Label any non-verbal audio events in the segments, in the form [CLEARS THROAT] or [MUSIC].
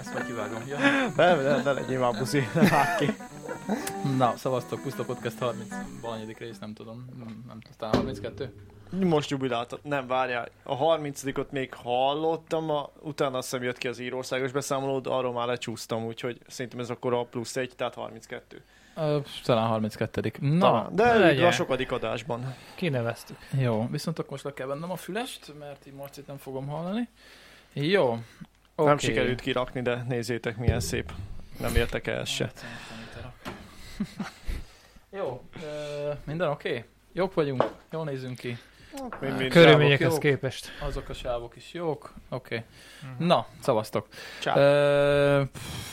Ezt majd kivágom. Ja. Ne, ne, ne legyél már buzi, ne vágj ki. Na, szavaztok, Puszta Podcast 30 valanyadik rész, nem tudom. Nem- Nem tudom, talán 32? Most jubiláltat, nem várjál. A 30 ot még hallottam, a, utána azt hiszem jött ki az írországos beszámoló, de arról már lecsúsztam, úgyhogy szerintem ez akkor a plusz egy, tehát 32. Ö, talán 32. Na, Talán. De legyen. legyen. a sokadik adásban. Kineveztük. jó. Viszont akkor most le kell vennem a fülest, mert így most itt nem fogom hallani. Jó. Okay. Okay. Nem sikerült kirakni, de nézzétek milyen szép. Nem értek el ezt se. Hát, szerintem itt elrak. Jó, ö, minden oké? Okay? Jók vagyunk, jól nézünk ki. Mind, mind Körülményekhez jók. képest. Azok a sávok is jók. Oké. Okay. Mhm. Na, szavaztok. Csáp. [LAUGHS] Ö,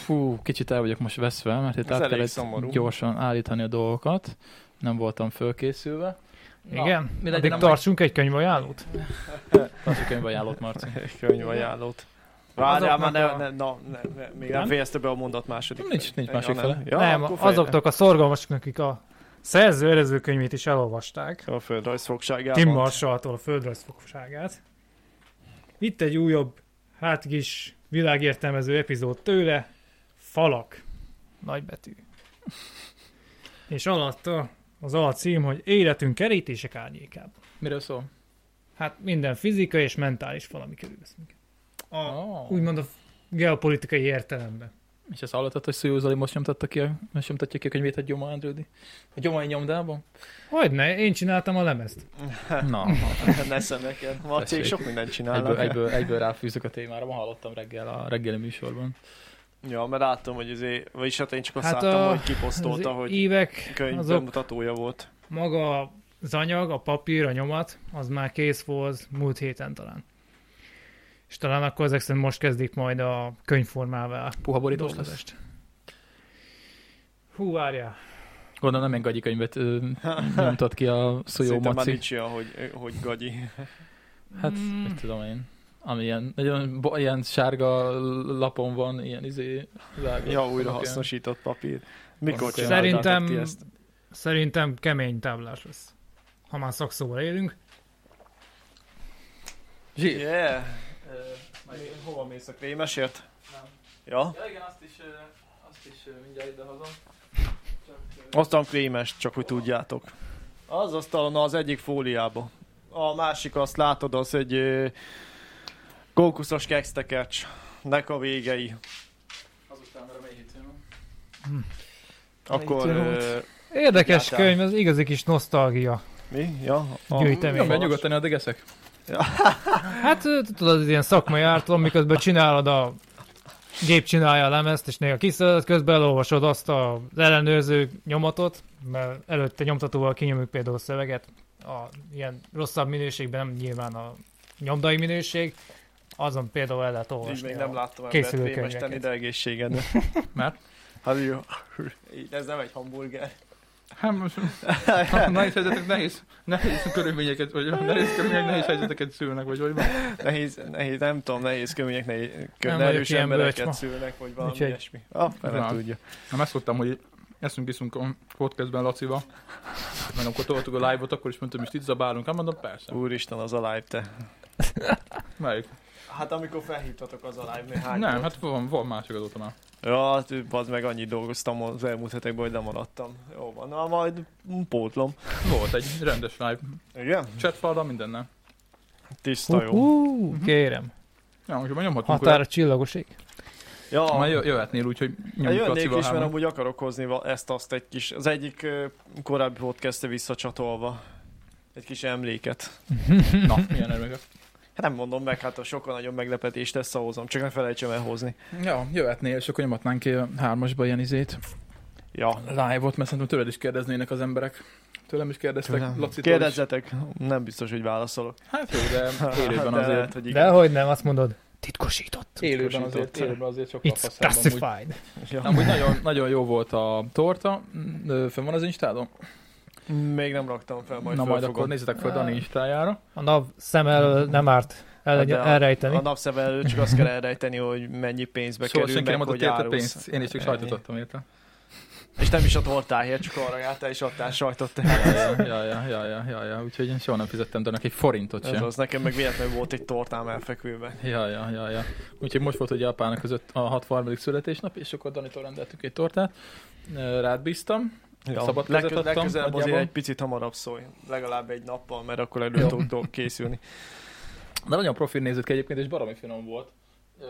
fú, kicsit el vagyok most veszve, mert itt Ez át elég kellett szomorú. gyorsan állítani a dolgokat. Nem voltam fölkészülve. Na, Igen? mi Addig legyen a tartsunk egy könyvajánlót? másik könyv ajánlott, Marci. Könyvajánlót. Várjál már, ne, Azoknak a- ne, na, ne, ne, még Nem? nem fejezte be a mondat második. Nincs- nincs Ja, másik nem. fele. Ja, nem, akkor feje- azoknak a szorgalmasoknak, akik a szerző előzőkönyvét is elolvasták. A földrajz fogságában. Tim Marshalltól a földrajzfogságát. Itt egy újabb, hát kis világértelmező epizód tőle. Falak. Nagybetű. [LAUGHS] És alatta az alcím, hogy életünk kerítések árnyékában. Miről szól? Hát minden fizika és mentális valami körülvesz minket. A, Oh. úgymond a geopolitikai értelemben. És ezt hallottad, hogy Szújó Zoli most nyomtatta ki a, most nyomtatja ki a könyvét a Gyoma Andrődi? A Gyomai nyomdában? Hogyne, én csináltam a lemezt. Na, [LAUGHS] Nesze neked. Marci Tessék. sok mindent egyből, csinálnak. egyből, egyből ráfűzök a témára, ma hallottam reggel a reggeli műsorban. Ja, mert láttam, hogy izé, vagyis hát én csak azt Hát hát láttam, a- hogy kiposztolta, Az hogy évek, könyv azok bemutatója volt. maga az anyag, a papír, a nyomat, az már kész volt múlt héten talán. És talán akkor ezek szerint most kezdik majd a könyvformával Puha borítós lesz. dolgozást. Hú, várjál. Gondolom nem ilyen gagyi könyvet ö, nyomtat ki a Szújó Szerintem már Szóval Maci. nincs olyan, hogy, hogy gagyi. Hát, mm. mit tudom én. Ami ilyen, nagyon bo- ilyen sárga lapon van, ilyen izé... vágott. Ja, újra Vannak ilyen- hasznosított papír. Mikor Vannak olyan- csináltátok Szerintem- ti ezt? Szerintem kemény táblás lesz. Ha már szakszóval élünk. Zsír. Yeah. Ö, majd- Hova mész a krémesért? Nem. Ja? Ja igen, azt is, ö, azt is ö, mindjárt idehozom. Csak, ö, Aztán krémes, csak hogy tudjátok. Az asztalon az egyik fóliába. A másik, azt látod, az egy ö, kókuszos kextekercs. Nek a végei. Azután már a mély hitű, nem? Akkor... Elég Ö, Érdekes Egyáltalán. könyv, az igazi kis nosztalgia. mi? Ja? A, Gyűjtemény. Nyomj be nyugodtan, addig eszek. Hát ö, tudod, az ilyen szakmai ártalom, miközben csinálod a gép csinálja a lemezt, és néha kiszedett, közben elolvasod azt az ellenőrző nyomatot, mert előtte nyomtatóval kinyomjuk például a szöveget, a ilyen rosszabb minőségben, nem nyilván a nyomdai minőség, azon például el lehet Így olvasni. még nem a- láttam embert Készülő krémes tenni, könyveket. de egészségedre. Mert? Hát jó. Így, Ez nem egy hamburger. Hát most [LAUGHS] nehéz helyzetek, nehéz, nehéz körülményeket, vagy nehéz körülmények, nehéz helyzeteket szülnek, vagy hogy van. Nehéz, nehéz, nem tudom, nehéz kömények, nehéz, Nem köm, vagyok erős ilyen embereket bölcs ma. szülnek, vagy valami Úgyhogy- ilyesmi. Ah, nem Na. tudja. Nem ezt szoktam, hogy eszünk iszunk a podcastben Lacival, mert amikor toltuk a live-ot, akkor is mondtam, hogy itt zabálunk. Hát mondom, persze. Úristen, az alive te. Melyik? Hát amikor felhívtatok az alive, mi hány Nem, hát van, van másik azóta már. Ja, hát, az meg annyit dolgoztam az elmúlt hetekben, hogy lemaradtam. Jó van, na majd mm, pótlom. Volt egy rendes live Igen? chatfalda mindennel. Tiszta jó. Hú, Mhm. kérem, Ja, most már nyomhatunk. határa csillagoség. Ja, olyat. Már jö- jöhetnél úgy, hogy Hát nyomjuk jönnék Lacival is, mert hárman. amúgy akarok hozni va- ezt-azt egy kis, az egyik ö, korábbi podcastre visszacsatolva. Egy kis emléket. Na, milyen erőgök. Hát nem mondom meg, hát a sokkal nagyobb meglepetést ezt ahhozom, csak ne felejtsem elhozni. Ja, jöhetnél, és akkor nyomatnánk ki a hármasba ilyen izét, Ja. live-ot, mert szerintem tőled is kérdeznének az emberek. Tőlem is kérdeztek, Tőlem. Lacitól is. Kérdezzetek, nem biztos, hogy válaszolok. Hát jó, [LAUGHS] de élőben De hát azért. lehet, hogy igen. Dehogy nem, azt mondod, titkosított. Élőben Tudósított. azért, élőben azért sokkal It's faszább amúgy. classified. Ja. Amúgy nagyon, nagyon jó volt a torta, Mm, ö, fönn van az Instádon? Még nem raktam fel, majd Na majd fölfogom. akkor nézzetek föl Dani Instájára. A nap szem elől nem árt el, Hát De a- elrejteni. A napszem előtt csak azt kell elrejteni, hogy mennyi pénzbe Szóval kerül, senki meg nem adott hogy érte árulsz. pénzt, én is csak sajtot Ennyi. adtam érte. És nem is a tortáért, csak arra jártál, és adtál sajtot. [LAUGHS] Ja, ja, ja, ja, ja, ja, ja. Úgyhogy én soha nem fizettem de neki egy forintot Ez sem. az, nekem meg véletlenül volt egy tortám elfekvülve. Ja, ja, ja, ja. Úgyhogy most volt ugye apának között a 63. születésnap, és akkor Danitól rendeltük egy tortát. Ö, Rád bíztam. Szabad kezet Legkö- adtam legközelebb azért nagyjából. egy picit hamarabb szólj, legalább egy nappal, mert akkor Jó. elő tudok dolg készülni. De nagyon profil nézett ki egyébként, és baromi finom volt. Ö,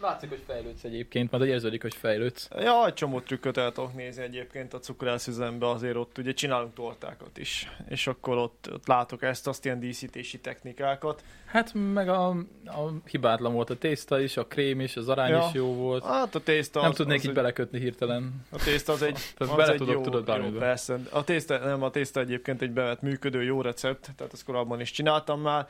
Látszik, hogy fejlődsz egyébként, mert hogy érződik, hogy fejlődsz. Ja, egy csomó trükköt el tudok nézni egyébként a cukrászüzembe, azért ott ugye csinálunk tortákat is, és akkor ott, ott látok ezt, azt ilyen díszítési technikákat. Hát meg a, a hibátlan volt a tészta is, a krém is, az arány Ja. is jó volt. Hát a tészta nem az, tudnék az így egy- belekötni hirtelen. A tészta az egy, Tehát az bele egy tudok, jó, tudod, jó, bármibe. persze. A tészta, nem, a tészta egyébként egy bevett működő jó recept, tehát ezt korábban is csináltam már.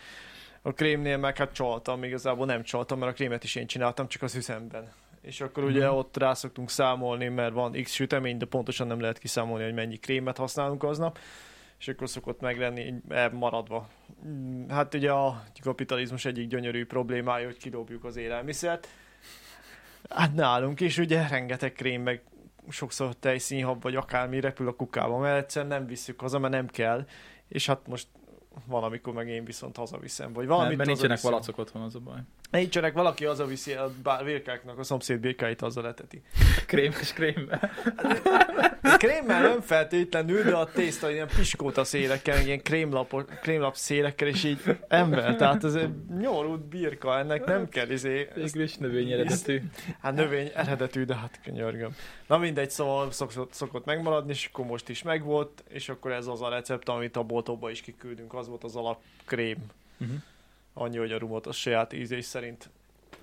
A krémnél meg hát csaltam, igazából nem csaltam, mert a krémet is én csináltam, csak az üzemben. És akkor ugye Mhm. ott rá szoktunk számolni, mert van x sütemény, de pontosan nem lehet kiszámolni, hogy mennyi krémet használunk aznap. És akkor szokott meg lenni így elmaradva. Mm, Hát ugye a kapitalizmus egyik gyönyörű problémája, hogy kidobjuk az élelmiszert. Hát nálunk is ugye rengeteg krém, meg sokszor tejszínhab, vagy akármi repül a kukába, mert egyszerűen nem visszük haza, mert nem kell. És hát most van, amikor meg én viszont hazaviszem, vagy Mert, valamit mert nincsenek hazaviszem. valacok otthon, az a baj. Nincsenek, valaki hazaviszi a bá- birkáknak, a szomszéd birkáit hazateti. Krémes krémmel. Krémmel nem feltétlenül, de a tészta ilyen piskóta szélekkel, meg ilyen krémlapok, krémlap szélekkel, és így ember, tehát ez egy nyolult birka, ennek nem kell izé, ez- Végül is növény eredetű. hát növény eredetű, de hát könyörgöm. Na mindegy, szóval szok, szokott megmaradni, és akkor most is megvolt, és akkor ez az a recept, amit a boltóba is kiküldünk, az volt az alapkrém. Mhm. Annyi, hogy a rumot a saját ízés szerint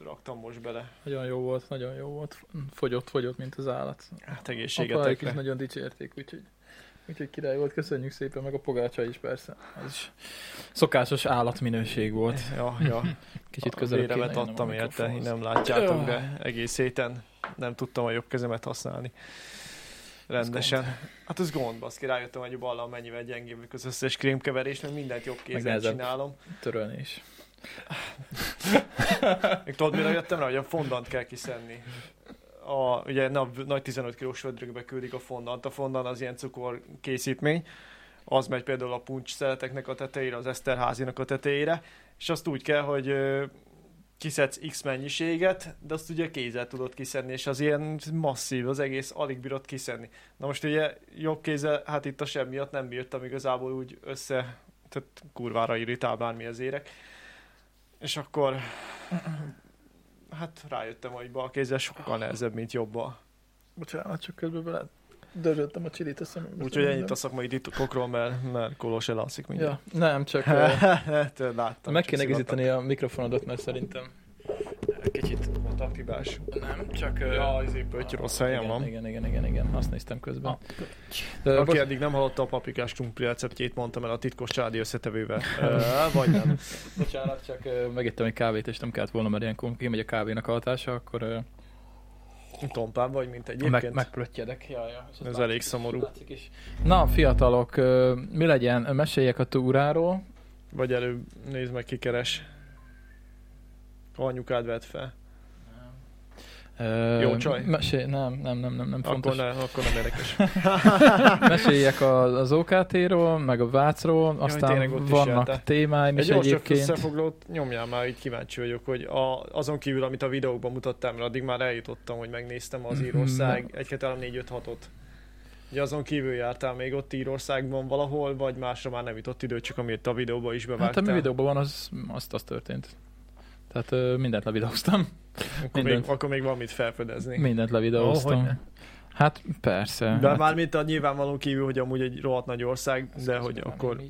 raktam most bele. Nagyon jó volt, nagyon jó volt. Fogyott, fogyott, mint az állat. Hát Apáik is egészségetekre. nagyon dicsérték, úgyhogy, úgyhogy király volt. Köszönjük szépen, meg a pogácsa is persze. Az is szokásos állatminőség volt. Ja, ja. Kicsit A közelebb véremet kéne adtam mennem a érte, mikrofonhoz. nem látjátok, Jaj. de egész héten nem tudtam a jobb kezemet használni. Rendesen. Hát ez gond, baszki, rájöttem, hogy a ballam mennyivel gyengébb, mint az összes krémkeverés, mert mindent jobb kézzel nehezebb. csinálom. Törölni is. Még tudod, mire jöttem rá, hogy a fondant kell kiszenni. A, ugye nap, nagy 15 kilós vödrökbe küldik a fondant. A fondant az ilyen cukor készítmény. Az megy például a puncs szeleteknek a tetejére, az Eszterházinak a tetejére, és azt úgy kell, hogy ö, kiszedsz X mennyiséget, de azt ugye kézzel tudod kiszedni, és az ilyen masszív, az egész alig bírod kiszedni. Na most ugye jobb kézzel, hát itt a sem miatt nem bírtam igazából úgy össze, tehát kurvára irritál bármi az érek. És akkor hát rájöttem, hogy bal kézzel Ah. sokkal nehezebb, mint jobban. Bocsánat, csak közben bele dörzsöltem a csilit a szemembe. Úgyhogy ennyit a szakmai titokokról, mert, mert Kolós elalszik mindjárt. Ja, nem, [LAUGHS] csak... eh, Ja. hát, Láttam. Meg csak kéne szivattam. igazítani a mikrofonodat, mert szerintem Kicsit volt a hibás. nem, csak... ö, Ja, azért pötty rossz helyen igen, van. Igen, igen, igen, igen, azt néztem közben. Aki De, bocs, eddig nem hallotta a paprikás krumpli receptjét, mondtam el a titkos családi összetevővel. Ö, vagy nem. bocsánat, csak ö, megettem egy kávét, és nem kellett volna, mert ilyenkor kimegy a kávénak a hatása, akkor ö, Tompán vagy, mint meg, egyébként. megplöttyedek. Ja, ja, és azt Ez látszik elég is, szomorú. látszik is. Na, fiatalok, ö, mi legyen? Meséljek a túráról. Vagy előbb nézd meg, ki keres. Ha anyukád vett fel. Ö, Jó csaj. Mesé- nem, nem, nem, nem, nem Akkor, fontos. ne, akkor nem érdekes. Meséljek a, az OKT-ról, meg a Vácról, aztán tényleg ott is vannak jártál. témáim is Egy gyors csak egyébként. összefoglalót nyomjál már, így kíváncsi vagyok, hogy a, azon kívül, amit a videókban mutattam, mert addig már eljutottam, hogy megnéztem az Mhm, Írország 1 2 3 4 5 6 ot Ugye azon kívül jártál még ott Írországban valahol, vagy másra már nem jutott idő, csak amit a videóba is Hát bevágtál. ami videóban van, az, azt, az történt. Tehát ö, mindent levideóztam. akkor, még, mindent. akkor még van mit felfedezni. Mindent Ó, levideóztam. hogyne. hát persze. De hát, már mint a nyilvánvalóan kívül, hogy amúgy egy rohadt nagy ország, de hogy akkor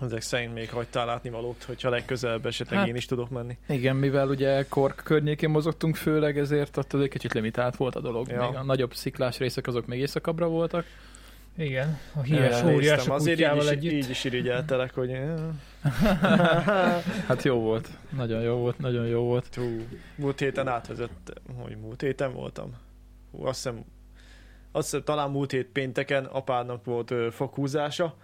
ezek szerint még hagytál látni valót, hogyha legközelebb esetleg Hát- én is tudok menni. Igen, mivel ugye Kork környékén mozogtunk főleg, ezért attól egy kicsit limitált volt a dolog. Ja. Még a nagyobb sziklás részek azok még éjszakabbra voltak. Igen, a híres Elnéztem, óriás a Azért így kutyával is, együtt. így is irigyeltelek, hogy... Hát jó volt. Nagyon jó volt, nagyon jó [LAUGHS] volt. hát Hú, múlt héten átvezett, hogy múlt héten voltam. Hú, azt hiszem, azt hiszem talán múlt hét pénteken apádnak volt ö, fokhúzása,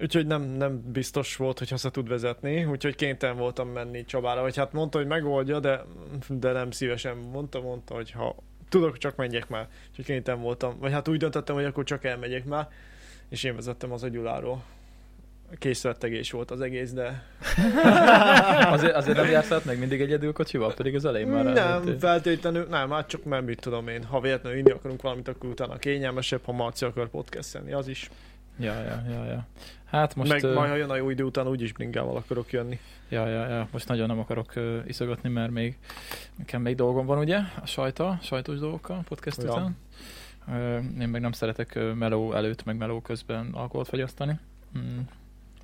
úgyhogy nem, nem biztos volt, hogy haza tud vezetni, úgyhogy kénytelen voltam menni Csabára, vagy hát mondta, hogy megoldja, de, de nem szívesen mondta, mondta, hogy ha tudok, csak menjek már. Úgyhogy kénytelen voltam. Vagy hát úgy döntöttem, hogy akkor csak elmegyek már. És én vezettem az agyuláról. Készrettegés volt az egész, de Azért, azért nem jársz át meg mindig egyedül kocsival, pedig az elején már nem, elmentél. feltétlenül, nem, hát csak nem mit tudom én. Ha véletlenül inni akarunk valamit, akkor utána kényelmesebb, ha Marci akar podcastelni, az is. Ja, ja, ja, ja. Hát most... Most, Meg ö, uh... majd, ha jön a jó idő után, úgyis bringával akarok jönni. Ja, ja, ja, most nagyon nem akarok uh, iszogatni, mert még nekem még dolgom van, ugye, a sajta, sajtos dolgokkal, podcast Ja. után. Uh, én meg nem szeretek uh, meló előtt, meg meló közben alkoholt fogyasztani. Mm.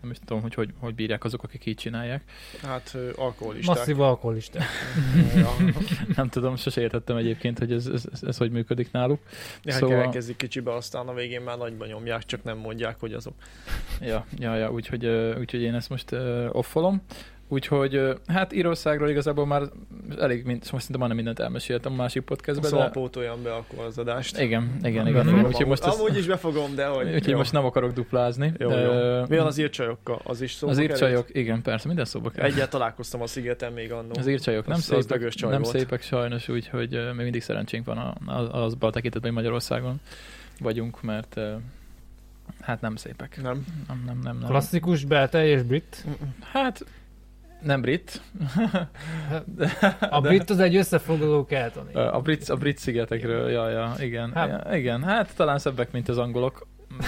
Nem is tudom, hogy, hogy hogy bírják azok, akik így csinálják. [LAUGHS] Hát ö, alkoholisták. [LAUGHS] Masszív alkoholista. Ja. Nem tudom, sose értettem egyébként, hogy ez, ez, ez, ez hogy működik náluk. Néha Szóval- szóval... elkezdik kicsibe, aztán a végén már nagyban nyomják, csak nem mondják, hogy azok. Ja, ja, ja, úgyhogy, ö, úgyhogy én ezt most ö, offolom. Úgyhogy, ö, hát Írországról igazából már elég, mint, most szerintem majdnem mindent elmeséltem a másik podcastben. Szóval pótoljam be akkor az adást. de... Igen, igen, Nem igen. fogom igen. Befogom Úgyhogy most, ezt, Amúgy is befogom, de hogy... úgyhogy jó. most nem akarok duplázni. Jó, Ö, jó. Mi van az írcsajokkal? Az is szóba az került? írcsajok, igen, persze, minden szóba kerül. Egyet találkoztam a szigeten még annó. Az írcsajok nem, Az- az szépek, dögös csaj nem volt. szépek sajnos, úgyhogy ö, még mindig szerencsénk van a- a- azban a tekintetben, hogy Magyarországon vagyunk, mert ö, hát nem szépek. Nem. Nem, nem, nem, nem. Klasszikus, belte és brit. Hát nem brit. A brit az egy összefoglaló keltoni. [LAUGHS] Ö, A brit, a brit szigetekről, ja, ja, igen. Hát- Hát. igen. hát talán szebbek, mint az angolok. Mm,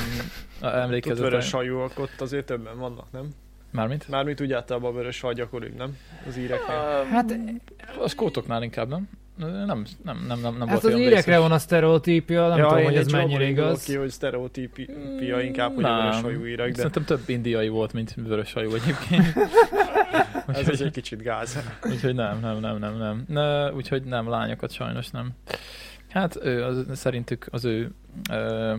Tudod, Emlékezetem. vörös hajúak ott azért többen vannak, nem? Mármint? Mármint úgy általában a vörös haj gyakoribb, nem? Az íreknél. Hát, A skótoknál inkább, nem? Nem, nem, nem, nem, nem hát volt az olyan írekre vészes. van a sztereotípia, nem tudom, én hogy ez egy csomóból mennyire indulok igaz. Ki, hogy sztereotípia inkább, hogy a Nem. vörös hajú írek, de Szerintem több indiai volt, mint vörös hajú egyébként. [LAUGHS] ez is egy kicsit [LAUGHS] gáz. Úgyhogy nem, nem, nem, nem, nem. Ne, úgyhogy nem, lányokat sajnos nem. Hát ő, az, szerintük az ő, ö,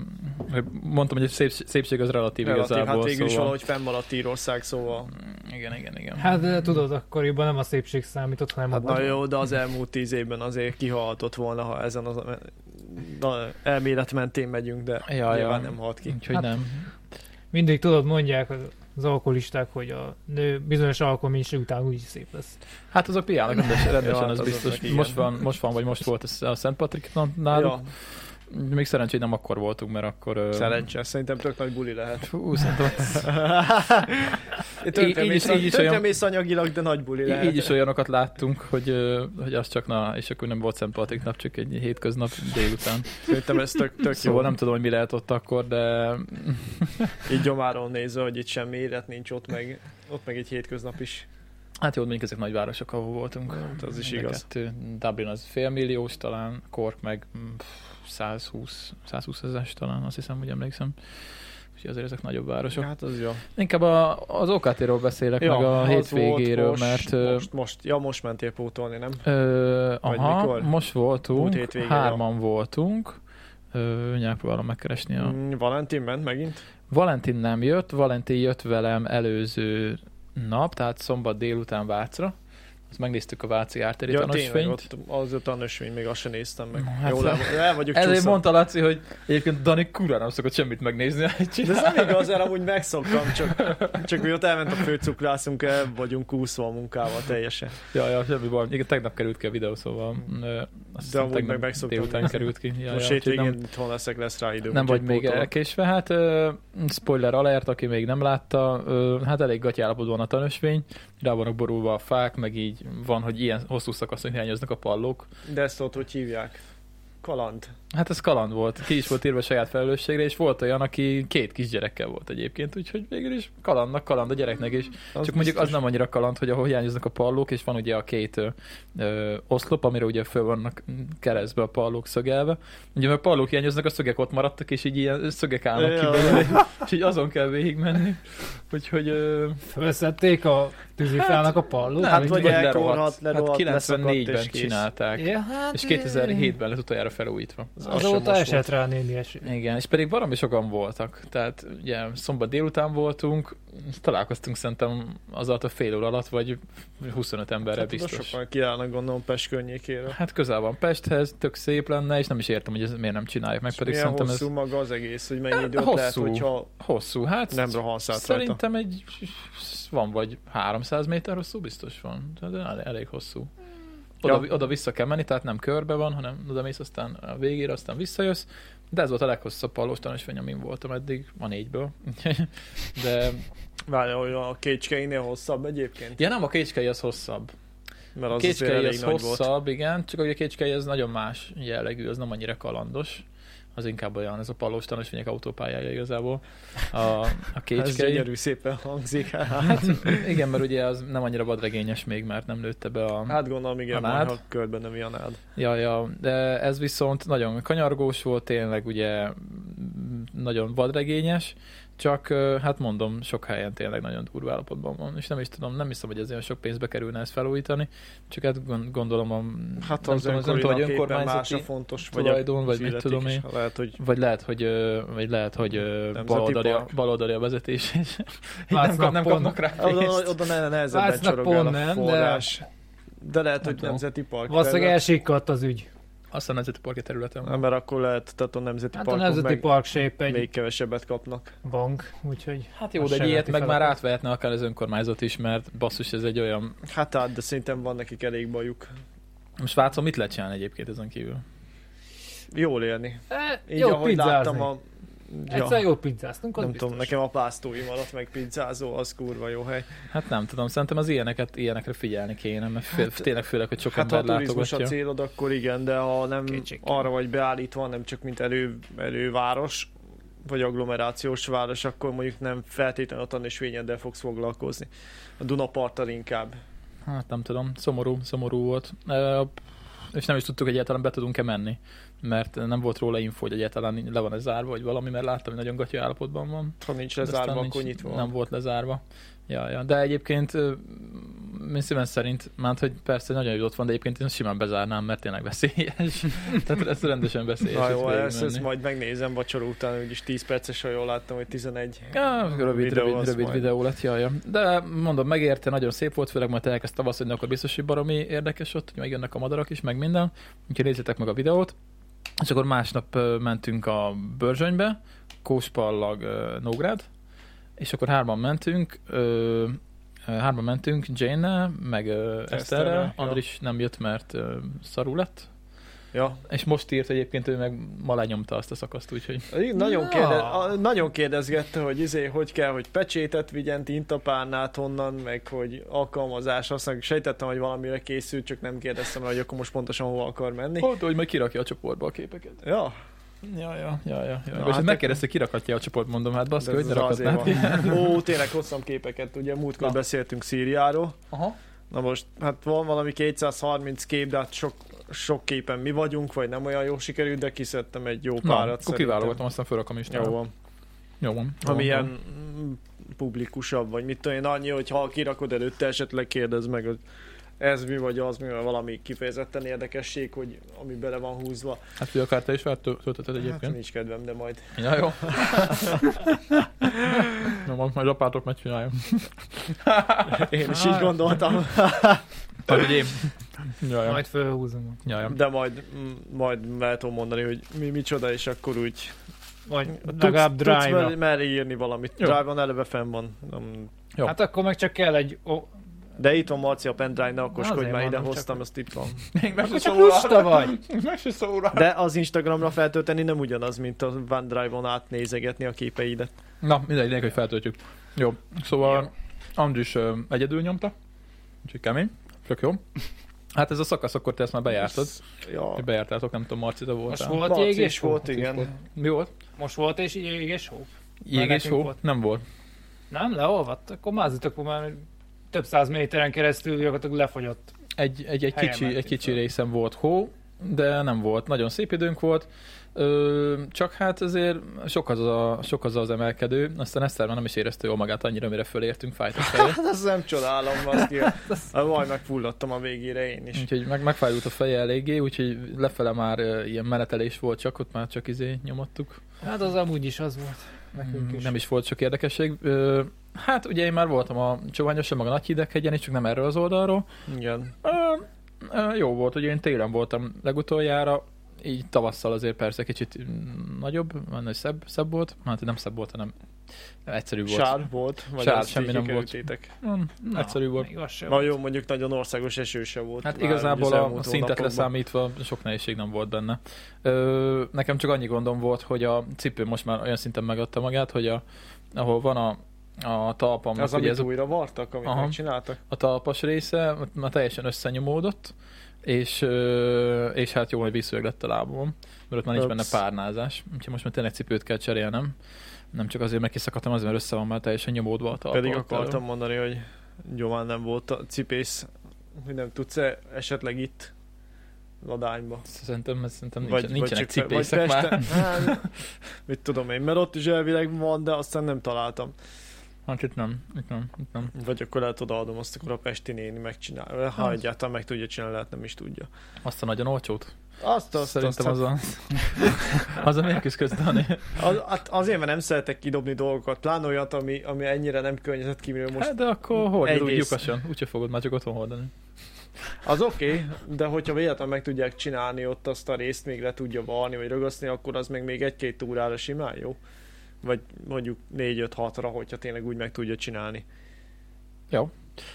hogy mondtam, hogy a szép, szépség az relatív, Relatív, igazából. hát végül is szóval- valahogy fennmaradt Írország, szóval. Igen, igen, igen. Hát de tudod, akkoriban nem a szépség számított, hanem Hát a na baj. jó, de az elmúlt tíz évben azért kihaltott volna, ha ezen az na, elmélet mentén megyünk, de Ja, nyilván ja. nem halt ki. Úgyhogy Hát- nem. Mindig tudod, mondják az alkoholisták, hogy a nő bizonyos alkoholmintség után úgyis szép lesz. Hát azok piának rendes, rendesen, [LAUGHS] Ja, az azok biztos. meg igen. Most van, most van, vagy most volt ez a Szent Patrik nap náluk. Ja, Még szerencsé nem akkor voltunk, mert akkor... ö, szerencsés, szerintem tök nagy buli lehet. Fú, szerintem ott- [LAUGHS] Így- így is- így is olyan- Tönkremész anyagilag, de nagy buli lehet. így is olyanokat láttunk, hogy, ö, hogy az csak na, és akkor nem volt Szent Patrik nap, csak egy hétköznap délután. Szerintem ez tök, tök jó. Szóval nem tudom, hogy mi lehet ott akkor, de Így gyomáron nézve, hogy itt semmi élet nincs, ott meg, ott meg egy hétköznap is. hát jó, mondjuk ezek nagyvárosok, ahol voltunk. Hát az is Mind a igaz. Kettő. Dublin az félmilliós talán, Cork meg mm, pff, 120 120 ezes talán, azt hiszem, hogy emlékszem. Úgyhogy azért ezek nagyobb városok. Hát az jó. Inkább a, az OKT-ról beszélek, ja, meg a az hétvégéről, volt mert... most, ö, Most, most, ja, most mentél pótolni, nem? Ö, Vagy aha, mikor? most Múlt voltunk, hétvégén, hárman voltunk. Ö, mindjárt próbálom megkeresni a... Mm, Valentin ment megint? Valentin nem jött, Valentin jött velem előző nap, tehát szombat délután Vácra. Azt megnéztük a Váci ártéri ja, tanúsfényt. ott, az a tanúsvény, még azt sem néztem meg. Hát- Jól el, el vagyok Ezért csúszva. mondta Laci, hogy egyébként Dani kurva nem szokott semmit megnézni, amit De csinál. ez nem igaz, mert amúgy megszoktam, csak, csak mióta elment a főcukrászunk, el vagyunk úszva a munkával teljesen. Ja, ja, semmi baj. Igen, tegnap került ki a videó, szóval ö, azt hiszem, amúgy tegnap meg megszoktam délután nézni. került ki. Ja, most ja, úgyhogy hétvégén nem- itthon leszek, lesz rá időm. Nem vagy úgyhogy még pótolok. elkésve, hát ö, spoiler alert, aki még nem látta, ö, hát elég gatyálapod van a tanösvény, rá vannak borulva a fák, meg így van, hogy ilyen hosszú szakaszon hiányoznak a pallók. De ezt ott hogy hívják? Kaland. Hát ez kaland volt, ki is volt írva saját felelősségre, és volt olyan, aki két kisgyerekkel volt egyébként, úgyhogy végül is kalandnak, kaland a gyereknek is. Az Csak mondjuk az nem annyira kaland, hogy ahol hiányoznak a pallók, és van ugye a két ö, ö, oszlop, amire ugye föl vannak mm, keresztbe a pallók szögelve. Ugye mert a pallók hiányoznak, a szögek ott maradtak, és így ilyen szögek állnak ki Ja. belőle, és így azon kell végigmenni. Úgyhogy ö, Felszették a tűzifának a pallót? nem, hát vagy vagy elkorhadt, lerohadt. lerohadt, hát leszakadt, 94-ben és kész. csinálták. Ja, hát, És 2007-ben lett utoljára felújítva. Az az sem Azóta most esett rá néni eső. Igen, és pedig valami sokan voltak. Tehát ugye szombat délután voltunk, találkoztunk szerintem az alatt a fél óra alatt, vagy 25 emberre Hát oda biztos. Sokan kiállnak gondolom Pest környékére. Hát közel van Pesthez, tök szép lenne, és nem is értem, hogy ez miért nem csináljuk meg, És pedig milyen szerintem hosszú ez maga az egész, hogy mennyi Hát, időt lehet, hosszú. hogyha hosszú. Hát nem rohansz át rajta. szerintem egy, van vagy 300 méter hosszú, biztos van, de elég hosszú. Oda, Ja. ja. oda vissza kell menni, tehát nem körbe van, hanem oda mész, aztán a végére, aztán visszajössz. De ez volt a leghosszabb pallós tanulmány, amin voltam eddig, a négyből. [LAUGHS] De Várj, hogy a kécskeinél hosszabb egyébként? ja, nem, a kécskei az hosszabb. Mert A az azért kécskei elég az nagy volt. hosszabb, igen, csak ugye a kécskei az nagyon más jellegű, az nem annyira kalandos. Az inkább olyan, ez a pallós tanulmányok autópályája igazából. A, a Ez kécskei. gyönyörű szépen [LAUGHS] hangzik. Hát igen, mert ugye az nem annyira vadregényes még, mert nem lőtte be a... Hát gondolom, igen, A majd, nád? ha körben nem ilyen nád. Ja, ja, de ez viszont nagyon kanyargós volt, tényleg ugye m, nagyon vadregényes, csak ö, hát mondom, sok helyen tényleg nagyon durva állapotban van, és nem is tudom, nem hiszem, hogy ez olyan sok pénzbe kerülne ezt felújítani, csak hát gon- gondolom a, Hát nem az tudom, az nem tudom, hogy más a önkormányzati, fontos, vagy a tulajdon, vagy mit tudom én. Lehet, hogy Vagy lehet, hogy, ö, vagy lehet, hogy ö, Nemzeti baloldali, a, park. baloldali a vezetés, és nem, Vácnak kap, nem pont. kapnak rá pénzt. oda, oda ne, nehezebben Vácnak csorogál a pont nem, de- forrás. De... de lehet, Nem hogy tudom. nemzeti park. Valószínűleg terület. elsikadt az ügy. Aztán nemzeti parki területen Nem, van. mert akkor lehet, tehát a nemzeti Hát a parkon Nemzeti meg Park shape egy még kevesebbet kapnak. bank, úgyhogy Hát jó, Az de egy sem ilyet veti meg fel már a- átvehetne akár az önkormányzat is, mert basszus, ez egy olyan Hát hát, de szerintem van nekik elég bajuk. Most Svácon mit lehet csinálni egyébként ezen kívül? Jól élni. e, Így jó ahogy pizzázni. láttam a... Egyszer jó pizzáztunk, az nem biztos. tudom, nekem a pásztói maradt meg pizzázó, az kurva jó hely. Hát nem tudom, szerintem az ilyeneket, ilyenekre figyelni kéne, mert fő, hát, tényleg főleg, hogy sok Hát ha a ember turizmus a látogatja. célod, akkor igen, de ha nem Kétség. arra vagy beállítva, nem csak mint elő, előváros, vagy agglomerációs város, akkor mondjuk nem feltétlenül a tanösvényeddel fogsz foglalkozni. A Dunaparttal inkább. Hát nem tudom, szomorú, szomorú volt. Ö, És nem is tudtuk, hogy egyáltalán be tudunk-e menni, mert nem volt róla info, hogy egyáltalán le van-e zárva, vagy valami, mert láttam, hogy nagyon gatya állapotban van. Ha nincs De aztán lezárva, nincs- akkor nyitva Nem van. volt lezárva. Ja, ja. De egyébként ö, én szívem szerint, mert hogy persze nagyon jó ott van, de egyébként én simán bezárnám, mert tényleg veszélyes. [LAUGHS] Tehát ez rendesen veszélyes. Na itt jó, ezt, ezt végigmenni. majd megnézem vacsora után, úgyis 10 perces, ha jól láttam, hogy 11. Ja, rövid, videó rövid, az rövid majd. videó lett, jaj, jaj. De mondom, megérte, nagyon szép volt, főleg majd elkezd tavaszodni, akkor biztos, hogy baromi érdekes ott, hogy megjönnek a madarak is, meg minden. Úgyhogy nézzétek meg a videót. És akkor másnap ö, mentünk a Börzsönybe, Kóspallag, ö, Nógrád, és akkor hárman mentünk, ö, ö, hárman mentünk jane meg ö, Eszterrel, Eszterrel, jó. Andris nem jött, mert ö, szarul lett, Ja. és most írt egyébként, ő meg ma lenyomta azt a szakaszt, [LAUGHS] úgyhogy Nagyon, Na. kérdez, a- nagyon kérdezgette, hogy izé, hogy kell, hogy pecsétet vigyen, tintapárnát honnan, meg hogy alkalmazás, aztán sejtettem, hogy valamire készült, csak nem kérdeztem rá, hogy akkor most pontosan hova akar menni. mondta, hogy majd kirakja a csoportba a képeket. Ja, Ja, ja, ja, ja. ja. Na, Na, hát és hát megkérdezte, ki rakhatja a csoport, mondom, hát baszki, de hogy ez ne azért rakhatnád ki. van. Ó, tényleg hoztam képeket, ugye múltkor Na. beszéltünk Szíriáról. [LAUGHS] Aha. Na most, hát van valami 230 kép, de hát sok, sok képen mi vagyunk, vagy nem olyan jó sikerült, de kiszedtem egy jó Na, párat. akkor szerintem. kiválogatom, aztán fölrakom is. Jó van. Jó van. Jó Ami ilyen van. mm, publikusabb, vagy mit tudom én, annyi, hogy ha kirakod előtte, esetleg kérdezd meg, hogy ez mi vagy az, mi vagy valami kifejezetten érdekesség, hogy ami bele van húzva. Hát, hogy akár te is feltöltötted Hát egyébként. nincs kedvem, de [LAUGHS] majd. Ja, jó. [LAUGHS] Na, majd, majd apátok megcsinálja. Én is így gondoltam, Hát, hogy én. Ja, ja. Majd fölhúzom. ja, ja. de majd, mm, majd el tudom mondani, hogy mi micsoda, és akkor úgy Vagy tudsz, legalább tudsz mer- drive merre írni valamit. Jó. Drive-on eleve fenn van. Nem. Jó. Hát akkor meg csak kell egy... Ó, De itt van Marci a pendrive-nál, akkor Na, azért már ide mondom, hoztam, csak- azt itt van. Még meg akkor se csak szól lusta vagy! Meg se szól rá. De az Instagramra feltölteni nem ugyanaz, mint a OneDrive-on átnézegetni a képeidet. Na, mindegy, lényeg, hogy feltöltjük. Jó, szóval Andris ö, egyedül nyomta, úgyhogy kemény, tök jó. Hát ez a szakasz, akkor te ezt már bejártad. Ja. Hogy bejártátok, nem tudom, Marci, te Most voltál. volt Marci is jég és hó? volt, igen. Mi volt? Most volt és jég és hó? Jég és nekünk hó? volt. Nem volt. Nem, leolvadt? Akkor mázitok már több száz méteren keresztül gyakorlatilag lefogyott. Egy, egy, egy, Helyen kicsi, mentünk egy kicsi fel. részen volt hó, de nem volt. Nagyon szép időnk volt, Ö, csak hát azért sok az, a, sok az az emelkedő, aztán Eszter már nem is érezte jól magát annyira, mire fölértünk, fájt [LAUGHS] a feje. [LAUGHS] Hát ez nem csodálom, baszki. [LAUGHS] Hát Majd megfulladtam a végére én is. Úgyhogy meg, megfájdult a feje eléggé, úgyhogy lefele már ö, ilyen menetelés volt, csak ott már csak izé nyomottuk. Hát az amúgy is az volt. Nekünk Mm, is. Nem is volt sok érdekesség. Ö, Hát ugye én már voltam a Csóványosan, meg a Nagy Hideghegyen is, csak nem erről az oldalról. Igen. Ö, ö, jó volt, hogy én télen voltam legutoljára, így tavasszal azért persze kicsit mm, nagyobb, annál szebb, szebb volt. Hát nem szebb volt, hanem egyszerű volt. Sár volt, vagy Sár, azt semmi így nem volt. kikerültétek? Mm, egyszerű volt. Még az sem. Nagyon mondjuk nagyon országos eső se volt. Hát már az igazából a, elmúlt a szintet hónapokban. leszámítva sok nehézség nem volt benne. Ö, nekem csak annyi gondom volt, hogy a cipő most már olyan szinten megadta magát, hogy a, ahol van a, a talpamnak, Az, ugye amit ez a, újra vartak, amit Aha. megcsináltak. a talpas része ott már teljesen összenyomódott, és, ö, és hát jó, hogy visszőleg lett a lábom, mert ott már nincs Ups. benne párnázás. Úgyhogy most már tényleg cipőt kell cserélnem. Nem csak azért, mert kiszakadtam, azért, mert össze van már teljesen nyomódva a talpa. Pedig ott akartam mondani, hogy nyomán nem volt a cipész, hogy nem tudsz -e esetleg itt ladányba. Szerintem, szerintem nincs, vagy, nincsenek csak- cipészek már. Pesten. Hát, mit tudom én, mert ott is elvileg van, de aztán nem találtam. [LAUGHS] Hát itt nem, itt nem, itt nem. Vagy akkor lehet odaadom, azt akkor a Pesti néni megcsinálja. Ha Az. egyáltalán meg tudja csinálni, lehet nem is tudja. Azt a nagyon olcsót. Azt, azt, Szerintem azt, az a... az a miért küzdködsz, Dani? Az, hát azért, mert nem szeretek kidobni dolgokat, pláne olyat, ami, ami ennyire nem környezetkímélő most. Hát, de akkor hordod úgy egyrészt- lyukasan. Úgyse fogod már csak otthon hordani. Az oké, okay, de hogyha véletlenül meg tudják csinálni ott azt a részt, még le tudja varni, vagy rögöszni, akkor az még, még egy-két órára simán jó. Vagy mondjuk 4-5-6-ra, hogyha tényleg úgy meg tudja csinálni. Jó.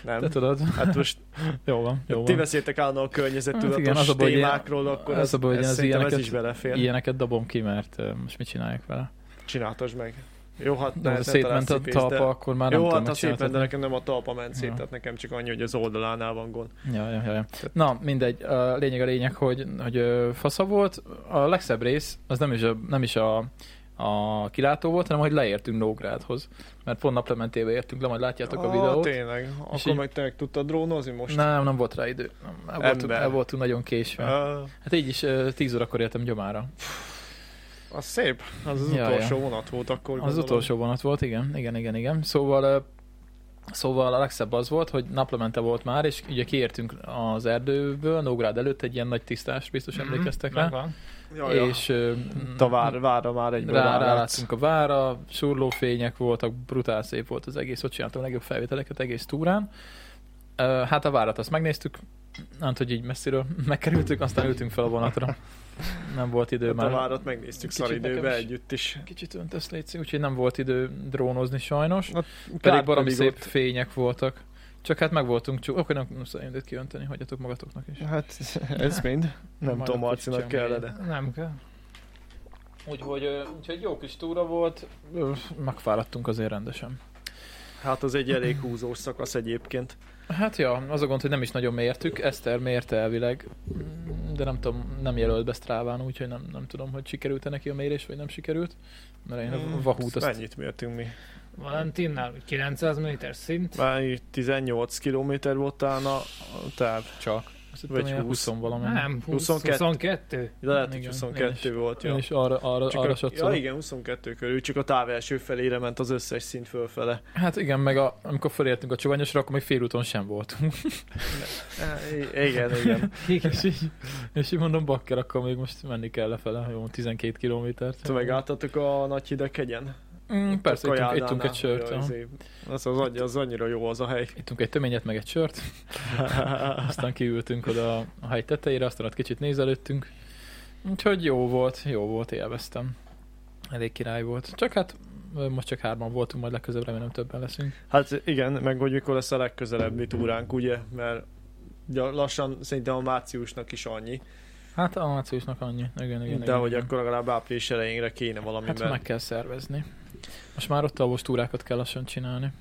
Nem? Te tudod. Hát most Jó van, jó ti van. beszéltek állandóan a Hát igen, környezettudatos az a hát baj, hogy ilyen- témákról, akkor az ez, a baj, hogy ez, az szerintem ez ilyeneket- is belefér. Ilyen. Ilyeneket dobom ki, mert ö, most mit csinálják vele? Csináltasd meg. Jó, hát De ne, ha ne találsz szétment a cipészt, de- talpa, akkor már nem Jó, tudom, hát mit a szépen, de csináltad. nekem nem a talpa ment szét, Ja. tehát nekem csak annyi, hogy az oldalánál van gond. Ja, ja, ja, ja. Hm. Na, mindegy. A lényeg a lényeg, hogy, hogy ö, fasza volt. A legszebb rész, az nem is a, nem is a, a kilátó volt, hanem hogy leértünk Nógrádhoz. Mert pont naplementébe értünk le, majd látjátok a Ó, videót. Tényleg, akkor így- meg te meg tudtad drónozni most? Nem, nem volt rá idő. El voltunk, Ember. el voltunk nagyon késve. Ö, Hát így is ö, 10 órakor értem gyomára. az szép, az az Ja, utolsó vonat volt akkor. Az gondolom. utolsó vonat volt, igen, igen, igen, igen. Szóval, ö, szóval a legszebb az volt, hogy naplemente volt már, és ugye kiértünk az erdőből, Nógrád előtt egy ilyen nagy tisztást, biztos Mhm, emlékeztek rá. megvan. Ja, ja. És És ö, a vár, vára már egy rá, rálátszunk a vára, surlófények voltak, brutál szép volt az egész, ott csináltam a legjobb felvételeket egész túrán. Ö, Hát a várat azt megnéztük, nem hogy így messziről [LAUGHS] megkerültük, aztán ültünk fel a [LAUGHS] vonatra. Nem volt idő Hát a már. várat megnéztük Kicsit szaridőbe nekem is. együtt is. Kicsit öntös létszik, úgyhogy nem volt idő drónozni sajnos. Hát, Pedig baromi pedig szép ott- fények voltak. Csak hát meg voltunk csú... Oké, nem, nem szerintem kiönteni, hagyjatok magatoknak is. Hát ez mind. Nem Majd tudom, akkor Marcinak kicsit kell, sem de... Nem kell. Úgyhogy, ö, úgyhogy jó kis túra volt. Ö, Megfáradtunk azért rendesen. Hát az egy elég húzós szakasz egyébként. Hát ja, az a gond, hogy nem is nagyon mértük. Eszter mérte elvileg, Mm, de nem tudom, nem jelölt be Stráván, úgyhogy nem, nem tudom, hogy sikerült-e neki a mérés, vagy nem sikerült. Mert én Hmm, a vahút azt... Mennyit mértünk mi? Valentinnál 900 méter szint. Már így 18 km volt talán a a táv. Csak. Azt hittem, Vagy ilyen 20. 20 valami. Nem, 20, 22. 22. De lehet, hogy Igen, 22 volt. Én ja. is arra, arra, Csak arra a, satszolok. ja, igen, 22 körül, csak a táv első felére ment az összes szint fölfele. Hát igen, meg a, amikor felértünk a csoványosra, akkor még félúton sem voltunk. E, igen, igen. [LAUGHS] Igen. és, így, és így mondom, bakker, akkor még most menni kell lefele, jó, 12 kilométert. Te meg álltatok a nagy hideghegyen? Mm, persze, Ott a Kajádánál. ittunk, ittunk egy sört. Jaj, aha. izé, Az, az, annyi- az annyira jó az a hely. Ittunk egy töményet, meg egy [LAUGHS] sört, aztán kiültünk oda a hegy tetejére, aztán ott kicsit nézelődtünk. Úgyhogy jó volt, jó volt, élveztem. Elég király volt. Csak hát ö, most csak hárman voltunk, majd legközelebb remélem többen leszünk. hát igen, meg hogy mikor lesz a legközelebbi túránk, ugye? Mert ugye lassan szerintem a márciusnak is annyi, Hát a márciusnak annyi. Igen, igen, igen, de hogy igen. akkor legalább április elejénre kéne valamiben. Hát meg kell szervezni. Most már ott alvos túrákat kell lassan csinálni.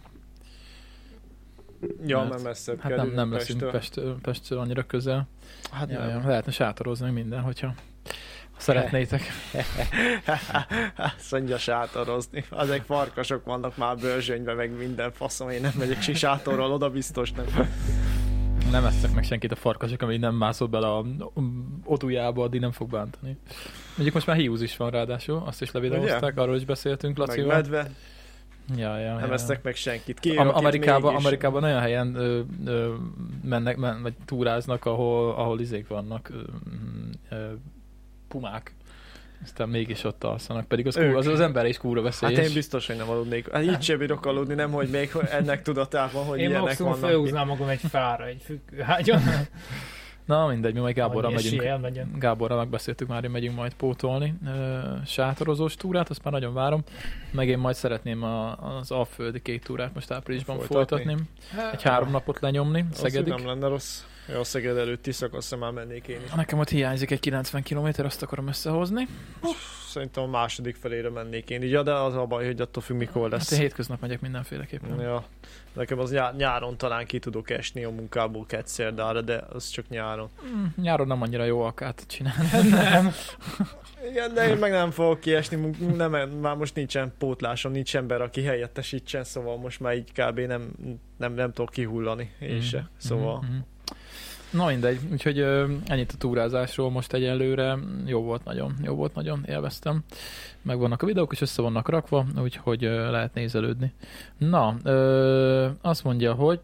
ja, hát- mert messzebb Hát nem, nem leszünk Pesttől. Pest, Pestről annyira közel. Hát Ja, nem. ja, lehetne sátorozni minden, hogyha szeretnétek. Szondja sátorozni. Azek farkasok vannak már bőrzsönyben, meg minden faszom, én nem megyek si sátorral, oda biztos nem. Nem eszek meg senkit a farkasok, ami nem mászott bele a odujába, addig nem fog bántani. Mondjuk most már hiúz is van ráadásul, azt is levideózták, arról is beszéltünk Meg Lacival. medve, Ja, ja, nem ja. esznek meg senkit. Ki, Am- Amerikában, Amerikában nagyon helyen ö, ö, mennek, men, vagy túráznak, ahol, ahol izék vannak, ö, ö, pumák. Aztán mégis ott alszanak, pedig az, Ők. kú, az, az ember is kúra Hát veszélyes. én biztos, hogy nem aludnék. Hát így sem bírok aludni, nem, hogy még ennek tudatában, hogy Én ilyenek maximum vannak. felhúznám magam egy fára, egy függőhágyon. Na mindegy, mi majd Gáborral Annyi megyünk. esélye elmegyen. Gáborral megbeszéltük már, hogy megyünk majd pótolni ö, sátorozós túrát, azt már nagyon várom. Meg én majd szeretném a, az Alföldi kék túrát most áprilisban Folytatni. folytatni. Egy három napot lenyomni, Azt úgy Szegedik. nem lenne rossz. Jó, a Szeged előtti szakaszra már mennék én is. Nekem ott hiányzik egy 90 km, azt akarom összehozni. Szerintem a második felére mennék én így, ja, de az a baj, hogy attól függ mikor Ezt lesz. Hát én hétköznap megyek mindenféleképpen. Ja, nekem az nyá- nyáron talán ki tudok esni a munkából kettszerdára, de az csak nyáron. Mm, Nyáron nem annyira jó alkát csinálni. [LAUGHS] [LAUGHS] Igen, de én meg nem fogok kiesni, mun- nem, már most nincsen pótlásom, nincs ember, aki helyettesítsen, szóval most már így kb. nem, nem, nem tudok kihullani, én se. Szóval Mhm, mhm. Na mindegy, úgyhogy ö, ennyit a túrázásról most egyelőre. Jó volt nagyon, jó volt nagyon, élveztem. Megvannak a videók, és össze vannak rakva, úgyhogy ö, lehet nézelődni. Na, ö, azt mondja, hogy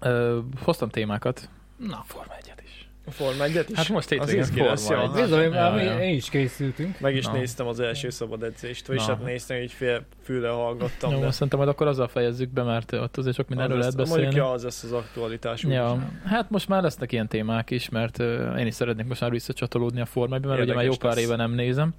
ö, hoztam témákat. Na, Forma egyet is. a Forma 1 is. Hát most hétvégén izgi lesz, Forma ja. egy. Bizony, Ja, már mi, ja. én is készültünk. meg is Na. néztem az első szabad edzést, és Na. hát néztem, így fél füle hallgattam, Jó, de azt szerintem majd akkor azzal fejezzük be, mert ott azért sok mindenről az lehet lesz- Mondjuk beszélni. ja, az lesz az aktualitás. úgyis. Ja, hát most már lesznek ilyen témák is, mert ö, én is szeretnék most már visszacsatolódni a formába, mert ugye már jó Érdekes pár lesz. éve nem nézem,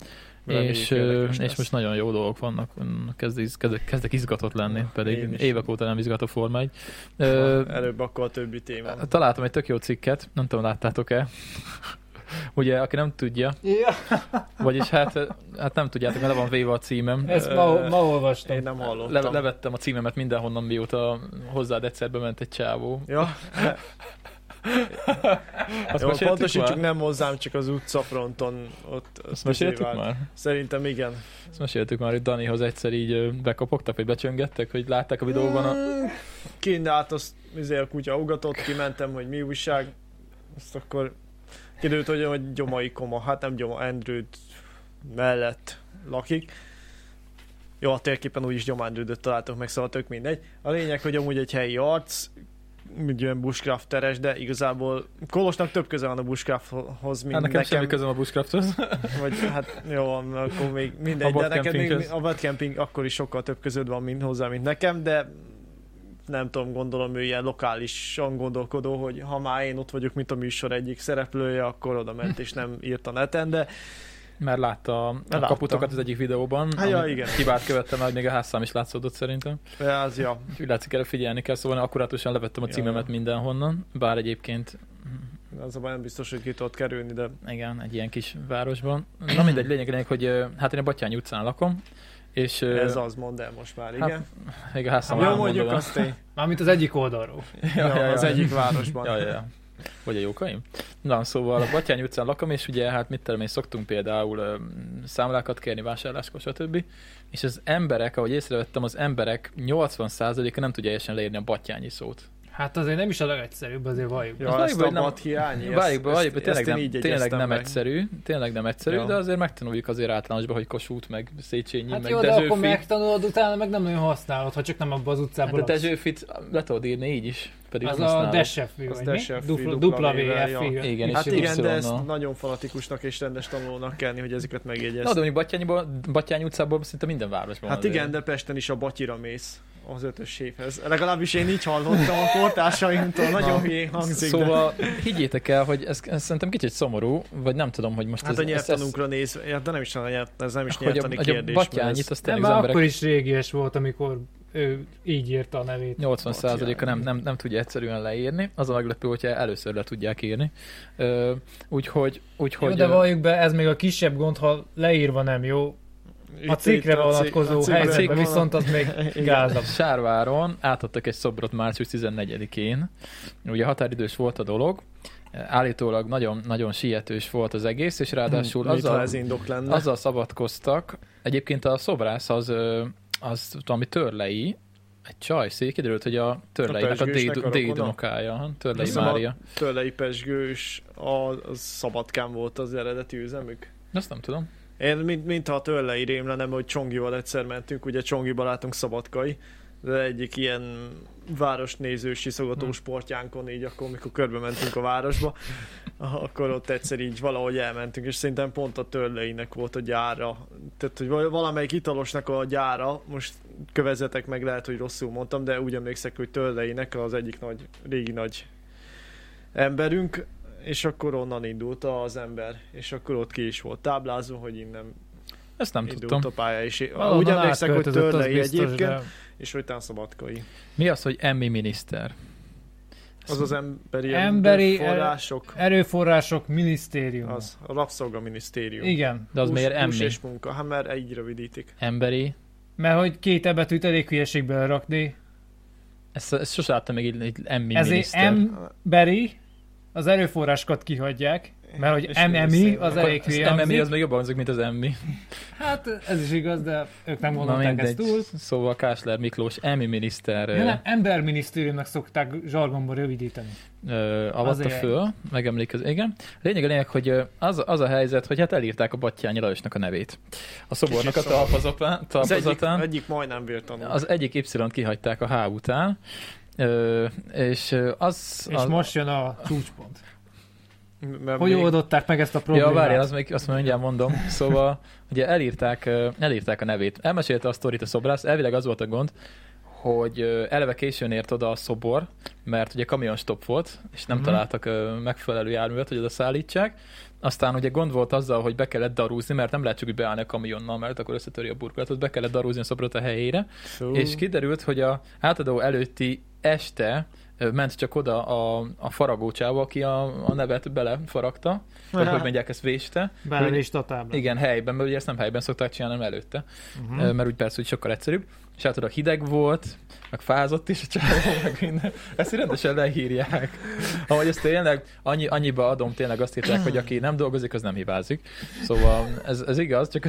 Reméljük, és, ö, érdekes és lesz. most nagyon jó dolgok vannak, Mm, kezd, iz- kezdek, kezdek izgatott lenni, Én pedig is. évek óta nem izgat a forma egy. Ö, Hát, Na, Előbb akkor a többi téma. Találtam egy tök jó cikket, nem tudom, láttátok-e? [LAUGHS] Ugye, aki nem tudja, Ja, vagyis hát, hát nem tudjátok, mert le van véve a címem. ezt Ö, ma, ma olvastam. Én nem hallottam. le, levettem a címemet mindenhonnan, mióta hozzád egyszer bement egy csávó. Ja, Azt jó, meséltük pontosítsuk, már? nem hozzám, csak az utcafronton ott. Azt meséltük már? Szerintem igen. Ezt meséltük már, hogy Danihoz egyszer így ö, bekopogtak, vagy becsöngettek, hogy látták a videóban a... Kint át, azt izé, a kutya ugatott, kimentem, hogy mi újság. Azt akkor kiderült, hogy, hogy gyomai koma, hát nem gyoma, Andrőd mellett lakik. Jó, a térképen úgyis gyomándrődöt találtok meg, szóval tök mindegy. A lényeg, hogy amúgy egy helyi arc, egy olyan bushcrafteres, de igazából Kolosnak több köze van a bushcrafthoz, mint Mm, Hát nekem, nekem. semmi közöm a bushcrafthoz. Vagy hát jó, akkor még A mindegy, de neked még vadkempinghez. a vadcamping akkor is sokkal több között van mint hozzá, mint nekem, de nem tudom, gondolom ő ilyen lokálisan gondolkodó, hogy ha már én ott vagyok, mint a műsor egyik szereplője, akkor oda ment és nem írt a neten, de Mert látta a Látta. kaputokat az egyik videóban. Hát ja, amit igen. Hibát követtem el, hogy még a házszám is látszódott szerintem. de az ja, Úgyhogy látszik, erre figyelni kell, szóval akkurátusan levettem a Ja, címemet ja. mindenhonnan. Bár egyébként, az a baj, nem biztos, hogy ki tudott kerülni, de igen, egy ilyen kis városban. [CLEARS THROAT] Na mindegy, lényeg, lényeg, hogy ö, hát én a Batyány utcán lakom, és ö, hát, ez az, mondd el most már, igen. még a házszám Hát, áll jó, már mondjuk mondom. azt én. Mármint az egyik oldalról. Ja, [LAUGHS] Ja, ja, az ja. egyik városban. Ja, ja, ja. Vagy a jókaim? Na, szóval a Batyány utcán lakom, és ugye hát mit tudom én, szoktunk például ö, számlákat kérni, vásárláskor, stb. És az emberek, ahogy észrevettem, az emberek 80%-a nem tudja teljesen leírni a Batyányi szót. Hát azért nem is a legegyszerűbb, azért valljuk. Ja, Azt ezt valljuk, a hogy nem- nem... hiány, ezt, Várjuk be, Hm. ezt- valljuk be, tényleg, ezt én nem, így tényleg jegyeztem nem meg. egyszerű, tényleg nem egyszerű, Ja. de azért megtanuljuk azért általánosban, hogy Kossuth, meg Széchenyi, Hát meg jó, de Dezsőfi. akkor megtanulod, utána meg nem nagyon használod, ha csak nem abban az Hát utcában a laksz. Dezsőfit le tudod írni így is, pedig Az nem a használod. Desefű, Az vagy Desefű, mi? Dupla, dupla dupla V-vel, VFI. ja. Igen, Hát és igen, de Y-nal. ezt nagyon fanatikusnak és rendes tanulónak kell lenni, hogy ezeket Na, megjegyezni. de mondjuk Batyányiból, Batyány utcából szinte minden városban Hát van igen, azért. de Pesten is a batyira mész az ötös évhez. Legalábbis én így hallottam a kortársaimtól, nagyon Na, hülyén hangzik. Szóval... Szóval higgyétek el, hogy ez, ez szerintem kicsit szomorú, vagy nem tudom, hogy most De... Hát ez, a ez, ez, nyelvtanunkra néz, ja, de nem is, a nyelv- ez nem is hogy a, nyelvtani hogy a kérdés. mert batyányit, ez- azt De tényleg az már akkor emberek is régies volt, amikor ő így írta a nevét. 80%-a nem, nem, nem tudja egyszerűen leírni. Az a meglepő, hogyha először le tudják írni. Ö, Úgyhogy, Jó, úgyhogy de ö, valljuk be, ez még a kisebb gond, ha leírva nem jó. Itt- A cikkre itt a cikk- vonatkozó cikkben helyzetben van- viszont az még Igen. gázabb. Sárváron átadtak egy szobrot március 14-én. Ugye határidős volt a dolog. Állítólag nagyon, nagyon sietős volt az egész, és ráadásul Hmm, Mit, ha azzal, ez indok lenne? azzal szabadkoztak. Egyébként a szobrász az, ö, az valami törlei, egy csajszé, kiderült, hogy a törleinek a, pezsgősnek déd- a rokona? dédunokája, törlei Hiszem a- Mária. Tőlei pesgős, a, a Szabadkán volt az eredeti üzemük. Azt nem tudom. Én mint, mintha a törlei rém lenne, hogy Csongival egyszer mentünk, ugye Csongi barátunk szabadkai, de egyik ilyen városnézős iszogató hmm. sportjánkon, így akkor, mikor körbe mentünk a városba, [LAUGHS] akkor ott egyszer így valahogy elmentünk, és szerintem pont a törleinek volt a gyára. Tehát, hogy val- valamelyik italosnak a gyára, most kövezetek meg, lehet, hogy rosszul mondtam, de úgy emlékszek, hogy törleinek az egyik nagy, régi nagy emberünk, és akkor onnan indult az ember, és akkor ott ki is volt táblázva, hogy innen Ezt nem indult tudtam. a pálya, és Valahonnan úgy emlékszek, hogy átköltözött, az törlei biztos, egyébként, de- és hogy tán szabadkai. Mi az, hogy emmi miniszter? Az az [LAUGHS] emberi, Emberi- eh, emberi források, Erőforrások minisztérium. az a rabszolgaminisztérium. Igen, De az miért Hús emmi? és munka, hát mert így rövidítik. Emberi? mert hogy két ebetűt elég hülyeségbe rakni. Ezt, ezt sose láttam még így, így emmi Ezért miniszter. emberi, az erőforrásokat kihagyják, mert hogy És MMI minisztérium. az Akkor elég az hülye. MMI hangzik. az még jobban hangzik, mint az emmi. Hát ez is igaz, de ők nem Na gondolták ezt mindegy. túl. Szóval Kásler Miklós, emmi miniszter Ja, ö, nem, emberminisztériumnak szokták zsargomban rövidíteni. ö, avatta Azért. föl, megemlékez. Igen. Lényeg a lényeg, hogy ö, az, az a helyzet, hogy hát elírták a Battyányi Lajosnak a nevét. A szobornak a Kicsit szomorú. talpazatán. Az egyik, talpazatán. egyik majdnem vértanul. Az... Az egyik Y-t kihagyták a H után, ö, és ö, az... És az, most jön a csúcspont. Mert Hogy még oldották meg ezt a Ja, problémát? várjál, az még, azt majd mindjárt mondom. Szóval, ugye elírták, ö, elírták a nevét. Elmesélte a sztorit a szobrász, elvileg az volt a gond, hogy ö, eleve későn ért oda a szobor, mert ugye kamionstop volt, és nem Mhm. találtak ö, megfelelő járművet, hogy oda szállítsák. Aztán ugye gond volt azzal, hogy be kellett darúzni, mert nem lehet csak úgy beállni a kamionnal, mert akkor összetöri a burkolatot, be kellett darúzni a szobrot a helyére. szó. És kiderült, hogy a átadó előtti este ö, ment csak oda a, a faragócsába, aki a, a nevet belefaragta, vagy hogy mondják, ezt véste. Belelést a táblát. Igen, helyben, mert ugye ezt nem helyben szokták csinálni, hanem előtte, Mhm. mm. mert úgy persze, hogy sokkal egyszerűbb. És hát oda hideg volt, meg fázott is a csávó, [LAUGHS] meg minden. Ezt így rendesen lehírják. Ahogy ezt tényleg, annyi, annyiba adom, tényleg azt írták, hogy aki nem dolgozik, az nem hibázik. Szóval ez, ez igaz, csak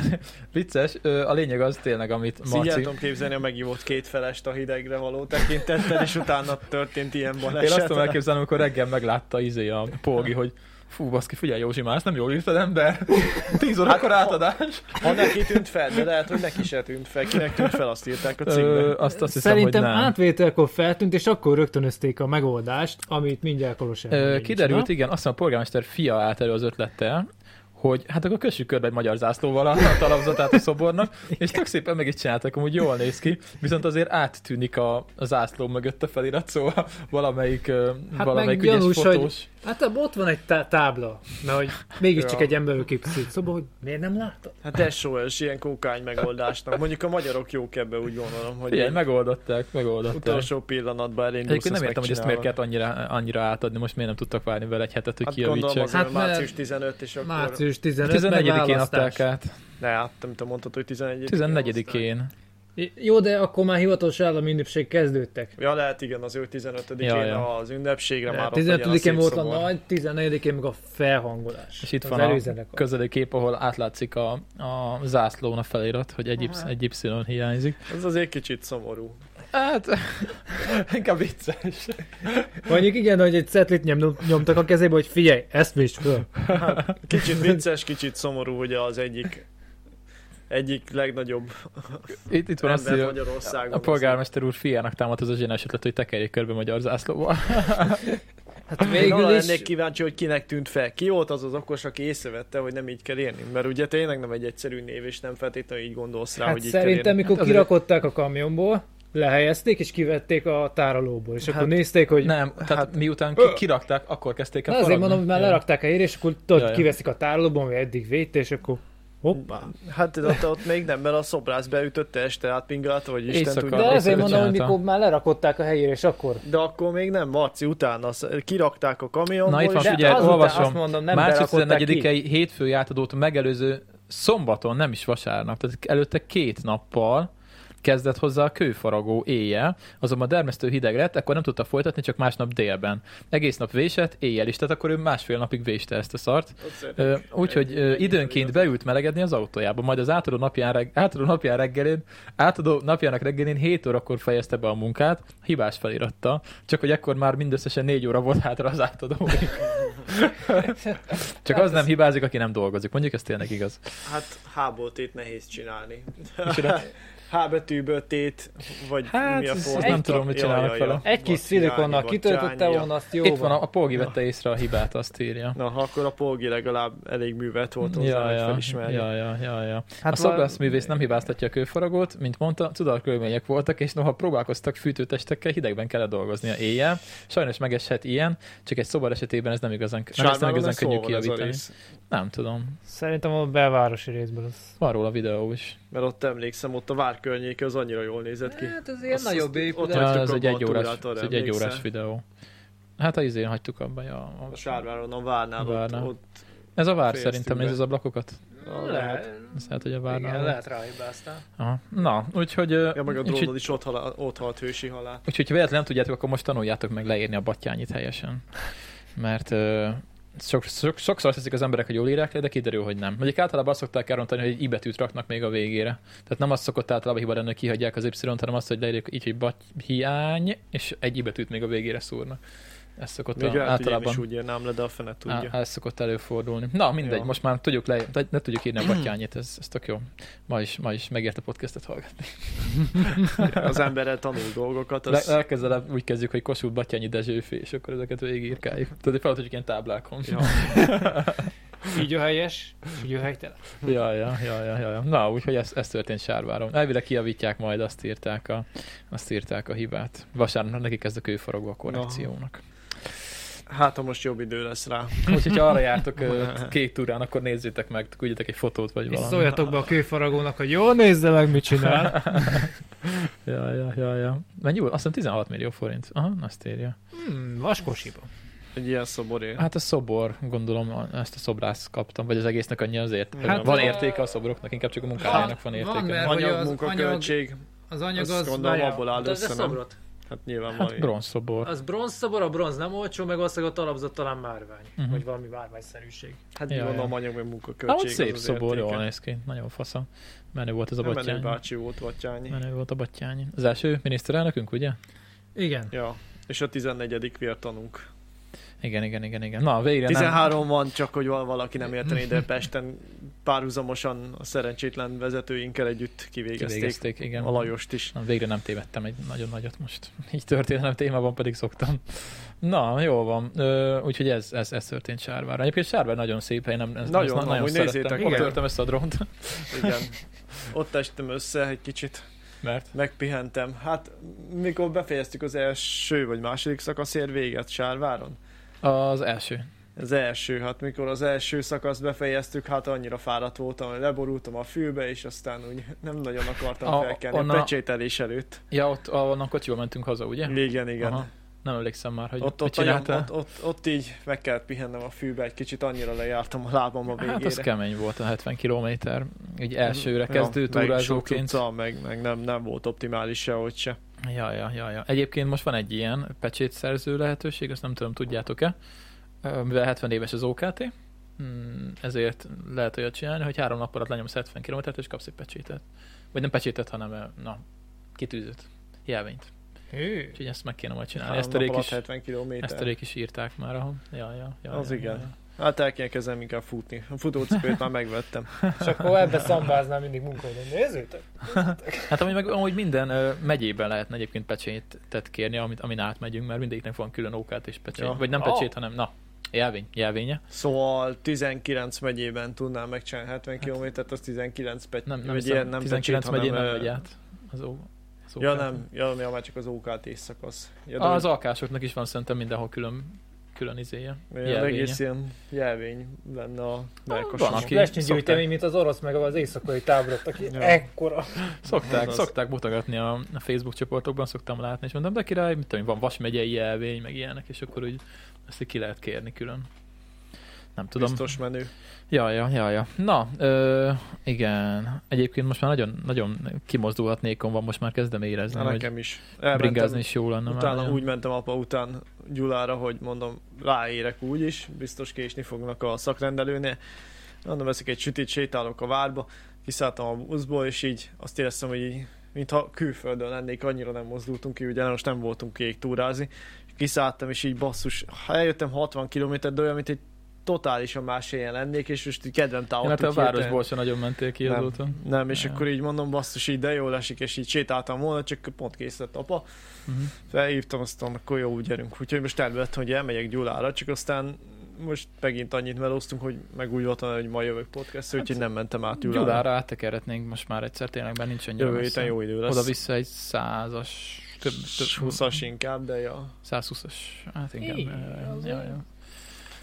vicces. Ö, A lényeg az tényleg, amit Ezt így el Marci... tudom képzelni a megívott két felest a hidegre való tekintettel, és utána történt ilyen baleset. Én azt tudom elképzelni, amikor reggel meglátta izé a Polgi, hogy fú, baszki, figyelj Józsi, már ezt nem jól írtad ember. Tíz órakor átadás. Ha neki tűnt fel, de lehet, hogy neki se tűnt fel. Kinek tűnt fel, azt írták a Ö, cikkben. azt, azt hiszem, Szerintem hogy nem. átvételkor feltűnt, és akkor rögtönözték a megoldást, amit mindjárt Kolosán. Ö, kiderült, igen, azt hiszem a polgármester fia állt elő az ötlettel, hogy hát akkor kössük körbe egy magyar zászlóval a a talapzatát a szobornak, és tök szépen meg is csináltak, amúgy jól néz ki, viszont azért áttűnik a, a zászló mögött a felirat, szóval valamelyik, ö, meg valamelyik ügyes gyanús, hogy- fotós. Hát ott van egy tá- tábla, mert [LAUGHS] hogy Ja. mégiscsak egy emberül képzett szoba, hogy miért nem látod? Hát SOS, ilyen kókány megoldásnak. Mondjuk a magyarok jók ebbe, úgy gondolom, hogy Figyelj, Igen, meg... megoldották, megoldották. utolsó pillanatban elindulsz, Egyébként azt nem értem, hogy ezt miért megcsinálod. kellett annyira, annyira átadni, most miért nem tudtak várni vele egy hetet, hogy Hát gondolom, kijavítsák. az Hát hát, mert- március 15, és akkor... Március 15 14-én megválasztás. adták át. Ne, hát nem tudom, mondtad, hogy 11 14-én. Jó, de akkor már hivatalos állami ünnepség kezdődtek. Ja, lehet igen, az ő 15-én Ja, ja. az ünnepségre már ott legyen 15-én szép volt a szobor. nagy, 14-én meg a felhangolás. És itt Az van a előzenekar. közeli kép, ahol átlátszik a, a zászlón a felirat, hogy egy, y, egy y hiányzik. Ez azért kicsit szomorú. [LAUGHS] Hát, inkább vicces. Mondjuk igen, hogy egy cetlit nyom, nyomtak a kezébe, hogy figyelj, ezt vist föl. Hát, Kicsit [LAUGHS] vicces, kicsit szomorú, hogy az egyik egyik legnagyobb Itt, itt van az, ember hogy a, Magyarországon. a polgármester úr fiának támadt az a zseniás ötlet, hogy tekerjék körbe magyar zászlóval. Hát Végül Én végül arra lennék is, kíváncsi, hogy kinek tűnt fel. Ki volt az az okos, aki észrevette, hogy nem így kell írni? Mert ugye tényleg nem egy egyszerű név, és nem feltétlenül így gondolsz rá, hát hogy így szerintem, kell mikor Hát azért- kirakották a kamionból, lehelyezték és kivették a tárolóból, és Hát akkor nézték, hogy [LAUGHS] Nem, tehát hát, miután ki, kirakták, akkor kezdték el Na azért faragni. mondom, hogy már Ja. lerakták a hírét, és akkor tudod, Ja, ja. kiveszik a tárolóban, ami eddig védte, és akkor hoppá. írni. Hát ott, ott még nem, mert a szobrász beütötte este átpingálta, vagy Isten Éjszaka. tudja. De Akkor azért észre mondom, hogy csinálta. mikor már lerakották a helyére, és akkor... De akkor még nem, Marci, utána sz- kirakták a kamionból, Na itt van, és figyelj, azután olvasom. azt mondom, nem Március berakották 14-i hétfői átadót megelőző szombaton, nem is vasárnap, tehát előtte két nappal kezdett hozzá a kőfaragó éjjel, azonban dermesztő hideg lett, akkor nem tudta folytatni, csak másnap délben. Egész nap vésett, éjjel is, tehát akkor ő másfél napig véste ezt a szart. Ö, Úgyhogy ö, időnként beült melegedni az autójába, majd az átadó napján, reg- átadó napján reggelén, átadó napjának reggelén 7 órakor fejezte be a munkát, hibás feliratta, csak hogy ekkor már mindösszesen 4 óra volt hátra az átadó. Csak az nem hibázik, aki nem dolgozik. Mondjuk ez tényleg igaz. [LAUGHS] Hát hábortét nehéz csinálni. És oda H betűből tét, vagy Hát, mi a ezt- font? ezt nem tudom, mit csinálnak vele. Egy kis szilikonnal kitöltötte volna, azt jó Itt van, a, a Polgi vette észre a hibát, azt írja. Na, ha akkor a polgi legalább elég művelt volt hozzá, Ja, hogy ja, felismerje. ja, ja, ja, ja. Hát a szobrászművész nem hibáztatja a kőfaragót, mint mondta, cudarkörülmények voltak, és noha próbálkoztak fűtőtestekkel, hidegben kellett dolgoznia éjjel. Sajnos megeshet ilyen, csak egy szobor esetében ez nem igazán, nem, ezt nem Sármában igazán ez könnyű hol van ez a kijavítani. rész? Nem tudom. Szerintem a belvárosi részből az. Van róla videó is. Mert ott emlékszem, ott a vár környéke az annyira jól nézett ki. Hát, ez ilyen Azt- nagyobb azt- épület. ott- Ja, hagytuk ez egy abba a egyórás, túrát, arra ez egy egyórás emlékszel? videó. Hát a izén hagytuk abba. Ja, a, A Sárváron, a várnál, ott, Várnál. ott ez a vár Fejeztük szerintem, be. ez az ablakokat. lehet. Ez lehet, hogy a várnál. Igen, van. lehet ráhibáztál. Aha. Na, úgyhogy... ö, Ja, meg a úgyhogy drónod is ott, halál, ott halt hősi halál. Úgyhogy ha véletlenül nem tudjátok, akkor most tanuljátok meg leírni a battyányit helyesen. Mert ö, sok, sok, sokszor azt hiszik az emberek, hogy jól írják le, de kiderül, hogy nem. Mondjuk általában azt szokták elrontani, hogy egy i betűt raknak még a végére. Tehát nem azt szokott általában hiba lenni, hogy kihagyják az y-t, hanem azt, hogy leírjuk így, hogy bat hiány, és egy i betűt még a végére szúrnak. Ez szokott Még a, lehet, hogy én is általában úgy írnám le, de a fene tudja. Á, ez szokott előfordulni. Na, mindegy, Jó. most már tudjuk le, de ne [CLEARS THROAT] tudjuk írni a battyányit, ez, ez tök jó. Ma is, ma is megért a podcastet hallgatni. [LAUGHS] Az emberrel tanul dolgokat, Le, az legközelebb úgy kezdjük, hogy Kossuth Batyányi Dezsőfi, és akkor ezeket végigírkáljuk. Tudod, hogy feltudjuk ilyen táblákon. Ja. Így a helyes, és így a helytelen. [LAUGHS] Ja, ja, ja, ja, ja, ja. Na, úgyhogy ez, ez történt Sárváron. Elvileg kijavítják majd, azt írták a, azt írták a hibát. Vasárnap nekik ez a kőfaragó a korrekciónak. hát ha most jobb idő lesz rá. Úgyhogy ha arra jártok ö, két túrán, akkor nézzétek meg, küldjetek egy fotót vagy És valamit. szóljatok be a kőfaragónak, hogy jól nézze meg, mit csinál. [LAUGHS] Ja, ja, ja, ja. Mennyi volt? Azt hiszem 16 millió forint. Aha, azt írja. Hmm, vaskosiba. Egy ilyen szoborért. Hát a szobor, gondolom, a- ezt a szobrász kaptam, vagy az egésznek annyi az ért. Hát Hát van a- értéke a szobroknak, inkább csak a munkájának van van, értéke. mert- hogy Anyag, az munkaköltség, Az anyag Azt az... gondolom, várjál, abból áll de ez a össze, nem? szobrot. hát nyilván van. Hát bronzszobor. Az bronz szobor, a bronz nem olcsó, meg valószínűleg ott alapzott talán márvány. Mhm. Vagy valami márványszerűség. Hát Ja, gondolom ja. anyag, meg munkaköltség. Amúgy az szép az szobor, értéke. jól néz ki. Nagyon fasza. Menő volt az a Nem menő battyány. bácsi volt Batyányi. Menő volt a battyány. Az első miniszterelnökünk, ugye? Igen. Ja, és a 14. vértanunk. Igen, igen, igen, igen. Na, végre nem. 13 van, csak hogy val- valaki nem értené, de Pesten párhuzamosan a szerencsétlen vezetőinkkel együtt kivégezték, kivégezték. Kivégezték, igen. a Lajost is. Na, végre nem tévedtem egy nagyon nagyot most. [LAUGHS] Így történelem témában pedig szoktam. Na, jó van. Ö, úgyhogy ez, ez, ez történt Sárvára. Egyébként Sárvár nagyon szép hely, nem, ez, Nagyon, ezt na- nagyon amúgy szerettem. nézzétek Ott meg. törtem össze a [LAUGHS] drónt, Igen. Ott estem össze egy kicsit, mert megpihentem. Hát mikor befejeztük az első vagy második szakaszért véget Sárváron? az első. Az első, hát mikor az első szakaszt befejeztük, hát annyira fáradt voltam, hogy leborultam a fülbe, és aztán úgy nem nagyon akartam A- felkelni a, onna- pecsételés előtt. Ja, ott onnan kocsival mentünk haza, ugye? Igen, igen. Aha. Nem emlékszem már, hogy Ott, mit ott, nagyon, csináltál. ott, ott, ott így meg kellett pihennem a fűbe egy kicsit, annyira lejártam a lábam a végére. Hát az kemény volt a 70 kilométer, egy elsőre Ja, kezdő meg sok túrázóként. Utca, meg, meg nem, nem volt optimális sehogy se. Ja, ja, ja, ja. Egyébként most van egy ilyen pecsétszerző lehetőség, azt nem tudom, tudjátok-e, Ö, mivel 70 éves az OKT, mm, ezért lehet olyat csinálni, hogy három nap alatt lenyomsz 70 kilométert, és kapsz egy pecsétet. Vagy nem pecsétet, hanem ö, na, kitűzött jelvényt. Hű. Úgyhogy ezt meg kéne majd csinálni. Három Ezt a nap alatt is, 70 kilométer. ezt a is írták már, ahol. Ja, ja, ja, Az ja, igen. Ja, Hát el kell kezdenem inkább futni. A futócipőt már megvettem. És akkor ebbe szambáznám mindig munkahelyben. Nézzétek! ja. Hát amúgy, meg, amúgy minden ö, megyében lehetne egyébként pecsétet kérni, amit, amin átmegyünk, mert mindegyiknek van külön OKT és pecsét. Ja. Vagy nem Ó. pecsét, hanem na, jelvény, jelvénye. Szóval 19 megyében tudnám megcsinálni 70 kilométert, az 19 pecs. Hát- Nem, nem, vagy hiszem, ilyen nem 19 pecsét, megyén nem hanem, megy ö, át. Az, o, az Ja OKT. nem, ja, ja, már csak az OKT szakasz. Ja, de Az alkásoknak is van szerintem mindenhol külön, külön izéje. Ilyen jelvénye. egész ilyen jelvény lenne a van, melkason. aki- Lesnyi szokták. gyűjtemény, mint az orosz, meg az éjszakai táborok, aki Ja. ekkora. Szokták, Az- szokták mutogatni a, a Facebook csoportokban, szoktam látni, és mondom, de király, mit tudom, én, van Vas megyei jelvény, meg ilyenek, és akkor úgy ezt így ki lehet kérni külön. Nem tudom. Biztos menő. Ja, ja, ja, ja. Na, ö, igen. Egyébként most már nagyon, nagyon kimozdulatnékon van, most már kezdem érezni, Na, hogy nekem is. bringázni Elmentem, is jó lenne. már utána nagyon. úgy mentem apa után Gyulára, hogy mondom, ráérek úgy is, biztos késni fognak a szakrendelőnél. Mondom, veszek egy sütit, sétálok a várba, kiszálltam a buszból, és így azt éreztem, hogy így, mintha külföldön lennék, annyira nem mozdultunk ki, ugye most nem voltunk kék túrázni. Kiszálltam, és így basszus, ha eljöttem 60 km, de olyan, mint egy totálisan más helyen lennék, és most így kedvem Én távolt. hát a városból sem nagyon mentél ki nem, azóta. nem, és Nem. akkor így mondom, basszus, így de jól esik, és így sétáltam volna, csak pont kész lett apa. Mhm. Felhívtam, aztán akkor jó, úgy gyerünk. Úgyhogy most terve lett, hogy elmegyek Gyulára, csak aztán most megint annyit melóztunk, hogy meg úgy voltam, hogy ma jövök podcastra, úgyhogy nem mentem át Gyulára. Hát, Gyulára áttekerhetnénk most már egyszer, tényleg, mert nincs annyira Jövő messze. héten jó idő lesz. Oda-vissza egy százas, több, több, 20-as inkább, de ja. 120-as, hát inkább. Így, eh, az Ja, jó. ja.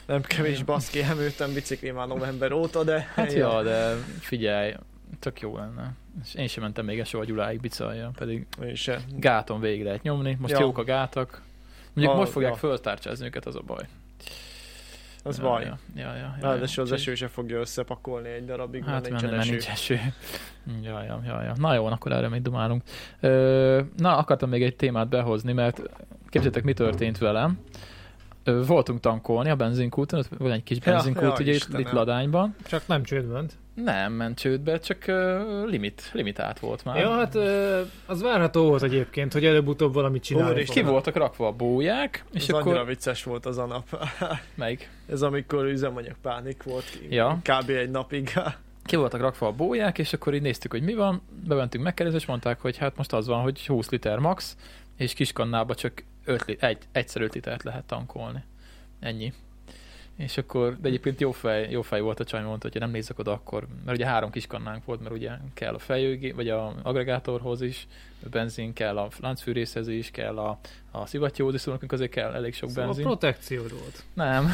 Nem kevés baszki, elműltem bicikli már november óta, de... [LAUGHS] Hát ja, de figyelj, tök jó lenne. És én sem mentem még el soha Gyuláig bicajja, pedig Én se. gáton végig lehet nyomni. Most Ja. jók a gátak. Mondjuk Ah, most fogják ja. föltárcsázni őket, az a baj. Az ja, baj. Ja, ja, ja, ja, Ráadásul az Úgyhogy- eső se fogja összepakolni egy darabig, Hát mert nincsen menne, mert eső. nincs eső. [LAUGHS] Ja, ja, ja, ja. Na jó, akkor erre még dumálunk. Ö, na, akartam még egy témát behozni, mert képzeljétek, mi történt velem. Ö, voltunk tankolni a benzinkúton, ott van egy kis Ja, benzinkút, ja, ugye itt, Istenem. itt Ladányban. Csak nem csődment. Nem ment csődbe, csak ö, limit, limitált volt már. Jó, hát ö, az várható volt egyébként, hogy előbb-utóbb valamit csinálni és ki voltak rakva a bóják, és És akkor... annyira vicces volt az a nap. Melyik? Ez amikor üzemanyag pánik volt, Ja. ja. kb. egy [LAUGHS] napig. Ki voltak rakva a bóják, és akkor így néztük, hogy mi van, bementünk megkérdezni, és mondták, hogy hát most az van, hogy 20 liter max, és kiskannába csak 5 li- egy, egyszer 5 litert lehet tankolni. Ennyi. És akkor, de egyébként jó fej, jó fej volt a csaj, mondta, hogy nem nézek oda akkor, mert ugye három kiskannánk volt, mert ugye kell a fejőgé, vagy a agregátorhoz is, a benzin kell a láncfűrészhez is, kell a, a szivattyúhoz is, szóval nekünk azért kell elég sok Szóval benzin. protekciód volt. Nem.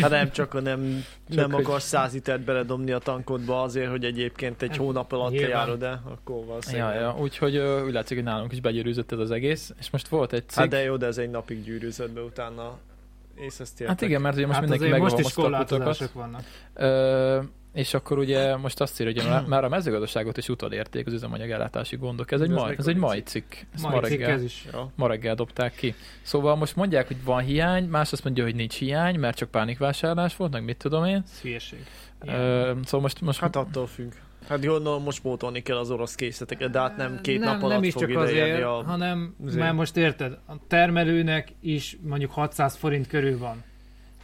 Hát nem csak, ha nem, Csak nem hogy- akarsz száz litert beledobni a tankodba azért, hogy egyébként egy Hát, hónap alatt te nyilván. járod el, akkor Ja, valószínűleg. Hát ja, úgyhogy ö, úgy látszik, hogy nálunk is begyűrűzött ez az egész, és most volt egy cég, Hát de jó, de ez egy napig gyűrűzött be utána. És ezt Hát értek. igen, mert ugye most hát mindenki azért most is megolmoszta a kutakat. korlátozások vannak. Ö, és akkor ugye most azt írja, hogy már- már a mezőgazdaságot is utolérték az üzemanyag ellátási gondok. Ez egy, Ez mai, mikor ez egy lesz? mai cikk. Ezt ma Majd reggel, cikkez is. Ja. ma reggel dobták ki. Szóval most mondják, hogy van hiány, más azt mondja, hogy nincs hiány, mert csak pánikvásárlás volt, meg mit tudom én. Ez hülyeség. Ö, szóval most, most Hát attól függ. Hát gondolom most pótolni kell az orosz készleteket, de hát nem két nap alatt nem is fog csak ide azért, érni a... Hát hanem azért. mert most érted, a termelőnek is mondjuk 600 forint körül van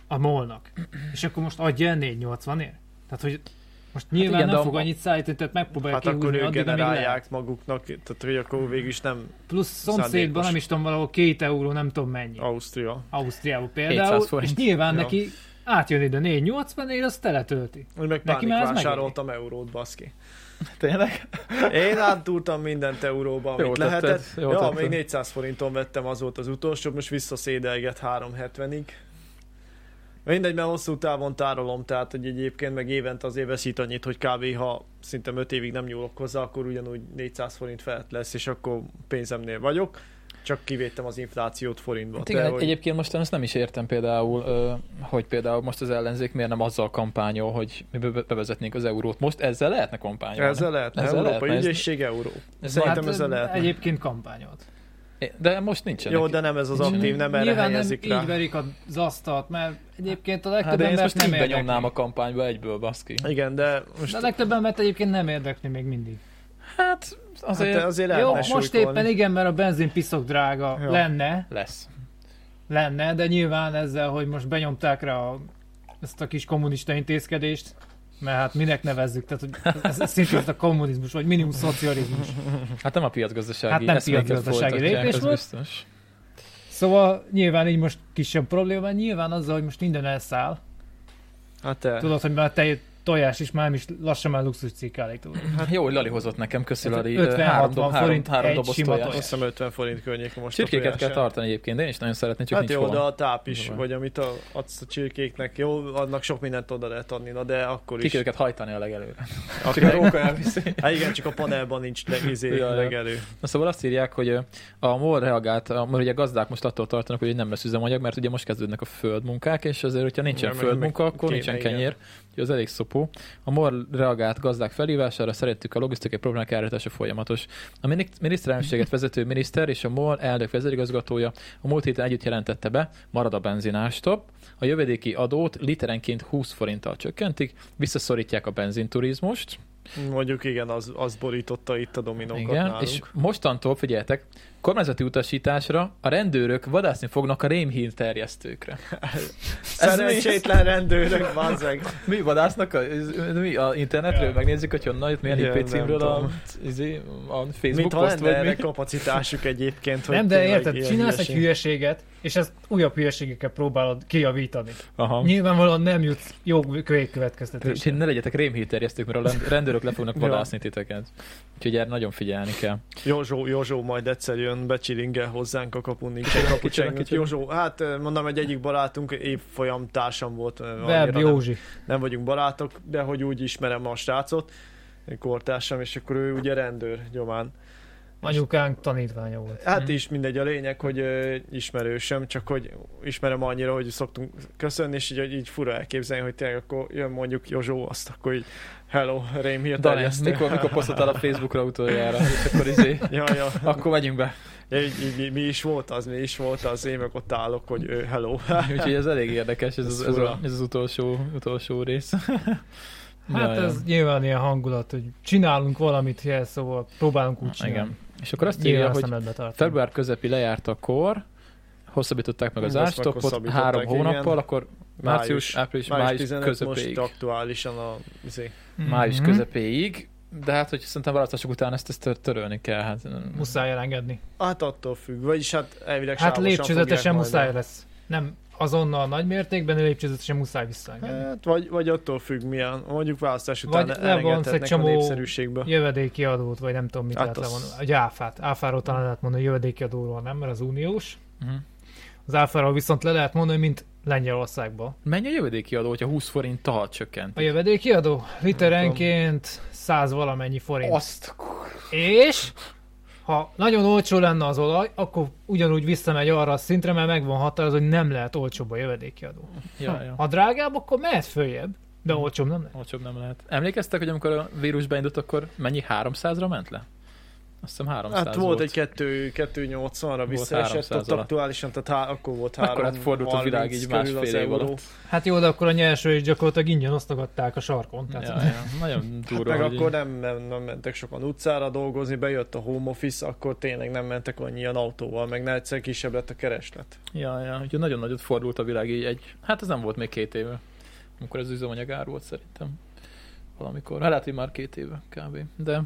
a molnak, és akkor most adja el 480-ért? Tehát, hogy most nyilván igen, nem de a- fog annyit szállítani, tehát megpróbálja Hát hát akkor kihúzni ők addig, amíg lehet. generálják maguknak, tehát hogy akkor végül is nem Plusz szomszédban, szándékos. nem is tudom, valahol két euró, nem tudom mennyi. Ausztria. Ausztriában 700 például, forint. és nyilván Ja. neki átjön ide 480 ért azt teletölti. Hogy meg Neki már ez pánikvásároltam eurót, baszki. tényleg? Én áttúrtam mindent euróba, amit Jól tetted, lehetett. jól ja, tetted. még 400 forinton vettem az volt az utolsó, most visszaszédelget 370-ig. Mindegy, mert hosszú távon tárolom, tehát hogy egyébként meg évente azért veszít annyit, hogy kb. ha szinte 5 évig nem nyúlok hozzá, akkor ugyanúgy 400 forint felett lesz, és akkor pénzemnél vagyok. Csak kivétem az inflációt forintba. Hát Te igen, hogy- egyébként most én ezt nem is értem például, ö, hogy például most az ellenzék miért nem azzal kampányol, hogy mi be- bevezetnénk az eurót. Most ezzel lehetne kampányolni. Ezzel lehetne, Ezzel ezzel Európa lehetne, ez- lehetne, ügyészség euró. Ez Szerintem ezzel lehetne. Egyébként kampányolt. De most nincsenek. Jó, de nem ez az aktív, nem erre Nyilván nem helyezik így rá. verik az asztalt, mert egyébként a Hát legtöbb de én ezt embert most nem nem érdekli. benyomnám a kampányba egyből, baszki. Igen, de most De a legtöbb embert egyébként nem érdekli még mindig. Hát azért hát azért Jó, lehetne most súlykolni. éppen igen, mert a benzin piszok drága Jó. lenne, lesz. lenne, de nyilván ezzel, hogy most benyomták rá a, ezt a kis kommunista intézkedést, mert hát minek nevezzük, tehát hogy ez, ez szintén ez a kommunizmus, vagy minimum szocializmus. Hát nem a piacgazdasági Hát nem eszméket piacgazdasági folytatják, lépés az volt. biztos. Szóval nyilván így most kisebb probléma, nyilván azzal, hogy most minden elszáll, Hát te. tudod, hogy már a tej tojás is már is lassan már luxus cikk állító. Hát jó, hogy Lali hozott nekem, köszi Tehát Lali. 50-60 Három, dob- három, Hát forint három egy doboz sima tojást. Azt tojás. hiszem 50 forint környék most Csirkéket kell tartani. tartani egyébként, én is nagyon szeretném, csak Hát nincs jó, hol. de a táp is, Nincs hol. vagy amit a, adsz a csirkéknek, jó, annak sok mindent oda lehet adni, na de akkor Ki is. kell őket hajtani a legelőre. Akkor- Csak a róka elviszi. Hát igen, csak a panelban nincs le, izé, Ja, ja. legelő. Na szóval azt írják, hogy ö, a MOL reagált, a- mert ugye a gazdák most attól tartanak, hogy nem lesz üzemanyag, mert ugye most kezdődnek a földmunkák, és azért, hogyha nincsen Ja, meg- földmunka, meg akkor kéne, nincsen igen. kenyér. Úgyhogy az elég szopó. A MOL reagált gazdák felhívására, szerettük a logisztikai problémák ellátása folyamatos. A minik- miniszterelnökséget vezető miniszter és a MOL elnök vezérigazgatója a múlt héten együtt jelentette be, marad a benzinástop, a jövedéki adót literenként 20 forinttal csökkentik, visszaszorítják a benzinturizmust, Mondjuk igen, az, az borította itt a dominókat igen, nálunk. és mostantól, figyeljetek, Kormányzati utasításra a rendőrök vadászni fognak a rémhír [LAUGHS] terjesztőkre. Szerencsétlen rendőrök, bazzeg. Mi vadásznak a, ez- mi a internetről? Ja. Megnézzük, hogy honnan jött, milyen Igen, IP címről nem a, tudom. izé, a Facebook Mintha poszt lenne vagy mi. erre kapacitásuk egyébként, hogy Nem, de tényleg érted, ilyen csinálsz egy hülyeség. hülyeséget, és ezt újabb hülyeségekkel próbálod kijavítani. Aha. Nyilvánvalóan nem jutsz jó Úgyhogy következtetésre. ne legyetek rémhírterjesztők, mert a rend- rendőrök le fognak [LAUGHS] Ja. vadászni titeket. Úgyhogy erre nagyon figyelni kell. Józsó, Józsó majd egyszer jön, becsilingel hozzánk a kapun, nincs egy Kicsoda, kapucsengőt. kicsoda. Józsó, hát eh, mondom, egy egyik barátunk évfolyam társam volt, eh, Web annyira nem, Józsi. nem vagyunk barátok, de hogy úgy ismerem a srácot, egy kortársam, és akkor ő ugye rendőr gyomán. Anyukánk tanítványa volt. Hát Mhm. is mindegy, a lényeg, hogy ö, ismerősöm, csak hogy ismerem annyira, hogy szoktunk köszönni, és így, így fura elképzelni, hogy tényleg akkor jön mondjuk Józsó, azt akkor így hello, rém Dani, hirterjesztő. mikor, mikor posztoltál a Facebookra utoljára, és akkor [LAUGHS] izé, Ja, ja. akkor megyünk be. Ja, így, így, mi, mi is volt az, mi is volt az, én meg ott állok, hogy ő, hello. Úgyhogy ez elég érdekes, ez, Ez az, ez, a, fura. ez az utolsó, utolsó rész. Hát Jaj, ez nyilván ilyen hangulat, hogy csinálunk valamit, jelszóval próbálunk úgy jaj. csinálni. Igen. És akkor azt Nyilván írja, azt hogy nem lehet betartani. február közepi lejárt a kor, hosszabbították meg az Ezt meg árstopot hosszabbították, három igen. hónappal, akkor március, április, Május május 15 most közepéig. aktuálisan a... izé. Május Mhm. közepéig, de hát, hogy szerintem választások után ezt, ezt tör- törölni kell. Hát, Muszáj elengedni. Hát attól függ, vagyis hát elvileg Hát sávosan lépcsőzetesen fogják majd muszáj el. lesz. Nem azonnal nagy mértékben, de lépcsőzetesen muszáj visszaengedni. Hát, vagy, vagy attól függ milyen, mondjuk választás Vagy után levonsz egy elengedhetnek csomó- a népszerűségbe. Jövedéki adót, vagy nem tudom mit Hát lehet az- levonni. Egy áfát. Áfáról talán lehet mondani, hogy jövedéki adóról nem, mert az uniós. Mhm. Az áfáról viszont le lehet mondani, mint Lengyelországban. Mennyi a jövedéki adó, hogyha 20 forinttal csökkent? A jövedéki adó literenként 100 valamennyi forint. Azt És ha nagyon olcsó lenne az olaj, akkor ugyanúgy visszamegy arra a szintre, mert meg van határozva, hogy nem lehet olcsóbb a jövedéki adó. Ja, ja. Ha drágább, akkor mehet följebb, de olcsóbb nem lehet. Olcsóbb nem lehet. Emlékeztek, hogy amikor a vírus beindult, akkor mennyi 300-ra ment le? Azt hiszem 300 Hát volt egy 2 280-ra visszaesett, 300 ott alatt. aktuálisan, tehát há, akkor volt három. Akkor hát fordult a világ így másfél év alatt. Hát jó, de akkor a nyerső is gyakorlatilag ingyen osztogatták a sarkon. Ja, Tehát ja, nagyon [LAUGHS] Hát durva. meg hogy akkor így- nem, nem, nem mentek sokan utcára dolgozni, bejött a home office, akkor tényleg nem mentek annyian autóval, meg ne egyszer kisebb lett a kereslet. Ja, ja, úgyhogy nagyon nagyot fordult a világ így egy... Hát ez nem volt még két éve, amikor az üzemanyag ár volt szerintem. Valamikor. Hát lehet, hogy már két éve kb. De...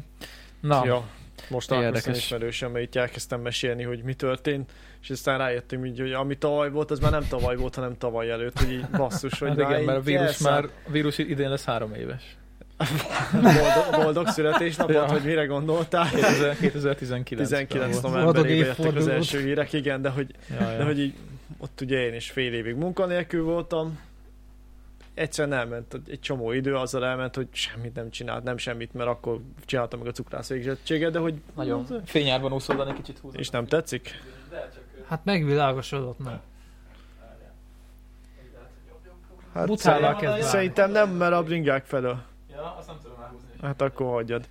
Na, Ah, ja, most találkoztam érdekes. ismerősen, mert itt elkezdtem mesélni, hogy mi történt, és aztán rájöttünk, így, hogy ami tavaly volt, az már nem tavaly volt, hanem tavaly előtt, hogy így basszus, hogy hát már igen, így mert a vírus elszáll- már, a vírus idén lesz három [LAUGHS] éves. boldog, boldog születésnapot, Ja. ja. hogy mire gondoltál. 2000, 2019 19 volt. Boldog novemberében jöttek az évfordulót. első hírek, igen, de hogy, Ja, ja. de hogy így, ott ugye én is fél évig munkanélkül voltam, egyszerűen elment egy csomó idő, azzal elment, hogy semmit nem csinált, nem semmit, mert akkor csináltam meg a cukrász végzettséget, de hogy Nagyon fényárban úszol, egy kicsit húzod. és nem tetszik. hát megvilágosodott, nem. Hát Butállal szerint- kezd válni. Szerintem nem, mert a bringák felől. Ja, azt nem tudom elhúzni. Hát akkor hagyjad.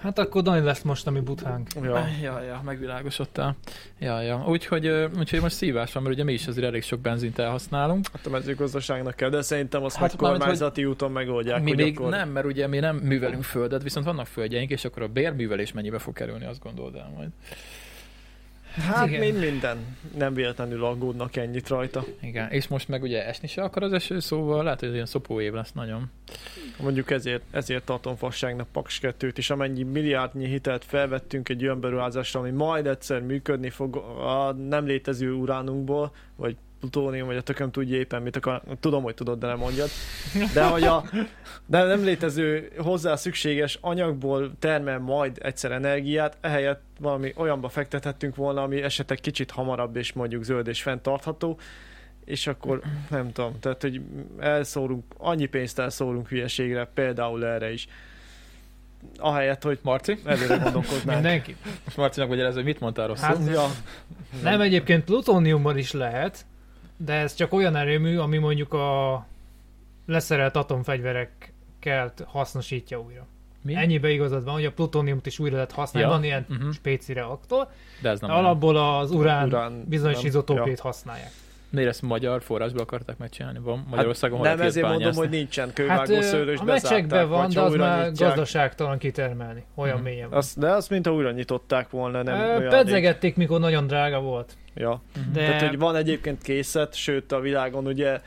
Hát akkor Dani lesz most a mi buthánk. Ja. Ja, ja, megvilágosodtál. Ja, ja. Úgyhogy, ö, úgyhogy most szívás van, mert ugye mi is azért elég sok benzint elhasználunk. Hát a mezőgazdaságnak kell, de szerintem azt Hát hát, meg mármint, hogy kormányzati úton megoldják, mi hogy még akkor... nem, mert ugye mi nem művelünk földet, viszont vannak földjeink, és akkor a bérművelés mennyibe fog kerülni, azt gondold el majd. Hát Igen. mind minden. Nem véletlenül aggódnak ennyit rajta. Igen, és most meg ugye esni se akar az eső, szóval lehet, hogy ez ilyen szopó év lesz nagyon. Mondjuk ezért, ezért tartom fasságnak Paks 2-t, és amennyi milliárdnyi hitelt felvettünk egy olyan beruházásra, ami majd egyszer működni fog a nem létező uránunkból, vagy plutónium, vagy a tököm tudja éppen mit akar. Tudom, hogy tudod, de nem mondjad. De hogy a de nem létező hozzá szükséges anyagból termel majd egyszer energiát, ehelyett valami olyanba fektethettünk volna, ami esetleg kicsit hamarabb és mondjuk zöld és fenntartható, és akkor nem tudom, tehát hogy elszórunk, annyi pénzt elszórunk hülyeségre, például erre is. Ahelyett, hogy Marci? előre gondolkodnánk. Mindenki. Most Marcinak vagy ez, hogy mit mondtál rosszul? Hát, Ja, nem, egyébként plutóniummal is lehet, de ez csak olyan erőmű, ami mondjuk a leszerelt atomfegyverekkel hasznosítja újra. Mi? Ennyibe igazad van, hogy a plutóniumot is újra lehet használni, Ja. van ilyen Mhm. spéci reaktor, De ez de nem. alapból az urán urán bizonyos nem. izotópét használják. Miért ezt magyar forrásba akarták megcsinálni? Van Magyarországon hát hol nem ezért mondom, hogy nincsen kővágó Hát, ö, szőrös a bezárták, meccsekben van, vagy de ha az újra már nyitják. gazdaságtalan kitermelni. Olyan Mhm. mélyen van. Azt, de azt, mintha újra nyitották volna, nem Ö, olyan rég. Pedzegették, mikor nagyon drága volt. Ja. Mhm. De Tehát, hogy van egyébként készet, sőt a világon ugye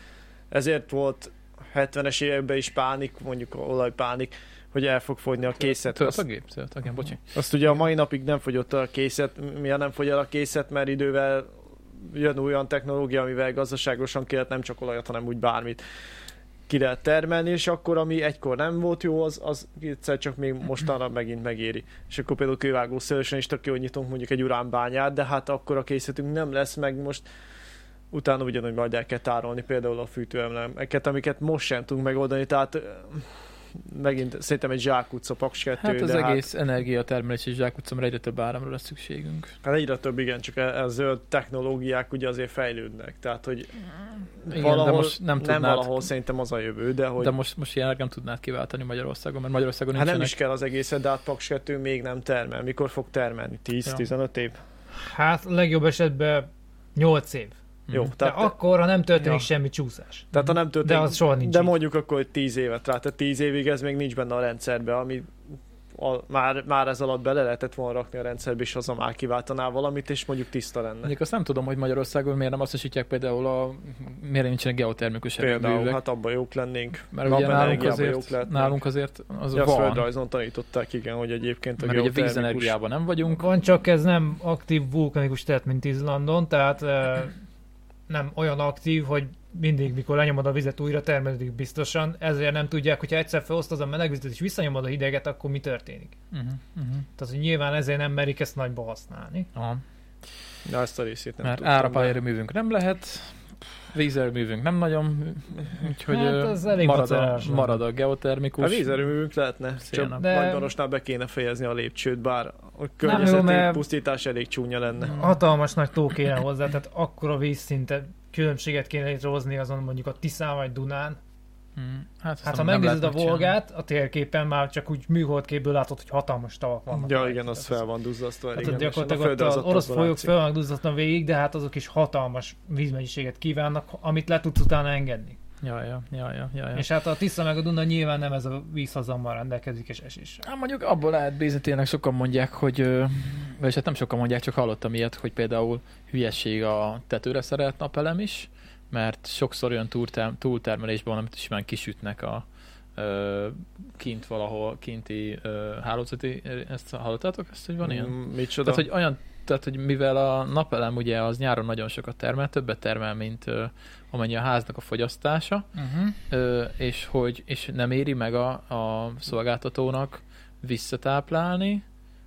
ezért volt 70-es években is pánik, mondjuk olajpánik, hogy el fog fogyni a készet. Tölt Szóval a Azt, gép, tölt a gép, bocsi. azt ugye a mai napig nem fogyott el a készet. M- Miért nem fogy el a készet? Mert idővel jön olyan technológia, amivel gazdaságosan ki lehet nem csak olajat, hanem úgy bármit ki lehet termelni, és akkor ami egykor nem volt jó, az, az egyszer csak még mostanra megint megéri. És akkor például kővágó szélesen is tök jó, hogy nyitunk mondjuk egy uránbányát, de hát akkor a készletünk nem lesz, meg most utána ugyanúgy majd el kell tárolni például a fűtőemlemeket, amiket most sem tudunk megoldani, tehát ö, megint szerintem egy zsákutca, paks 2, Hát az de egész energiatermelési zsákutcamra egyre több áramra lesz szükségünk. Hát egyre több, igen, csak a, a zöld technológiák ugye azért fejlődnek, tehát hogy Igen, valahol, de most nem nem tudnád, valahol szerintem az a jövő, de hogy de most, most jelenleg nem tudnád kiváltani Magyarországon, mert Magyarországon hát nem is nincsenek. kell az egészet, de hát Paks 2 még nem termel. Mikor fog termelni? 10-15 év? Hát legjobb esetben 8 év. Mhm. Jó, De tehát, a... akkor, ha nem történik Ja. semmi csúszás. tehát ha nem De történik, az soha nincs de így. mondjuk akkor hogy 10 évet rá, tehát 10 évig ez még nincs benne a rendszerbe, ami a, már, már ez alatt bele lehetett volna rakni a rendszerbe, és az a már kiváltaná valamit, és mondjuk tiszta lenne. Mondjuk azt nem tudom, hogy Magyarországon miért nem hasznosítják például a... miért nincsenek geotermikus Például, erőművek. hát abban jók lennénk. Mert ugye nálunk napenergiában jók azért, lehetnek. nálunk azért az Ja, azt van. földrajzon tanították, igen, hogy egyébként a Mert ugye geotermikus- vízenergiában nem vagyunk. Van csak ez nem aktív vulkanikus tett, mint Izlandon, tehát ö, nem olyan aktív, hogy mindig, mikor lenyomod a vizet, újra termelődik biztosan, ezért nem tudják, hogyha egyszer felosztod a meleg vizet és visszanyomod a hideget, akkor mi történik. Mhm, mhm. Tehát, hogy nyilván ezért nem merik ezt nagyba használni. Aha. Na, ezt a részét nem Mert tudtam, árapályerőművünk nem lehet, vízerőművünk nem nagyon, úgyhogy Hát, ö, ez elég marad, a, macerás. marad a A geotermikus. Hát vízerőművünk lehetne, Szépen. csak De- de... Magyarosnál be kéne fejezni a lépcsőt, bár a jó, környezeti mert- pusztítás elég csúnya lenne. Hatalmas nagy tó kéne hozzá, tehát akkora vízszinte különbséget kéne létrehozni azon mondjuk a Tiszán vagy Dunán. Mhm. Hát, azt Hát ha nem- nem megnézed a lehet megcsinálni. Volgát, a térképen már csak úgy műholdképből látod, hogy hatalmas tavak vannak. Ja, rajta. igen, az Tehát fel van duzzasztva. Hát igen, ott és gyakorlatilag ott az földrajzot orosz abból folyók látszik. fel vannak duzzadtan végig, de hát azok is hatalmas vízmennyiséget kívánnak, amit le tudsz utána engedni. Ja, ja, ja, ja, ja, ja. És hát a Tisza meg a Duna nyilván nem ez a vízhozammal rendelkezik és esés. Hát mondjuk abból lehet bízni, tényleg sokan mondják, hogy, ö, vagyis hát nem sokan mondják, csak hallottam ilyet, hogy például hülyeség a tetőre szerelt napelem is, mert sokszor olyan túlterm- túltermelésben van, amit simán kisütnek a ö, kint valahol, kinti ö, hálózati, ezt hallottátok ezt, hogy van ilyen? Mm, Micsoda? Tehát, hogy olyan, tehát, hogy mivel a napelem ugye az nyáron nagyon sokat termel, többet termel, mint ö, amennyi a háznak a fogyasztása, Uh-huh. Ö, és hogy és nem éri meg a, a szolgáltatónak visszatáplálni,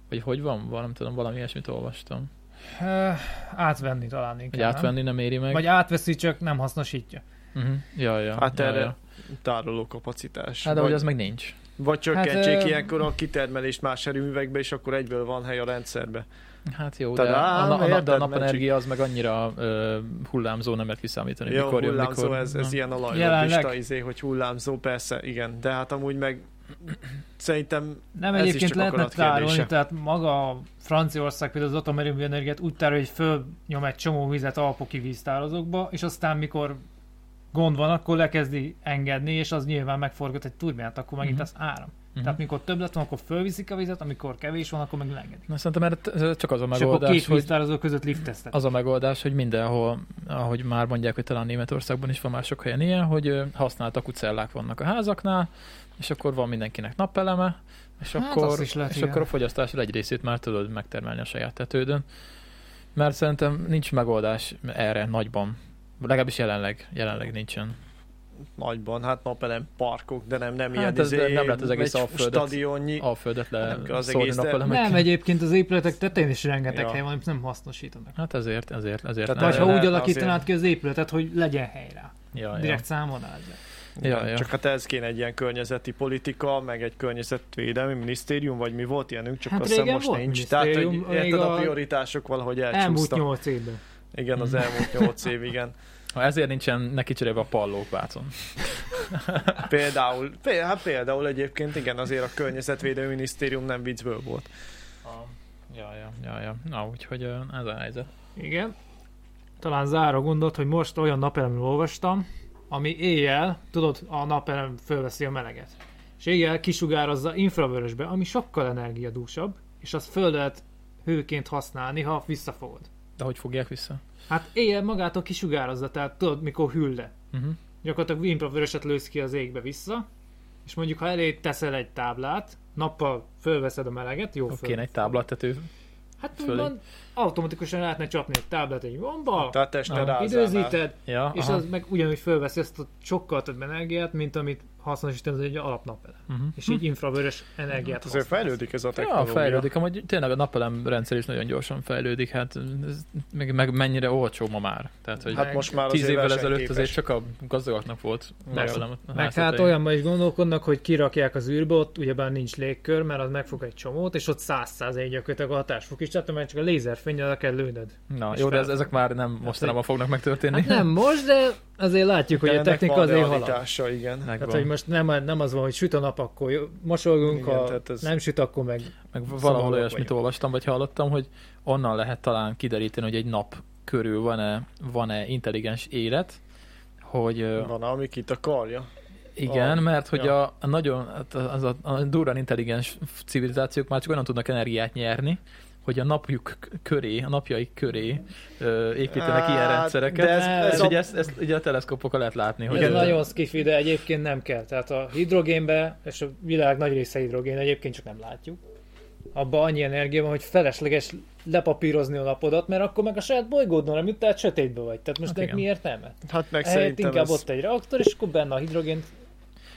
vagy hogy van, valam, tudom, valami ilyesmit olvastam. átvenni talán Hogy inkább. nem? átvenni nem éri meg. Vagy átveszi, csak nem hasznosítja. Uh-huh. Ja, ja, Hát ja, erre ja. tároló kapacitás. Hát de hogy vagy, az meg nincs. vagy csökkentsék Hát, ö- ilyenkor a kitermelést más erőművekbe, és akkor egyből van hely a rendszerbe. Hát jó, de Tadám, a, na- a, na- de a érted, napenergia az meg annyira ö, hullámzó nem lehet kiszámítani. Jó, mikor jön, hullámzó, mikor, ez, ez na. ilyen a Jelenleg. lajlobista izé, hogy hullámzó, persze, igen. De hát amúgy meg szerintem Nem Ez is egyébként csak lehetne akarat kérdése. tárolni, tehát maga a Franciaország például az atomerőmű energiát úgy tárol, hogy fölnyom egy csomó vizet alpoki víztározókba, és aztán mikor gond van, akkor lekezdi engedni, és az nyilván megforgat egy turbinát, akkor megint Mhm. az áram. Mhm. Tehát mikor többlet van, akkor fölviszik a vizet, amikor kevés van, akkor meg leengedik. Na, szerintem erre t- csak az a És akkor két megoldás, hogy víztározó között lifteztet. az a megoldás, hogy mindenhol, ahogy már mondják, hogy talán Németországban is van már sok helyen ilyen, hogy ö, használt akucellák vannak a házaknál, és akkor van mindenkinek napeleme, és, Hát, akkor, az is lehet, és igen. akkor a fogyasztásod egy részét már tudod megtermelni a saját tetődön. Mert szerintem nincs megoldás erre nagyban. Legalábbis jelenleg, jelenleg nincsen. nagyban, hát napelem parkok, de nem, nem Hát ilyen ez izé, nem lehet az egész egy Alföldet. stadionnyi. A földet le Nem kell az szórni egész, de- napelemekkel. Nem, egyébként az épületek tetején is rengeteg Ja. hely van, amit nem hasznosítanak. Hát ezért, ezért, ezért. Tehát nem. Vagy de ha lehetne úgy azért. alakítanád ki az épületet, hogy legyen hely rá. ja, ja. Direkt számon áll. Ja, Nem, ja. Csak hát ez kéne egy ilyen környezeti politika, meg egy környezetvédelmi minisztérium, vagy mi volt ilyenünk, csak hát Hát azt hiszem régen most volt nincs. Tehát, hogy minisztérium, még érted, a a- prioritások valahogy Elmúlt elcsúsztak. 8 évben. Igen, az Mhm. elmúlt nyolc év, igen. Ha ezért nincsen neki cserélve a pallók vácon. Például, pé- hát például egyébként igen, azért a környezetvédelmi minisztérium nem viccből volt. Ja, ja, ja, ja. Na, úgyhogy ö, ez a helyzet. Igen. talán záró gondot, hogy most olyan napelemről olvastam, ami éjjel, tudod, a napelem fölveszi a meleget. És éjjel kisugározza infravörösbe, ami sokkal energiadúsabb, és azt föl lehet hőként használni, ha visszafogod. De hogy fogják vissza? Hát éjjel magától kisugározza, tehát tudod, mikor hűl le. Uh-huh. Gyakorlatilag infravöröset lősz ki az égbe vissza, és mondjuk ha elé teszel egy táblát, nappal fölveszed a meleget, jó Oké, föl. egy táblatető. Hát fölé. úgymond automatikusan lehetne csapni egy táblát egy Hát gombbal, Tehát testre Aha. rázánál. időzíted, Ja, és aha. az meg ugyanúgy fölveszi ezt a sokkal több energiát, mint amit hasznosítasz egy alapnapelem. Uh-huh. És így infravörös energiát Hm. Hát Azért használsz. fejlődik ez a Ja, technológia. fejlődik, amúgy tényleg a napelem rendszer is nagyon gyorsan fejlődik, hát ez meg, meg mennyire olcsó ma már. Tehát, hogy Hát most már tíz azért évvel versenyképes. ezelőtt azért csak a gazdagoknak volt napelem. a Meg hát háztetején. olyanban is gondolkodnak, hogy kirakják az űrbe, ott ugyebár nincs légkör, mert az megfog egy csomót, és ott száz százalék gyakorlatilag a hatásfok is, tehát már csak a lézerfényel le kell lőnöd. Hát Na, és jó, de ez, fel- ezek már nem mostanában fognak megtörténni. Hát nem most, de azért látjuk, hogy De a ennek technika van azért halad. realitása, igen. [LAUGHS] Megvan. Tehát, hogy most nem, nem az van, hogy süt a nap, akkor jó, mosolgunk, Igen, ha tehát ez- nem süt, akkor meg Meg Szóval valahol Szomorúak olyasmit vagyunk. olvastam, vagy hallottam, hogy onnan lehet talán kideríteni, hogy egy nap körül van-e, van-e intelligens élet, hogy ö, Van, amik itt akarja. igen, Van. mert hogy Ja. a, a nagyon, hát az a, a durán intelligens civilizációk már csak olyan tudnak energiát nyerni, hogy a napjuk k- köré, a napjaik köré ö, építenek Á, ilyen rendszereket. Hát, de ez- ez ez, ez, a- ugye, ezt, ezt ugye a teleszkopokkal lehet látni, hogy Ez ö, nagyon skifi, de egyébként nem kell. Tehát a hidrogénbe, és a világ nagy része hidrogén, egyébként csak nem látjuk, abban annyi energia van, hogy felesleges lepapírozni a napodat, mert akkor meg a saját bolygódon nem jut, tehát sötétbe vagy. Tehát most Hát hát ennek igen. mi értelme? Hát meg Ehelyett szerintem Eh, inkább ez, ott egy reaktor, és akkor benne a hidrogén.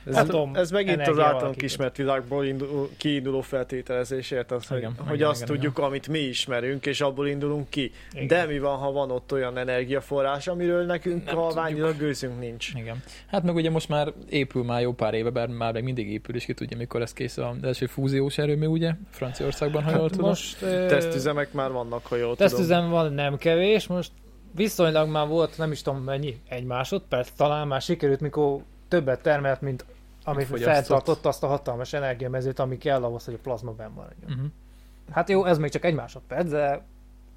ez, atom ez megint az energiával általunk kitört. ismert világból indul, kiinduló feltételezésért, az, hogy, Igen, igen, igen, hogy igen, azt igen. tudjuk, amit mi ismerünk, és abból indulunk ki. Igen. De mi van, ha van ott olyan energiaforrás, amiről nekünk Nem halványilag gőzünk nincs? Igen. Hát meg ugye most már épül már jó pár éve, bár már még mindig épül, és ki tudja, mikor lesz kész az első fúziós erőmű, ugye? Franciaországban, ha Hát jól tudom. Hát Most ö, Tesztüzemek már vannak, ha jól tudom. tesztüzem van, nem kevés, most viszonylag már volt, nem is tudom mennyi, egy másodperc, talán már sikerült, mikor többet termelt, mint amit fogyasztott. feltartott azt a hatalmas energiamezőt, ami kell ahhoz, hogy a plazma benn maradjon. Uh-huh. Hát jó, ez még csak egy másodperc, de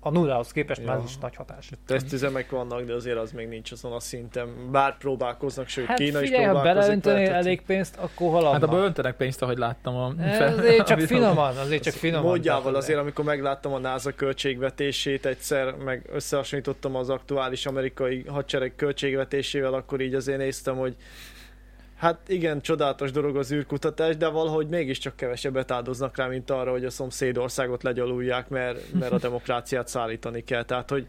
a nullához képest Ja. már ez is nagy hatás. Tesztüzemek vannak, de azért az még ninch azon a szinten. Bár próbálkoznak, sőt Hát Kína figyelj, is ha próbálkozik. beleöntenél lehet, hogy- elég pénzt, akkor haladna. Hát abban öntenek pénzt, ahogy láttam a... Ez azért [LAUGHS] csak finoman, azért csak finoman. Módjával Tehát, azért, amikor megláttam a NASA költségvetését egyszer, meg összehasonlítottam az aktuális amerikai hadsereg költségvetésével, akkor így azért néztem, hogy hát igen, csodálatos dolog az űrkutatás, de valahogy mégiscsak kevesebbet áldoznak rá, mint arra, hogy a szomszédországot legyalulják, mert, [LAUGHS] mert a demokráciát szállítani kell. Tehát, hogy,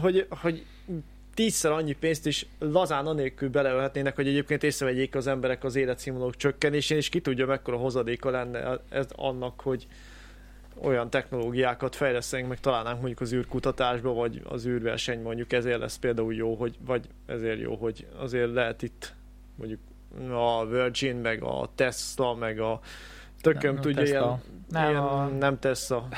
hogy, hogy tízszer annyi pénzt is lazán anélkül beleölhetnének, hogy egyébként észrevegyék az emberek az életszínvonaluk csökkenésén, és ki tudja, mekkora hozadéka lenne ez annak, hogy olyan technológiákat fejlesztenénk, meg találnánk mondjuk az űrkutatásba, vagy az űrverseny mondjuk ezért lesz például jó, hogy, vagy ezért jó, hogy azért lehet itt mondjuk a Virgin, meg a Tesla, meg a tököm Nem, tudja, Tesla. ilyen, Nem, ilyen, a- nem Tesla,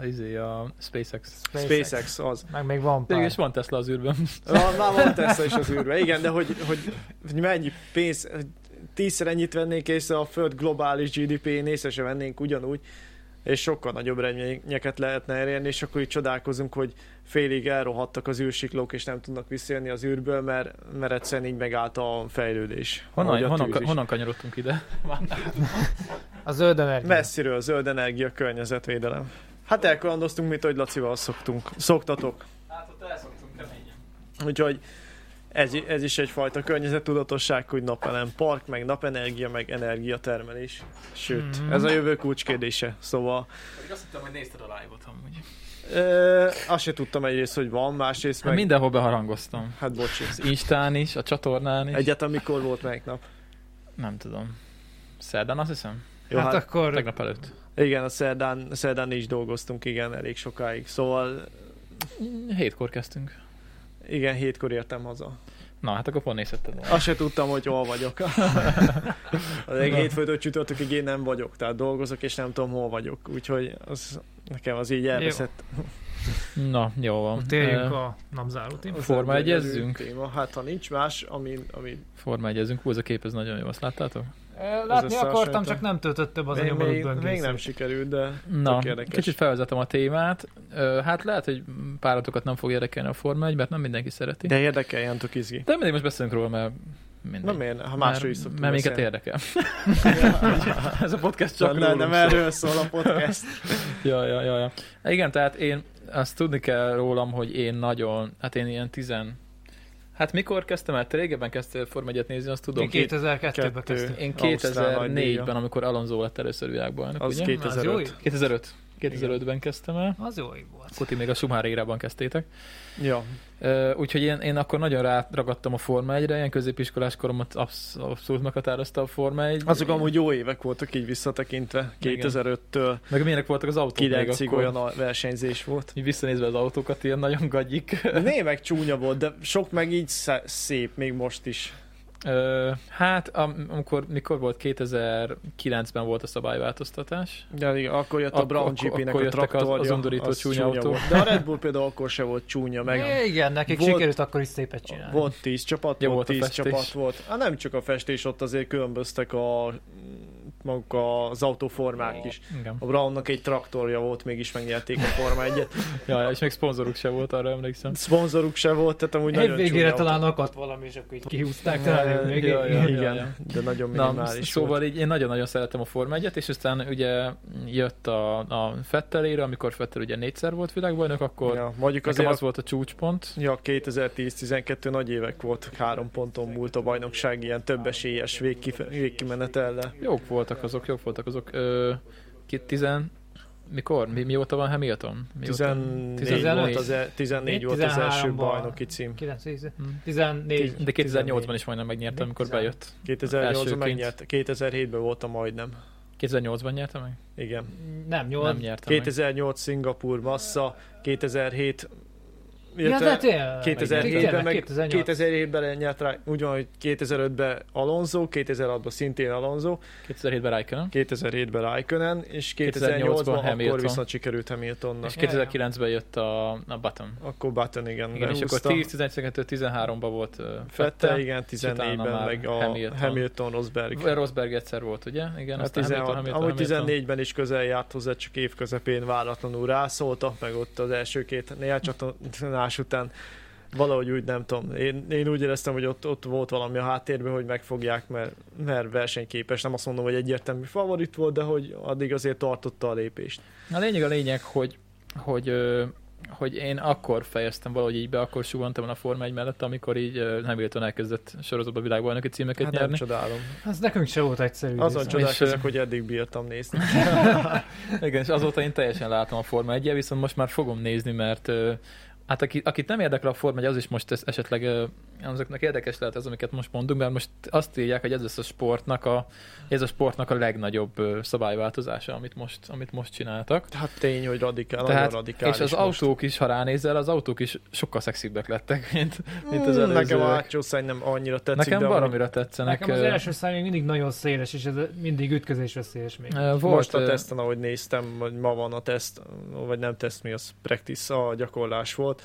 A, [LAUGHS] izé, a SpaceX. SpaceX. SpaceX az. Meg még van pár. Mégis van Tesla az űrben. Van, már van Tesla is az űrben, igen, de hogy, hogy, hogy mennyi pénz, tízszer ennyit vennénk észre a föld globális GDP-n, észre se vennénk ugyanúgy, és sokkal nagyobb eredményeket lehetne elérni, és akkor így csodálkozunk, hogy félig elrohadtak az űrsiklók, és nem tudnak visszajönni az űrből, mert, mert egyszerűen így megállt a fejlődés. Ahogy Honnan, a honnan, tűz is. honnan kanyarodtunk ide? A zöld energia. Messziről, zöld energia, környezetvédelem. Hát elkalandoztunk, mint ahogy Lacival szoktunk. Szoktatok. Hát ott elszoktunk keményen. Úgyhogy ez, ez is egyfajta környezettudatosság, hogy napelem park, meg napenergia, meg energiatermelés. Sőt, Mhm. mm. ez a jövő kulcskérdése. Szóval Pedig azt hittem, hogy nézted a live-ot amúgy. ö, azt se tudtam egyrészt, hogy van, másrészt Hát meg... mindenhol beharangoztam. Hát bocs, Az Instán is, a csatornán is. egyáltalán mikor volt melyik nap? Nem tudom. Szerdán azt hiszem? Jó, hát, hát, akkor Tegnap előtt. igen, a szerdán, a szerdán is dolgoztunk, igen, elég sokáig. Szóval Hétkor kezdtünk. igen, hétkor értem haza. Na, hát akkor pont nézhetted volna. Azt se tudtam, hogy hol [LAUGHS] vagyok. Elég hétfőtől csütörtökig én nem vagyok, tehát dolgozok, és nem tudom, hol vagyok. Úgyhogy az, nekem az így elveszett Na, jó van. térjünk Ö, a napzáró témára. Az Forma ebből egyezzünk? előtt Téma. Hát ha nincs más, ami, ami Forma egyezzünk. Hú, ez a kép, ez nagyon jó, azt láttátok? Látni összehasonlítom. akartam, csak nem töltött több az még, még, anyagorodban még nem sikerült, de Na, tök érdekes. kicsit felvezetem a témát. Ö, Hát lehet, hogy páratokat nem fog érdekelni a Forma 1, mert nem mindenki szereti. De, De érdekel, Jan Tukizgi. de mindig most beszélünk róla, mert mindegy. Na miért? Ha másról is szoktunk Mert minket beszélni. Szóval, érdekel. [LAUGHS] Ez a podcast csak Csak nem, rólunk nem szól. erről szól a [LAUGHS] podcast. Ja, ja, ja, ja. Igen, tehát én azt tudni kell rólam, hogy én nagyon, hát én ilyen tizen... Hát mikor kezdtem el? Te régebben kezdtél Form 1 nézni, azt tudom. Mi 2002-ben kettő. kezdtük. Én Ausztrál 2004-ben, nagydíja. amikor Alonso lett először világbajnok, Az ugye? Na, az jó 2005. év. 2005. 2005-ben kezdtem el. Az jó év volt. Akkor ti még a Schumacher érában kezdtétek. Ja, Ö, úgyhogy én, én akkor nagyon ráragadtam a Forma 1-re, ilyen középiskolás koromat absz- abszolút meghatározta a Forma 1. azok amúgy jó évek voltak így visszatekintve. 2005-től Meg milyenek voltak az autók még 9-ig akkor? olyan a versenyzés volt. Így visszanézve az autókat, ilyen nagyon gagyik. Némek csúnya volt, de sok meg így szá- szép, még most is. Ö, hát, am- amikor mikor volt? 2009-ben volt a szabályváltoztatás. De igen, akkor jött a Ak- Brown ak- GP-nek akkor a jöttek az- traktorja. az undorító csúnya autó. Volt. De a Red Bull például akkor se volt csúnya, meg É, Igen, nekik Volt- sikerült akkor is szépet csinálni. Volt 10 csapat, Ja, ja, volt volt a 10 festés. csapat volt. Hát nem csak a festés, ott azért különböztek a maguk az autóformák is. Igen. A Brownnak egy traktorja volt, mégis megnyerték a Forma 1 Ja, és még szponzoruk se volt, arra emlékszem. Szponzoruk se volt, tehát amúgy nagyon Évvégére csúnya talán akadt valami, és akkor így kihúzták Ja, talán még ja, ja. volt. Igen, de nagyon Na, minimális volt. szóval így én nagyon-nagyon szeretem a Forma 1 és aztán ugye jött a, a Fettelére, amikor Fettel ugye négyszer volt világbajnok, akkor ja, Ja, mondjuk nekem azért az az... volt a csúcspont. Ja, 2010-12 nagy évek volt, három ponton múlt a bajnokság ilyen több esélyes végkife- végkimenetellel. Jók voltak azok, jók voltak azok. Ö, ki, tizen, mikor? Mi, mióta van Hamilton? Mióta? 14 volt 15? az, el, 14 volt az 13-ban. első bajnoki cím. 9, 10, Hm. 14. De 2008-ban is majdnem megnyerte, amikor bejött. 2008-ban Elsőként. megnyerte, 2007-ben voltam majdnem. 2008-ban nyerte meg? Igen. Nem, Nem 8. nyerte meg. 2008 Szingapur massza, 2007 Ja, illetve de hát tényleg. 2007-ben Tényleg, meg 2008. 2007-ben nyert rá, úgy van, hogy 2005-ben Alonso, 2006-ban szintén Alonso, 2007-ben Raikkonen. 2007-ben Raikkonen, és 2008-ban 2008-ban Hamilton. akkor viszont sikerült Hamiltonnak. És 2009-ben jött a, a Button. Akkor Button igen, Igen, és akkor behúzta. 10, 11, 12, 13-ban volt ö, Fette, Fette. igen, utána 14-ben már meg a Hamilton. Hamilton, Hamilton Rosberg. Rosberg egyszer volt, ugye? Igen, Hát aztán 16, Hamilton, amúgy Hamilton, Hamilton. 14-ben is közel járt hozzá, csak év közepén váratlanul rászóltak, meg ott az első két néhány csatlanás után valahogy úgy nem tudom. Én, én úgy éreztem, hogy ott, ott volt valami a háttérben, hogy megfogják, mert, mert versenyképes. Nem azt mondom, hogy egyértelmű favorit volt, de hogy addig azért tartotta a lépést. A lényeg a lényeg, hogy, hogy, ö, hogy én akkor fejeztem valahogy így be, akkor sugantam a Forma 1 mellett, amikor így ö, Hamilton elkezdett sorozatban világbajnoki címeket Hát nem nyerni. csodálom. Az nekünk se volt egyszerű. Azon időszak. csodálkozok, hogy eddig bírtam [LAUGHS] nézni. Igen, és azóta én teljesen látom a Forma 1 viszont most már fogom nézni, mert ö, hát aki, akit nem érdekel a Forma 1, az is most ez esetleg ö, azoknak érdekes lehet ez, amiket most mondunk, mert most azt írják, hogy ez lesz a sportnak a, ez a sportnak a legnagyobb ö, szabályváltozása, amit most, amit most csináltak. Hát tény, hogy radikál, Tehát- nagyon radikális. és az most. autók is, ha ránézel, az autók is sokkal szexibbek lettek, [LAUGHS] mint, mint az Mm, előzőek. Nekem a hátsó szány nem annyira tetszik, Nekem de amúgy baromira tetszenek. Nekem az ö, első szám még mindig nagyon széles, és ez mindig ütközés veszélyes még. ö, Volt, Most a ö, teszten, ahogy néztem, vagy ma van a teszt, vagy nem teszt, mi az practice, a gyakorlás volt.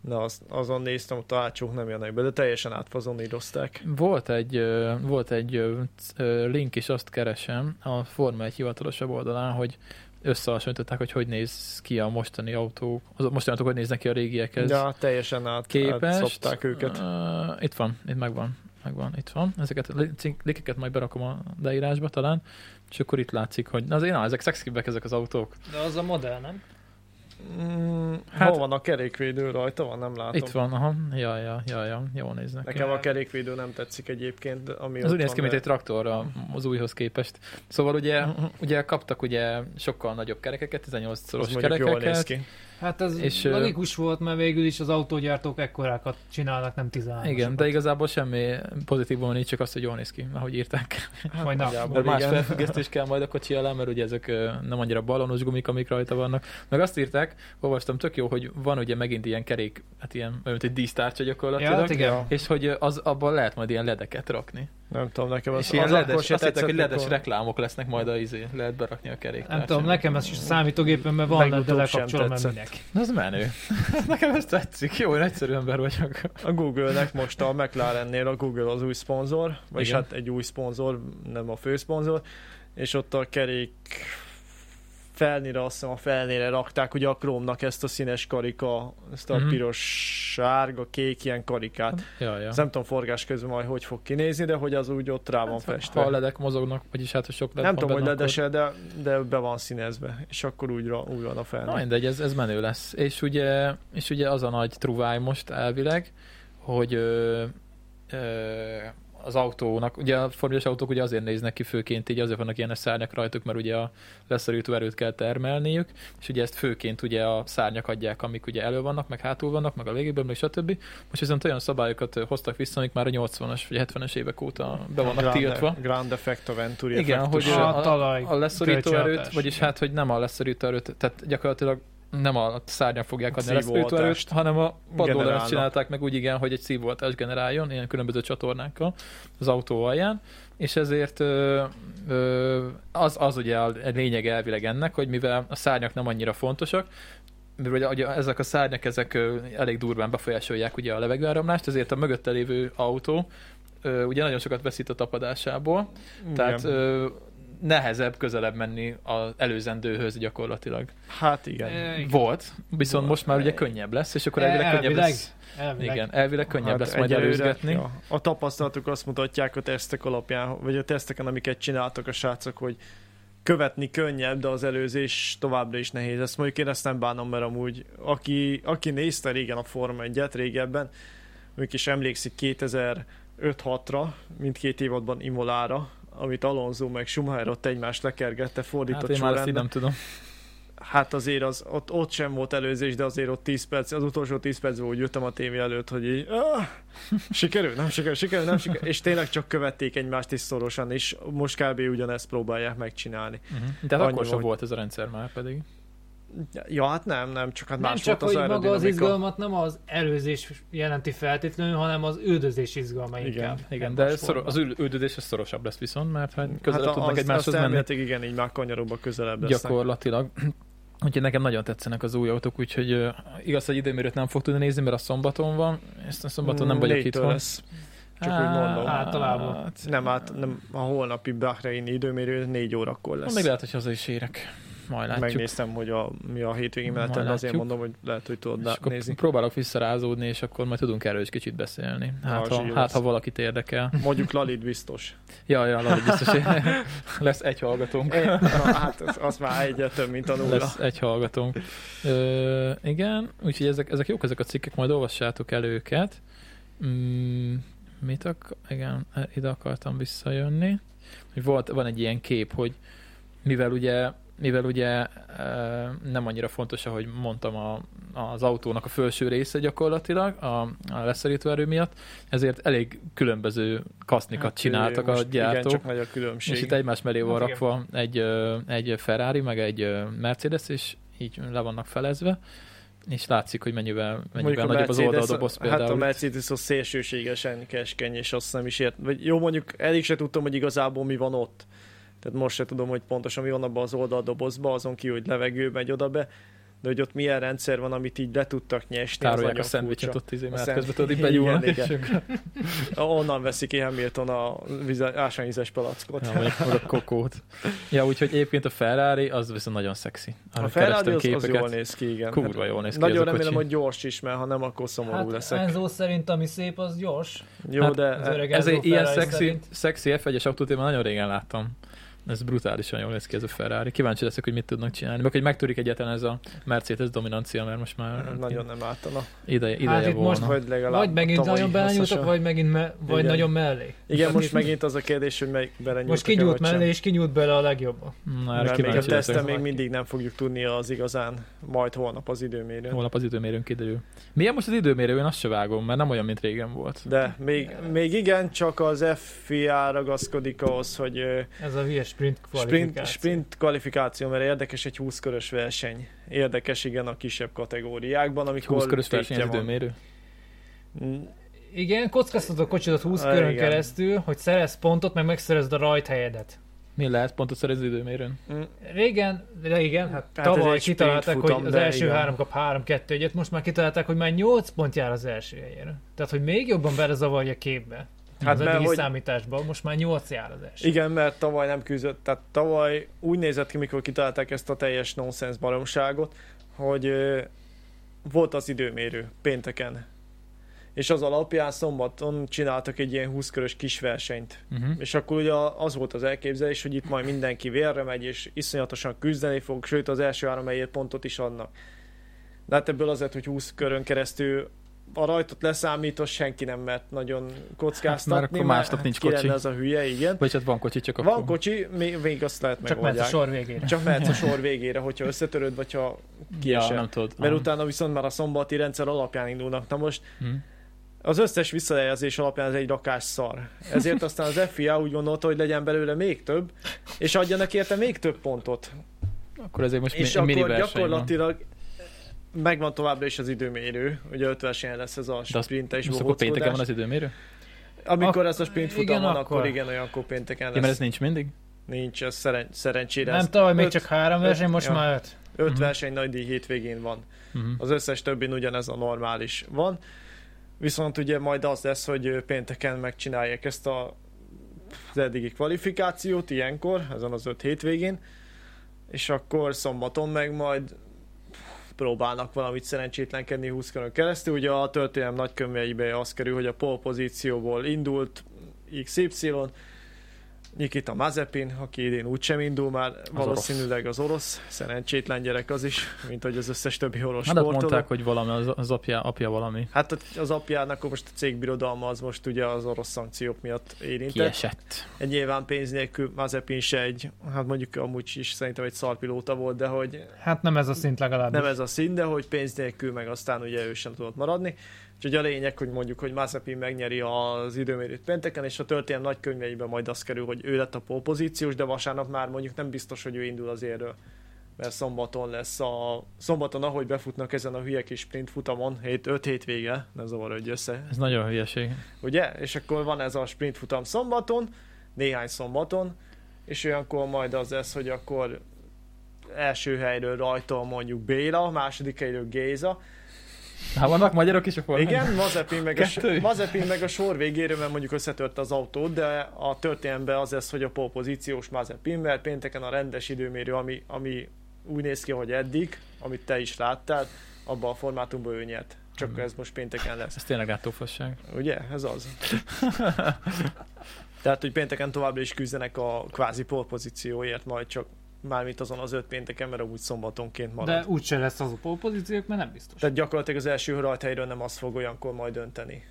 Na, az, azon néztem, ott a hátsók nem jönnek be, de teljesen átfazonírozták. Volt egy, ö, volt egy ö, c- ö, link, és azt keresem a Forma 1 hivatalosabb oldalán, hogy összehasonlították, hogy hogy néz ki a mostani autók, az mostani autók, hogy néznek ki a régiekhez De hát teljesen át, képest. átszopták Ah. őket. Ö, itt van, itt megvan, megvan, itt van. Ezeket a li- cink- linkeket majd berakom a leírásba talán, és akkor itt látszik, hogy na, azért, na ezek szexibbek ezek az autók. De az a modell, nem? Mm, hát, Hát- hol van a kerékvédő rajta? Van, nem látom. Itt van, aha, ja, ja, ja, ja, jól néznek. ki. Nekem a kerékvédő nem tetszik egyébként, de ami Az ott úgy néz van, ki, mint de- egy traktor a- az újhoz képest. Szóval [LAUGHS] ugye, ugye kaptak ugye sokkal nagyobb kerekeket, az 18-szoros mondjuk jól néz kerekeket. ki. Hát ez És, és, ö, logikus volt, mert végül is az autógyártók ekkorákat csinálnak, nem 13 Igen, de igazából semmi pozitívum nincs, csak az, hogy jól néz ki, ahogy írták. Vagy nem. nagyjából. De Igen. más felfüggesztés kell majd a kocsi alá, mert ugye ezek ö, nem annyira balonos gumik, amik rajta vannak. Meg azt írták, olvastam, tök jó, hogy van ugye megint ilyen kerék, hát ilyen, olyan, mint egy dísztárcsa Ja, hát gyakorlatilag. igen. és hogy az abban lehet majd ilyen ledeket rakni. Nem tudom, nekem És az, ilyen az akkor ledes, se azt hittem, tetszett, hogy ledes mikor- reklámok lesznek majd a izé, lehet berakni a keréktársát. Nem tudom, nekem ez is számítógépemben van, de Legutóbb sem lekapcsolom, mert tetszett. minek. Az menő. [LAUGHS] nekem ez tetszik. Jó, én egyszerű ember vagyok. A Google-nek most a McLarennél a Google az új szponzor, vagyis Igen. hát egy új szponzor, nem a fő szponzor, és ott a kerék felnére, azt hiszem a felnére rakták ugye a Chrome-nak ezt a színes karika, ezt a Mhm. piros, sárga, kék ilyen karikát. Ja, ja. Ezt nem tudom forgás közben majd hogy fog kinézni, de hogy az úgy ott rá van festve. Hát, Ha a ledek mozognak, vagyis hát, ha sok led nem van tudom, hogy benne, akkor- ledese, de, de be van színezve, és akkor úgy, ra- úgy van a Na felnő. mindegy, ez, ez menő lesz. És ugye, és ugye az a nagy truváj most elvileg, hogy ö, ö, az autónak, ugye a formulás autók ugye azért néznek ki főként, így azért vannak ilyen szárnyak rajtuk, mert ugye a leszorító erőt kell termelniük, és ugye ezt főként ugye a szárnyak adják, amik ugye elő vannak, meg hátul vannak, meg a légében, meg stb. Most viszont olyan szabályokat ö, hoztak vissza, amik már a 80-as vagy 70-es évek óta be vannak tiltva. Grand Effect Aventuri Igen, effektus. hogy A a- talaj. A leszorító Kölcsönhatás. erőt, vagyis hát, hogy nem a leszorító erőt, tehát gyakorlatilag nem a szárnyak fogják adni a Szívó leszorító erőt, hatást hanem a padlóra generálnak. ezt csinálták meg úgy igen, hogy egy szívóhatást generáljon, ilyen különböző csatornákkal az autó alján, és ezért ö, ö, az, az ugye a lényeg elvileg ennek, hogy mivel a szárnyak nem annyira fontosak, mivel ugye, ugye ezek a szárnyak ezek ö, elég durván befolyásolják ugye a levegőáramlást, ezért a mögötte lévő autó ö, ugye nagyon sokat veszít a tapadásából, Igen. tehát ö, nehezebb közelebb menni az előzendőhöz gyakorlatilag. Hát igen. E, igen. Volt, viszont Volt. most már ugye könnyebb lesz, és akkor E, elvileg könnyebb elvileg. lesz. Elvileg. Igen, elvileg könnyebb lesz majd Hát egyelőre, előzgetni. Hát Ja. A tapasztalatok azt mutatják a tesztek alapján, vagy a teszteken, amiket csináltak a srácok, hogy követni könnyebb, de az előzés továbbra is nehéz. Ezt mondjuk én ezt nem bánom, mert amúgy aki, aki nézte régen a Forma 1-et régebben, ők is emlékszik 2005-6-ra, mindkét évadban Imolára, amit Alonso meg Schumacher ott egymást lekergette Hát fordított én már ezt sorrendben. így nem tudom. Hát azért az, ott, ott sem volt előzés, de azért ott 10 perc, az utolsó 10 percben úgy jöttem a tévé előtt, hogy így, "Ah, sikerül, nem sikerül, sikerül, nem sikerül, és tényleg csak követték egymást is szorosan, és most kb. ugyanezt próbálják megcsinálni. Mhm. De hát Annyi akkor sem volt. volt ez a rendszer már pedig. Ja, hát nem, nem, csak hát Nem más csak, volt hogy az maga az aerodinamika. izgalmat nem az előzés jelenti feltétlenül, hanem az üldözés izgalma Igen, inkább. Igen, Ebben de a szoro- formában. az ül- üldözés az szorosabb lesz viszont, mert hát közelebb hát tudnak az, egymáshoz azt menni. elméletileg igen, így már kanyaróba közelebb lesznek. Gyakorlatilag. [CLEARS THROAT] Úgyhogy nekem nagyon tetszenek az új autók, úgyhogy ö, igaz, hogy időmérőt nem fog tudni nézni, mert a szombaton van, ezt a szombaton nem vagyok Négytől itt. lesz. csak úgy mondom. Általában. Nem, hát nem, a holnapi Bahreini időmérő 4 órakor lesz. Még lehet, hogy haza is érek. Majd látjuk. Megnéztem, hogy a, mi a hétvégi menetem, de azért látjuk. mondom, hogy lehet, hogy tudod És lá- akkor nézni. próbálok visszarázódni, és akkor majd tudunk erről is kicsit beszélni. Hát, Na, az ha, jó hát lesz. ha valakit érdekel. Mondjuk Lalit [LAUGHS] biztos. Ja, ja, Laci, biztos, [LAUGHS] hogy [LAUGHS] lesz egy hallgatónk. É, na, hát az, az már egyre több, mint a nulla. Lesz egy hallgatónk. Ö, igen, úgyhogy ezek, ezek jók ezek a cikkek, majd olvassátok el őket. Mm, mit ak- igen, e, ide akartam visszajönni. Hogy volt, van egy ilyen kép, hogy mivel ugye mivel ugye ö, nem annyira fontos, ahogy mondtam, a, az autónak a felső része gyakorlatilag a, a leszerítő erő miatt, ezért elég különböző kasznikat Hát, csináltak most a gyártók. Igen, csak nagy a És különbség. itt egymás mellé van Hát rakva egy, ö, egy Ferrari, meg egy ö, Mercedes, és így le vannak felezve, és látszik, hogy mennyivel, mennyivel Mondjuk a nagyobb az Mercedes- oldaldoboz Hát a például. Mercedes az szélsőségesen keskeny, és azt nem is ért. Vagy jó, mondjuk elég se tudtam, hogy igazából mi van ott. Tehát most se tudom, hogy pontosan mi van abban az oldaldobozban, azon ki, hogy levegő megy oda be, de hogy ott milyen rendszer van, amit így le tudtak nyesni, az Tárolják nagyon a szendvicset furcsa. ott izé, A mert szend- közben tudod, így Igen, begyúlnak, és igen. [LAUGHS] akkor- Onnan veszik ki Hamilton a vize- ásványvizes palackot. Ja, mondjuk meg a kokót. Ja, úgyhogy egyébként a Ferrari az viszont nagyon szexi. Arra A Ferrari kerestem az, az képeket. jól néz ki, igen. Kurva jól néz ki Nagyon az a remélem, kocsi. hogy gyors is, mert ha nem, akkor szomorú Hát leszek. Enzo szerint ami szép, az gyors. Jó, Hát, de az öreg- Ez egy Ferrari ilyen szexi, szerint. szexi F1-es autót én már nagyon régen láttam. Ez brutálisan jól néz ki ez a Ferrari. Kíváncsi leszek, hogy mit tudnak csinálni. Meg hogy megtörik egyetlen ez a Mercedes dominancia, mert most már eh, Hát, nagyon nem ártana. ideje, ideje Hát itt volna. most Most Vagy legalább Vagy megint tavalyi nagyon belenyúltak, hosszasan. vagy megint me- vagy Igen. nagyon mellé. Igen, most megint az a kérdés, hogy melyik belenyúltak Most kinyúlt mellé, és kinyúlt bele a legjobb. Na, erre Mert még a kíváncsi teszten leszek. még mindig nem fogjuk tudni az igazán, majd holnap az időmérő. Holnap az időmérőn kiderül. Milyen most az időmérő? Én azt se vágom, mert nem olyan, mint régen volt. De még, még igen, csak az FIA ragaszkodik ahhoz, hogy ö, Ez a hülye sprint sprint, kvalifikáció. sprint kvalifikáció, mert érdekes egy 20 körös verseny. Érdekes igen a kisebb kategóriákban, Egy amikor 20 körös verseny az tétje van. időmérő. Mm, igen, kockáztatod a kocsidat 20 Ah, körön igen. keresztül, hogy szerez pontot, meg megszerezd a rajthelyedet. Mi lehet pontot szerezni időmérőn? Mm. Régen, de igen, hát, ez hát tavaly egy sprint kitalálták, futam, hogy az de első igen. három kap 3-2 egyet, most már kitalálták, hogy már 8 pont jár az első helyére. Tehát, hogy még jobban belezavarja a képbe. Hát Hát az mert eddigi hogy- számításban, most már 8 jár az első. Igen, mert tavaly nem küzdött, tehát tavaly úgy nézett ki, mikor kitalálták ezt a teljes nonsens baromságot, hogy ö, volt az időmérő pénteken, és az alapján szombaton csináltak egy ilyen 20 körös kis versenyt. Uh-huh. És akkor ugye az volt az elképzelés, hogy itt majd mindenki vérre megy, és iszonyatosan küzdeni fog, sőt az első három helyért pontot is adnak. De hát ebből azért, hogy 20 körön keresztül a rajtot leszámítva senki nem mert nagyon kockáztatni, Hát, akkor másnap nincs ki lenne kocsi. ez a hülye, igen. Vagy hát van kocsi, csak akkor... Van kocsi, még, még azt lehet Csak mehetsz a megoldják. sor végére. Csak mehetsz [LAUGHS] a sor végére, hogyha összetöröd, vagy ha ja, kiesel. nem tudod. Mert Ah. utána viszont már a szombati rendszer alapján indulnak. Na most Mhm. az összes visszajelzés alapján ez egy rakás szar. Ezért aztán az FIA úgy gondolta, hogy legyen belőle még több, és adjanak érte még több pontot. Akkor ezért most és mi, mini akkor verseny van. gyakorlatilag megvan továbbra is az időmérő, ugye öt versenyen lesz ez a De az- sprint és Most akkor pénteken van bohóckodás. az Ah, időmérő? Amikor ez a sprint futam Igen, van, akkor. akkor igen, olyankor pénteken Ja, mert lesz. ez nincs mindig? Nincs, ez szeren- szerencsére. Nem ez tavaly még öt- csak három öt- verseny, most ja. már 5. Öt Mhm. verseny nagy díj hétvégén van. Uh-huh. Az összes többin ugyanez a normális van. Viszont ugye majd az lesz, hogy ö, pénteken megcsinálják ezt a, az eddigi kvalifikációt ilyenkor, ezen az öt hétvégén, és akkor szombaton meg majd próbálnak valamit szerencsétlenkedni 20 körön keresztül. Ugye a történelem nagykönyveibe az kerül, hogy a pole pozícióból indult XY, Nikita Mazepin, aki idén úgysem indul már, valószínűleg az orosz, szerencsétlen gyerek az is, mint hogy az összes többi orosz Hát ott sportoló. mondták, hogy valami, az, az apja, apja valami Hát a- az apjának akkor most a cégbirodalma az most ugye az orosz szankciók miatt érintett. kiesett. Egy nyilván pénz nélkül Mazepin se egy, hát mondjuk amúgy is szerintem egy szarpilóta volt, de hogy Hát nem ez a szint legalábbis. nem ez a szín, de hogy pénz nélkül meg aztán ugye ő sem tudott maradni. Úgyhogy a lényeg, hogy mondjuk, hogy Mazepin megnyeri az időmérőt pénteken, és a történelem nagykönyveiben majd az kerül, hogy ő lett a polpozíciós, de vasárnap már mondjuk nem biztos, hogy ő indul az érről mert szombaton lesz a... Szombaton, ahogy befutnak ezen a hülye kis sprint futamon, 7-5 hétvége, ne zavarodj össze, Ez nagyon hülyeség. ugye? És akkor van ez a sprint futam szombaton, néhány szombaton, és olyankor majd az lesz, hogy akkor első helyről rajta mondjuk Béla, második helyről Géza. Hát vannak magyarok is a formában? Igen, Mazepin meg, a, Kettő? Mazepin meg a sor végéről, mert mondjuk összetört az autót, de a történelemben az lesz, hogy a polpozíciós Mazepin, mert pénteken a rendes időmérő, ami, ami úgy néz ki, hogy eddig, amit te is láttál, abban a formátumban ő nyert. Csak ez most pénteken lesz. Ez tényleg látófasság. Ugye? Ez az. [LAUGHS] Tehát, hogy pénteken továbbra is küzdenek a kvázi polpozícióért, majd csak mármint azon az öt pénteken, mert amúgy szombatonként marad. De De... úgyse lesz az a polpozíciók, mert nem biztos. Tehát gyakorlatilag az első rajthelyről nem az fog olyankor majd dönteni.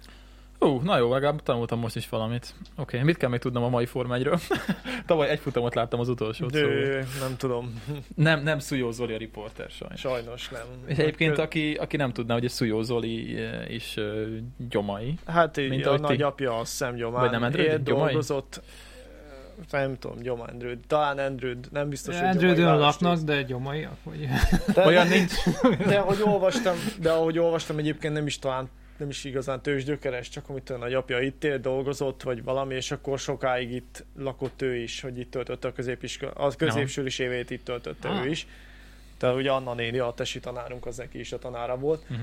Ó, na jó, legalább tanultam most is valamit. Oké, mit kell még tudnom a mai Forma 1-ről? [LAUGHS] Tavaly egy futamot láttam az utolsót. Szóval. Dő, nem tudom, Nem, nem Szújó Zoli a riporter sajnos. sajnos nem. És egyébként, aki, aki nem tudná, hogy a Szújó Zoli eh, is eh, gyomai. Hát így mint a ahogy ti. nagyapja a szemgyomán Vagy nem Endrőd? élt, Gyomai? dolgozott. Nem tudom, Gyoma Endrőd. Talán Endrőd, nem biztos, hogy Andrew Gyomai laknak, választó. de gyomaiak, vagy... De- Olyan nincs. [LAUGHS] De ahogy olvastam, de ahogy olvastam egyébként nem is talán nem is igazán tőzsgyökeres, csak amit a nagyapja itt él, dolgozott, vagy valami, és akkor sokáig itt lakott ő is, hogy itt töltötte a középiskola, az középsőlis évét itt töltötte Ah. ő is. Tehát ugye Anna néni, a tesi tanárunk, az neki is a tanára volt, Mhm.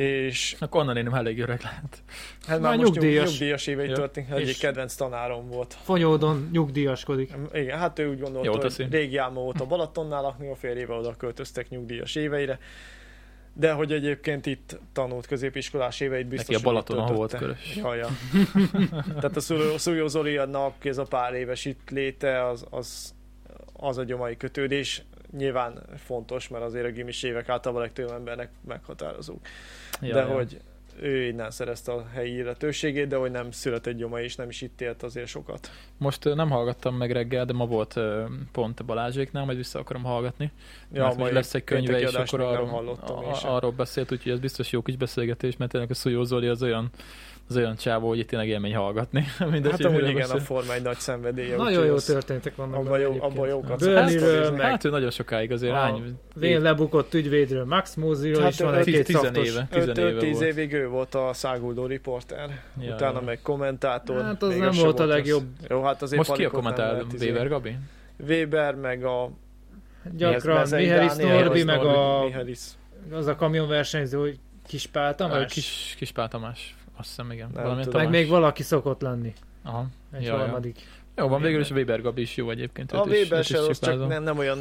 és Akkor onnan én nem elég öreg lehet. hát Már már most nyugdíjas. nyugdíjas, nyugdíjas éveit Ja. történik, hogy És- egy kedvenc tanárom volt. Fonyódon nyugdíjaskodik. Igen, hát ő úgy Jól gondolta, teszi. hogy régi álma volt a Balatonnál lakni, a férjével oda költöztek nyugdíjas éveire, de hogy egyébként itt tanult középiskolás éveit biztos, Neki a hogy itt Balatonon volt töltötte. körös. Ja, ja. Tehát a Szújó- Szújó Zoli a nap, ez a pár éves itt léte, az, az, az a gyomai kötődés nyilván fontos, mert azért a gimis évek általában a legtöbb embernek meghatározók. Ja, de ja. hogy ő innen szerezte a helyi illetőségét, de hogy nem született gyomai, és nem is itt élt azért sokat. Most ö, nem hallgattam meg reggel, de ma volt ö, pont a Balázséknál, majd vissza akarom hallgatni. Ja, mert mai majd lesz egy könyve, pénteki és adást akkor még nem arról, hallottam én a, sem. arról beszélt, úgyhogy ez biztos jó kis beszélgetés, mert tényleg a Szújó Zoli az olyan az olyan csávó, hogy itt tényleg élmény hallgatni. [LAUGHS] Mindegy, Hát hogy amúgy miről igen, a beszél. forma egy nagy szenvedélye. Nagyon úgyhogy jó az- történetek vannak. abban benne jó- egyébként. abban jókat Burnleyről, szoktam meg Hát ő nagyon sokáig azért A- rány. Vén lebukott ügyvédről, Max Móziról Hát is van öt- egy-két tizen szaftos. éve. 10 5-10 éve volt. évig ő volt a száguldó riporter, Ja, utána ja. meg kommentátor. Hát az még nem se volt a az. legjobb. Jó, hát azért Most ki a Palikot nem kommentál? lehet, izé- Weber Gabi? Weber, meg a... Gyakran Mezei Mihály Dániel, Norbi, meg a, Mihális. az a kamionversenyző, hogy Kispál Ö, Tamás. Kis, kis Pál Tamás. Azt hiszem, igen. Nem Valamilyen tudom. Tamás. Meg még valaki szokott lenni. Aha. Egy Ja, ja. harmadik. Jó, van végül is Weber Gabi is jó egyébként. A őt is- Weber őt is se rossz, csak csipázom. nem, nem olyan...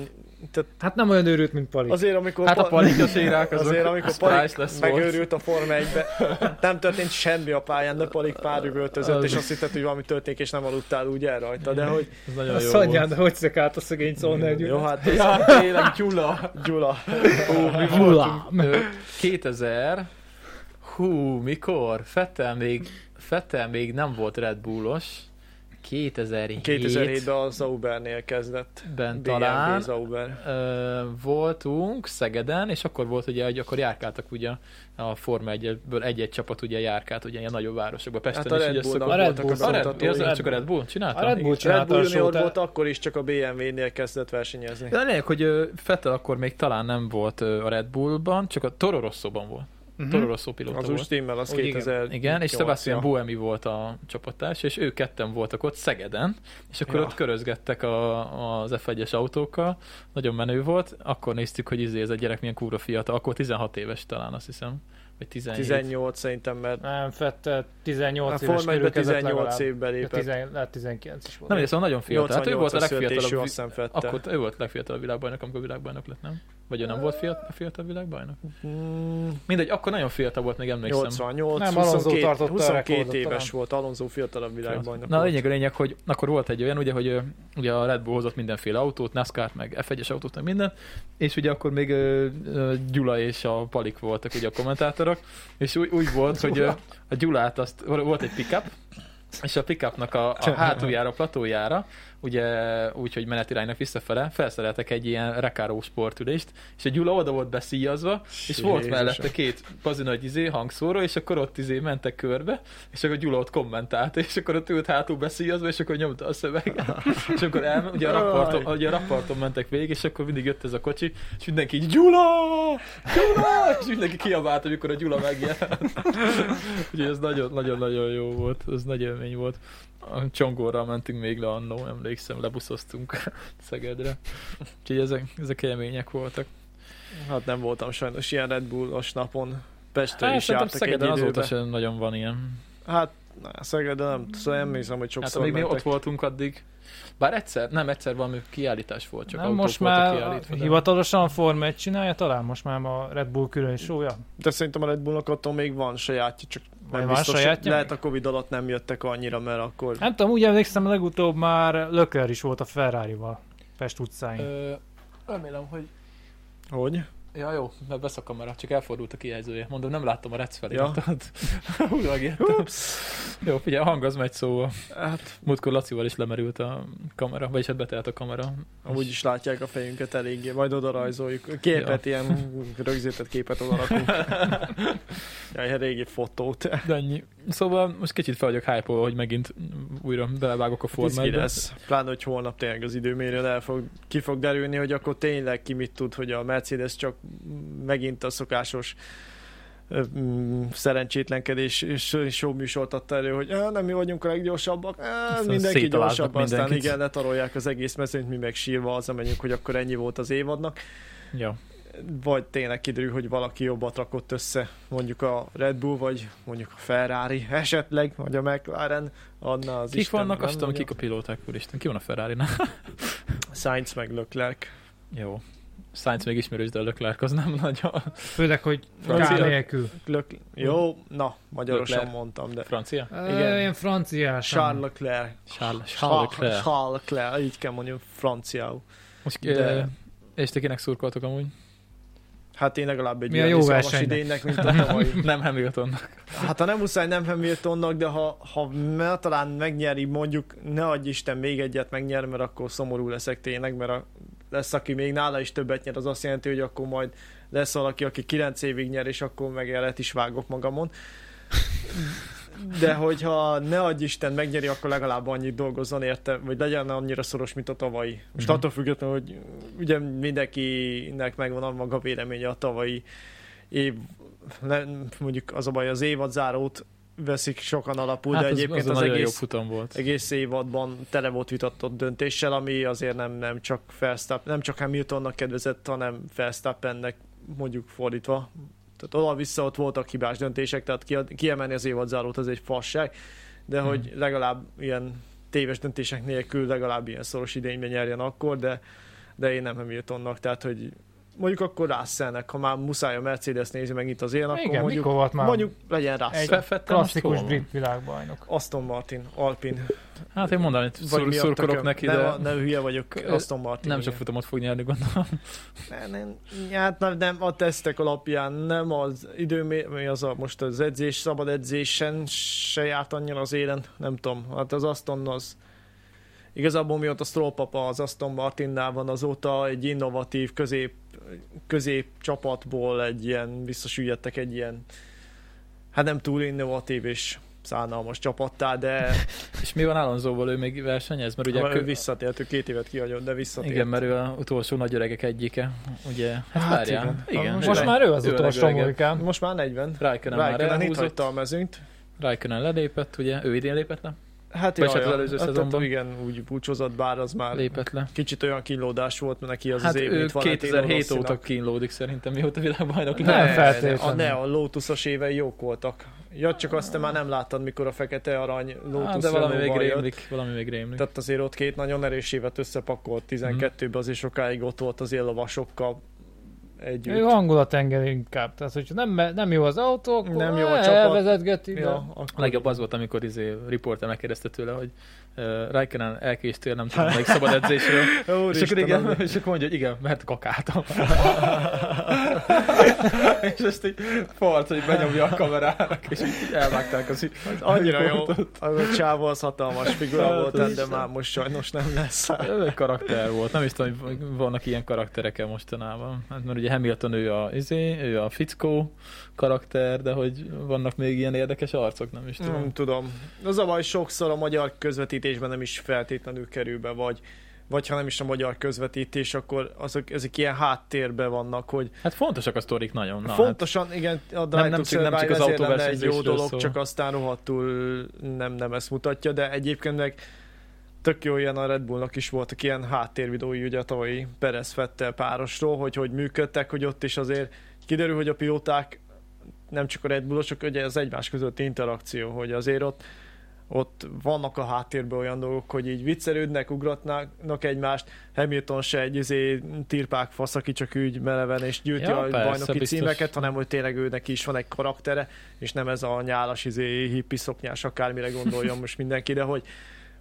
Tehát Hát nem olyan őrült, mint Pali. azért, amikor... Hát a Pa- palikos írák azok. Azért, amikor Palik Priceless volt. megőrült a Forma 1-be, nem történt semmi a pályán, de Palik pár üvöltözött, Az- és azt hitted, hogy valami történik, és nem aludtál úgy el rajta, de hogy... Ez nagyon A jó volt. szanyád, hogy szökállt a szegény Szónergyűl. Jó, hát ez Ja, tényleg, Gyula. Gyula. Ö, 2000, hú, mikor? Fettel még, Fettel még nem volt Red Bullos. 2007-ben 2007-ben a Zaubernél kezdett. talán BMW Zauber. ö, voltunk Szegeden, és akkor volt ugye, hogy akkor járkáltak ugye a Forma 1-ből egy-egy csapat ugye járkált ugye ilyen nagyobb városokba, Hát Pesten a is Red ugye Bullnak szokott. A Red voltak Bull- az A Red, ja, az oktatói. csak a Red Bull csinálta? A Red Bull Red csinálta Bull a Junior showtát. volt akkor is, csak a BMW-nél kezdett versenyezni. De a lényeg, hogy ö, Fettel akkor még talán nem volt ö, a Red Bullban, csak a Toro Rosso-ban volt. Mhm. Toro Rosso pilóta Az volt. úgy stimmel, az Úgy igen. 2000. Igen, és Sebastian Buemi volt a csapattárs, és ők ketten voltak ott Szegeden, és akkor Ja. ott körözgettek a, az F1-es autókkal, nagyon menő volt, akkor néztük, hogy izé ez a gyerek milyen kúra fiatal, akkor 16 éves talán, azt hiszem, vagy 17. 18 szerintem, mert Nem, Fett a 18 éves Forma 1-be körül kezdett 18 legalább. évben Ja, lépett. 10 Lehet 19 is volt. Nem, de szóval nagyon fiatal. Hát ő volt a 88-as születésű, legfiatalabb. azt hiszem fette. Akkor ő volt a legfiatalabb világbajnok, amikor világbajnok lett, nem? Vagy ő nem volt fiatal, fiatal világbajnok? Mm, Mindegy, akkor nagyon fiatal volt, még emlékszem. 88, Nem, Alonso 22, tartotta a 22 rekordot éves talán. volt, Alonso fiatalabb világbajnok Na, a volt. lényeg a lényeg, hogy akkor volt egy olyan, ugye, hogy ö, ugye a Red Bull hozott mindenféle autót, NASCAR-t, meg F1-es autót, meg mindent, és ugye akkor még ö, ö, Gyula és a Palik voltak ugye a kommentátorok, és úgy, úgy volt, hogy ö, a Gyulát azt, volt egy pickup, és a pickupnak a, a hátuljára, a platójára, ugye úgy, hogy menetiránynak visszafele, felszereltek egy ilyen rekáró sportülést, és a Gyula oda volt beszíjazva, és volt Jézusom. mellette két pazi nagy izé hangszóró, és akkor ott izé mentek körbe, és akkor Gyula ott kommentált, és akkor ott ült hátul beszíjazva, és akkor nyomta a szöveget. és akkor el, ugye a rapparton, ugye a rapparton mentek végig, és akkor mindig jött ez a kocsi, és mindenki így Gyula! Gyula! És mindenki kiabált, amikor a Gyula megjelent. [LAUGHS] Úgyhogy ez nagyon-nagyon-nagyon jó volt, ez nagy élmény volt. A Csongorral mentünk még le annó, emlékszem, lebuszoztunk [LAUGHS] Szegedre. Úgyhogy ezek, ezek élmények voltak. Hát nem voltam sajnos ilyen Red Bullos napon. Pestre Hát is szerintem jártak egy Szegeden azóta időben. sem nagyon van ilyen. Hát, na, Szegeden nem, szóval emlékszem, hogy Hát sokszor amíg mi mentek. ott voltunk addig, bár egyszer, nem egyszer valami kiállítás volt, csak nem, autók most voltak már kiállítva. de- hivatalosan a Forma 1 csinálja, talán most már a Red Bull külön sója. De szerintem a Red Bullnak attól még van sajátja, csak Vagy nem van biztos, sajátja lehet a Covid alatt nem jöttek annyira, mert akkor... Hát, Nem tudom, úgy emlékszem, legutóbb már Lökör is volt a Ferrari-val Pest utcáin. Ö, remélem, hogy... Hogy? Ja jó, mert vesz a kamera, csak elfordult a kijelzője. Mondom, nem láttam a rec felé. Ja. Hú, megijedtem. [LAUGHS] Jó, figyelj, a hang az megy szóval. Hát, Múltkor Lacival is lemerült a kamera, vagyis hát betelt a kamera. amúgy is látják a fejünket eléggé, majd oda rajzoljuk. A Képet, ilyen rögzített képet oda [LAUGHS] rakunk. Jaj, hát régi fotót. De ennyi. Szóval most kicsit fel vagyok hype hogy megint újra belevágok a Hát Ez ki formába. lesz. Pláne, hogy holnap tényleg az időmérőn el fog, ki fog derülni, hogy akkor tényleg ki mit tud, hogy a Mercedes csak megint a szokásos ö, mm, szerencsétlenkedés és show műsort adta elő, hogy "Á, nem mi vagyunk a leggyorsabbak, Á, Aztán mindenki szétaláznak gyorsabb, aztán mindenkit. igen, letarolják az egész mezőnyt, mi meg sírva hazamegyünk, hogy akkor ennyi volt az évadnak, Ja. vagy tényleg kiderül, hogy valaki jobbat rakott össze, mondjuk a Red Bull, vagy mondjuk a Ferrari esetleg, vagy a McLaren, annál az Kik Isten vannak, nem azt tudom, nagyon. kik a pilóták, úristen. Ki van a ferrari -nál? Sainz meg Leclerc. Jó. Sainz még ismerős, de a Leclerc az nem nagyon. Főleg, hogy K Francia. nélkül. Lök... Jó, na, magyarosan Leclerc. mondtam, de... Francia? Igen. Én franciás. Charles Leclerc. Charles, Charles Leclerc. Charles Leclerc, így kell mondjam, franciául. Most, De- de... És te kinek szurkoltok amúgy? Hát én legalább egy Mi a olyan jó izgalmas versenynek? idénynek, mint a tavalyi. [LAUGHS] nem Hamiltonnak. Hát ha nem muszáj, nem Hamiltonnak, de ha, ha me- talán megnyeri, mondjuk ne adj Isten még egyet megnyer, mert akkor szomorú leszek tényleg, mert a, lesz, aki még nála is többet nyer, az azt jelenti, hogy akkor majd lesz valaki, aki 9 évig nyer, és akkor meg elet is vágok magamon. de hogyha ne adj Isten megnyeri, akkor legalább annyit dolgozzon érte, vagy legyen annyira szoros, mint a tavalyi. Most Mhm. attól függetlenül, hogy ugye mindenkinek megvan a maga véleménye a tavalyi év, le, mondjuk az a baj, az évad zárót veszik sokan alapul, hát de az, egyébként a az, nagyon jó egész, futam volt. Hát egész évadban tele volt vitatott döntéssel, ami azért nem, nem csak Verstappen, nem csak Hamiltonnak kedvezett, hanem Verstappennek mondjuk fordítva. Tehát oda-vissza ott voltak hibás döntések, tehát ki- kiemelni az évadzárót az egy fasság, de Hmm. Mhm. hogy legalább ilyen téves döntések nélkül legalább ilyen szoros idényben nyerjen akkor, de, de én nem Hamiltonnak, tehát hogy mondjuk akkor Russellnek, ha már muszáj a Mercedes nézi meg itt az én, akkor Igen, mondjuk, mikor volt már mondjuk legyen Russell. Fe- Fettel most hol klasszikus van? brit világbajnok. Aston Martin, Alpin. Hát én mondanám, hogy szur- szurkolok neki, de Nem, nem, nem hülye vagyok, Ö, Aston Martin. nem sok futamot fog nyerni, gondolom. Nem, nem, hát nem, nem, a tesztek alapján nem az idő, mi mi az a, most az edzés, szabad edzésen se járt annyira az élen, nem tudom, hát az Aston az igazából mióta Stroll papa az Aston Martinnál van azóta egy innovatív közép, közép csapatból egy ilyen, biztos ügyettek egy ilyen, hát nem túl innovatív és szánalmas csapattá, de [LAUGHS] És mi van Alonsoval, ő még versenyez? Mert ugye ugye Szóval ő kö... visszatért, ő két évet kihagyott, de visszatért. Igen, mert ő a utolsó nagy öregek egyike. Ugye, hát, Hát várjál. igen. igen. Most ő- már ő az ő a utolsó legöregebb. múlikám. Hát most már 40. Raikkonen már Raikkonen itt elhúzott, hagyta a mezőnyt. Raikkonen lelépett, ugye, ő idén lépett le? Hát Vagy jaj, hát az jaj. előző hát, szezonban. hát igen, úgy búcsúzott, bár az már Lép. Lépett le. kicsit olyan kínlódás volt neki Hát, az hát az év, ő mint Valentino 2007 Rossinak. óta kínlódik szerintem, mióta világbajnok Nem lett. feltétlenül. A, ne, a Lotusos évei jók voltak. Ja, csak azt te már nem láttad, mikor a fekete arany Lotus Hát, de valami még Renault-val jött. rémlik, valami még rémlik. Tehát azért ott két nagyon erős évet összepakolt, 12-ben azért sokáig ott volt az éllavasokkal együtt. Ő hangulatengel inkább. Tehát, hogyha nem, me- nem jó az autó, akkor Nem jó a el- csapat. elvezetgeti. de- ja, A akkor... legjobb az volt, amikor izé, riporter megkérdezte tőle, hogy uh, Raikkonen elkéstél, nem tudom, [LAUGHS] melyik szabad edzésről. és, akkor Úristen, igen, az- és akkor mondja, hogy igen, [LAUGHS] mert kakáltam. és ezt így farc, hogy benyomja a kamerának, és így elvágták az így. az annyira jó. Az a csávó az hatalmas figura volt, hát de már most sajnos nem lesz. Ő egy karakter volt, nem is tudom, hogy vannak ilyen karakterek mostanában. Hát, mert ugye Hamilton ő a, izé, ő a fickó karakter, de hogy vannak még ilyen érdekes arcok, nem is tudom. Nem tudom. Az a baj, sokszor a magyar közvetítésben nem is feltétlenül kerül be, vagy, vagy ha nem is a magyar közvetítés, akkor azok, ezek ilyen háttérben vannak, hogy Hát fontosak a sztorik nagyon. Na, Na, hát fontosan, hát, igen, a nem Drive to csak- nem csak Survive ezért az lenne egy jó autóversenyzésről dolog, szól. csak aztán rohadtul nem, nem ezt mutatja, de egyébként meg tök jó ilyen a Red Bullnak is voltak ilyen háttérvideói, ugye a tavalyi Perez Fettel párosról, hogy hogy működtek, hogy ott is azért kiderül, hogy a pilóták nem csak a Red Bullosok, ugye az egymás közötti interakció, hogy azért ott ott vannak a háttérben olyan dolgok, hogy így viccelődnek, ugratnak egymást, Hamilton se egy izé, tirpák fasz, aki csak úgy meleven és gyűjti Ja, ja, a persze, bajnoki biztos. címeket, hanem hogy tényleg őnek is van egy karaktere, és nem ez a nyálas izé, hippi szoknyás, akármire gondoljon most mindenki, de hogy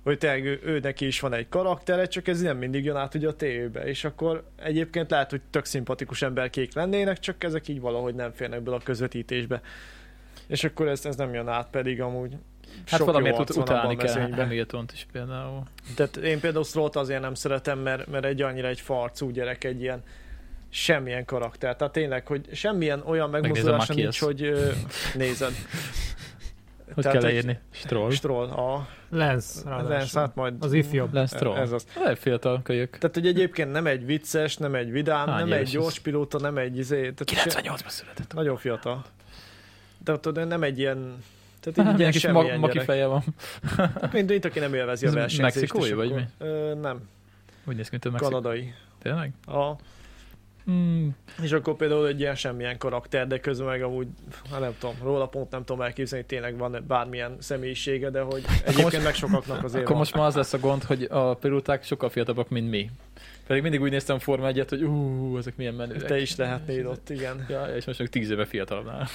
hogy tényleg ő, ő neki is van egy karaktere, csak ez nem mindig jön át ugye a tévébe, és akkor egyébként lehet, hogy tök szimpatikus emberkék lennének, csak ezek így valahogy nem férnek bele a közvetítésbe. És akkor ez, ez nem jön át pedig amúgy. Hát sok valamiért jó ut- arc van abban utálni a kell mezőnyben. Hamiltont is például. Tehát én például Strollt azért nem szeretem, mert, mert egy annyira egy farcú gyerek, egy ilyen semmilyen karakter. Tehát tényleg, hogy semmilyen olyan megmozdulása Makias. nincs, hogy [LAUGHS] ö, nézed. Hogy Tehát, kell leírni? Stroll. Stroll, a, Lenz, ez, ráadásul. hát majd... Az ifjabb. Lesz Ez, Stroll. Ez az. fiatal kölyök. Tehát, hogy egyébként nem egy vicces, nem egy vidám, Hány nem éves egy ez? gyors pilóta, nem egy izé... Tehát se- 98-ban született. Nagyon fiatal. Tehát tudod, nem egy ilyen... Tehát egy Hát, ilyen ilyen kis ma- semmilyen maki gyerek. feje van. Mint, mint aki nem élvezi a Ez versenyzést. és mexikói vagy akkor- mi? Ö, nem, Úgy néz ki, mint a Mexikó. kanadai. Tényleg? A, Mm, és akkor például egy ilyen semmilyen karakter, de közben meg amúgy, hát nem tudom, róla pont nem tudom elképzelni, hogy tényleg van bármilyen személyisége, de hogy egyébként meg sokaknak azért akkor van. most már az lesz a gond, hogy a pilóták sokkal fiatalabbak, mint mi. Pedig mindig úgy néztem a Forma 1 hogy ú, ezek milyen menőek. Te is lehetnél ott, igen. Ja, és most még 10 éve fiatalabb nálam.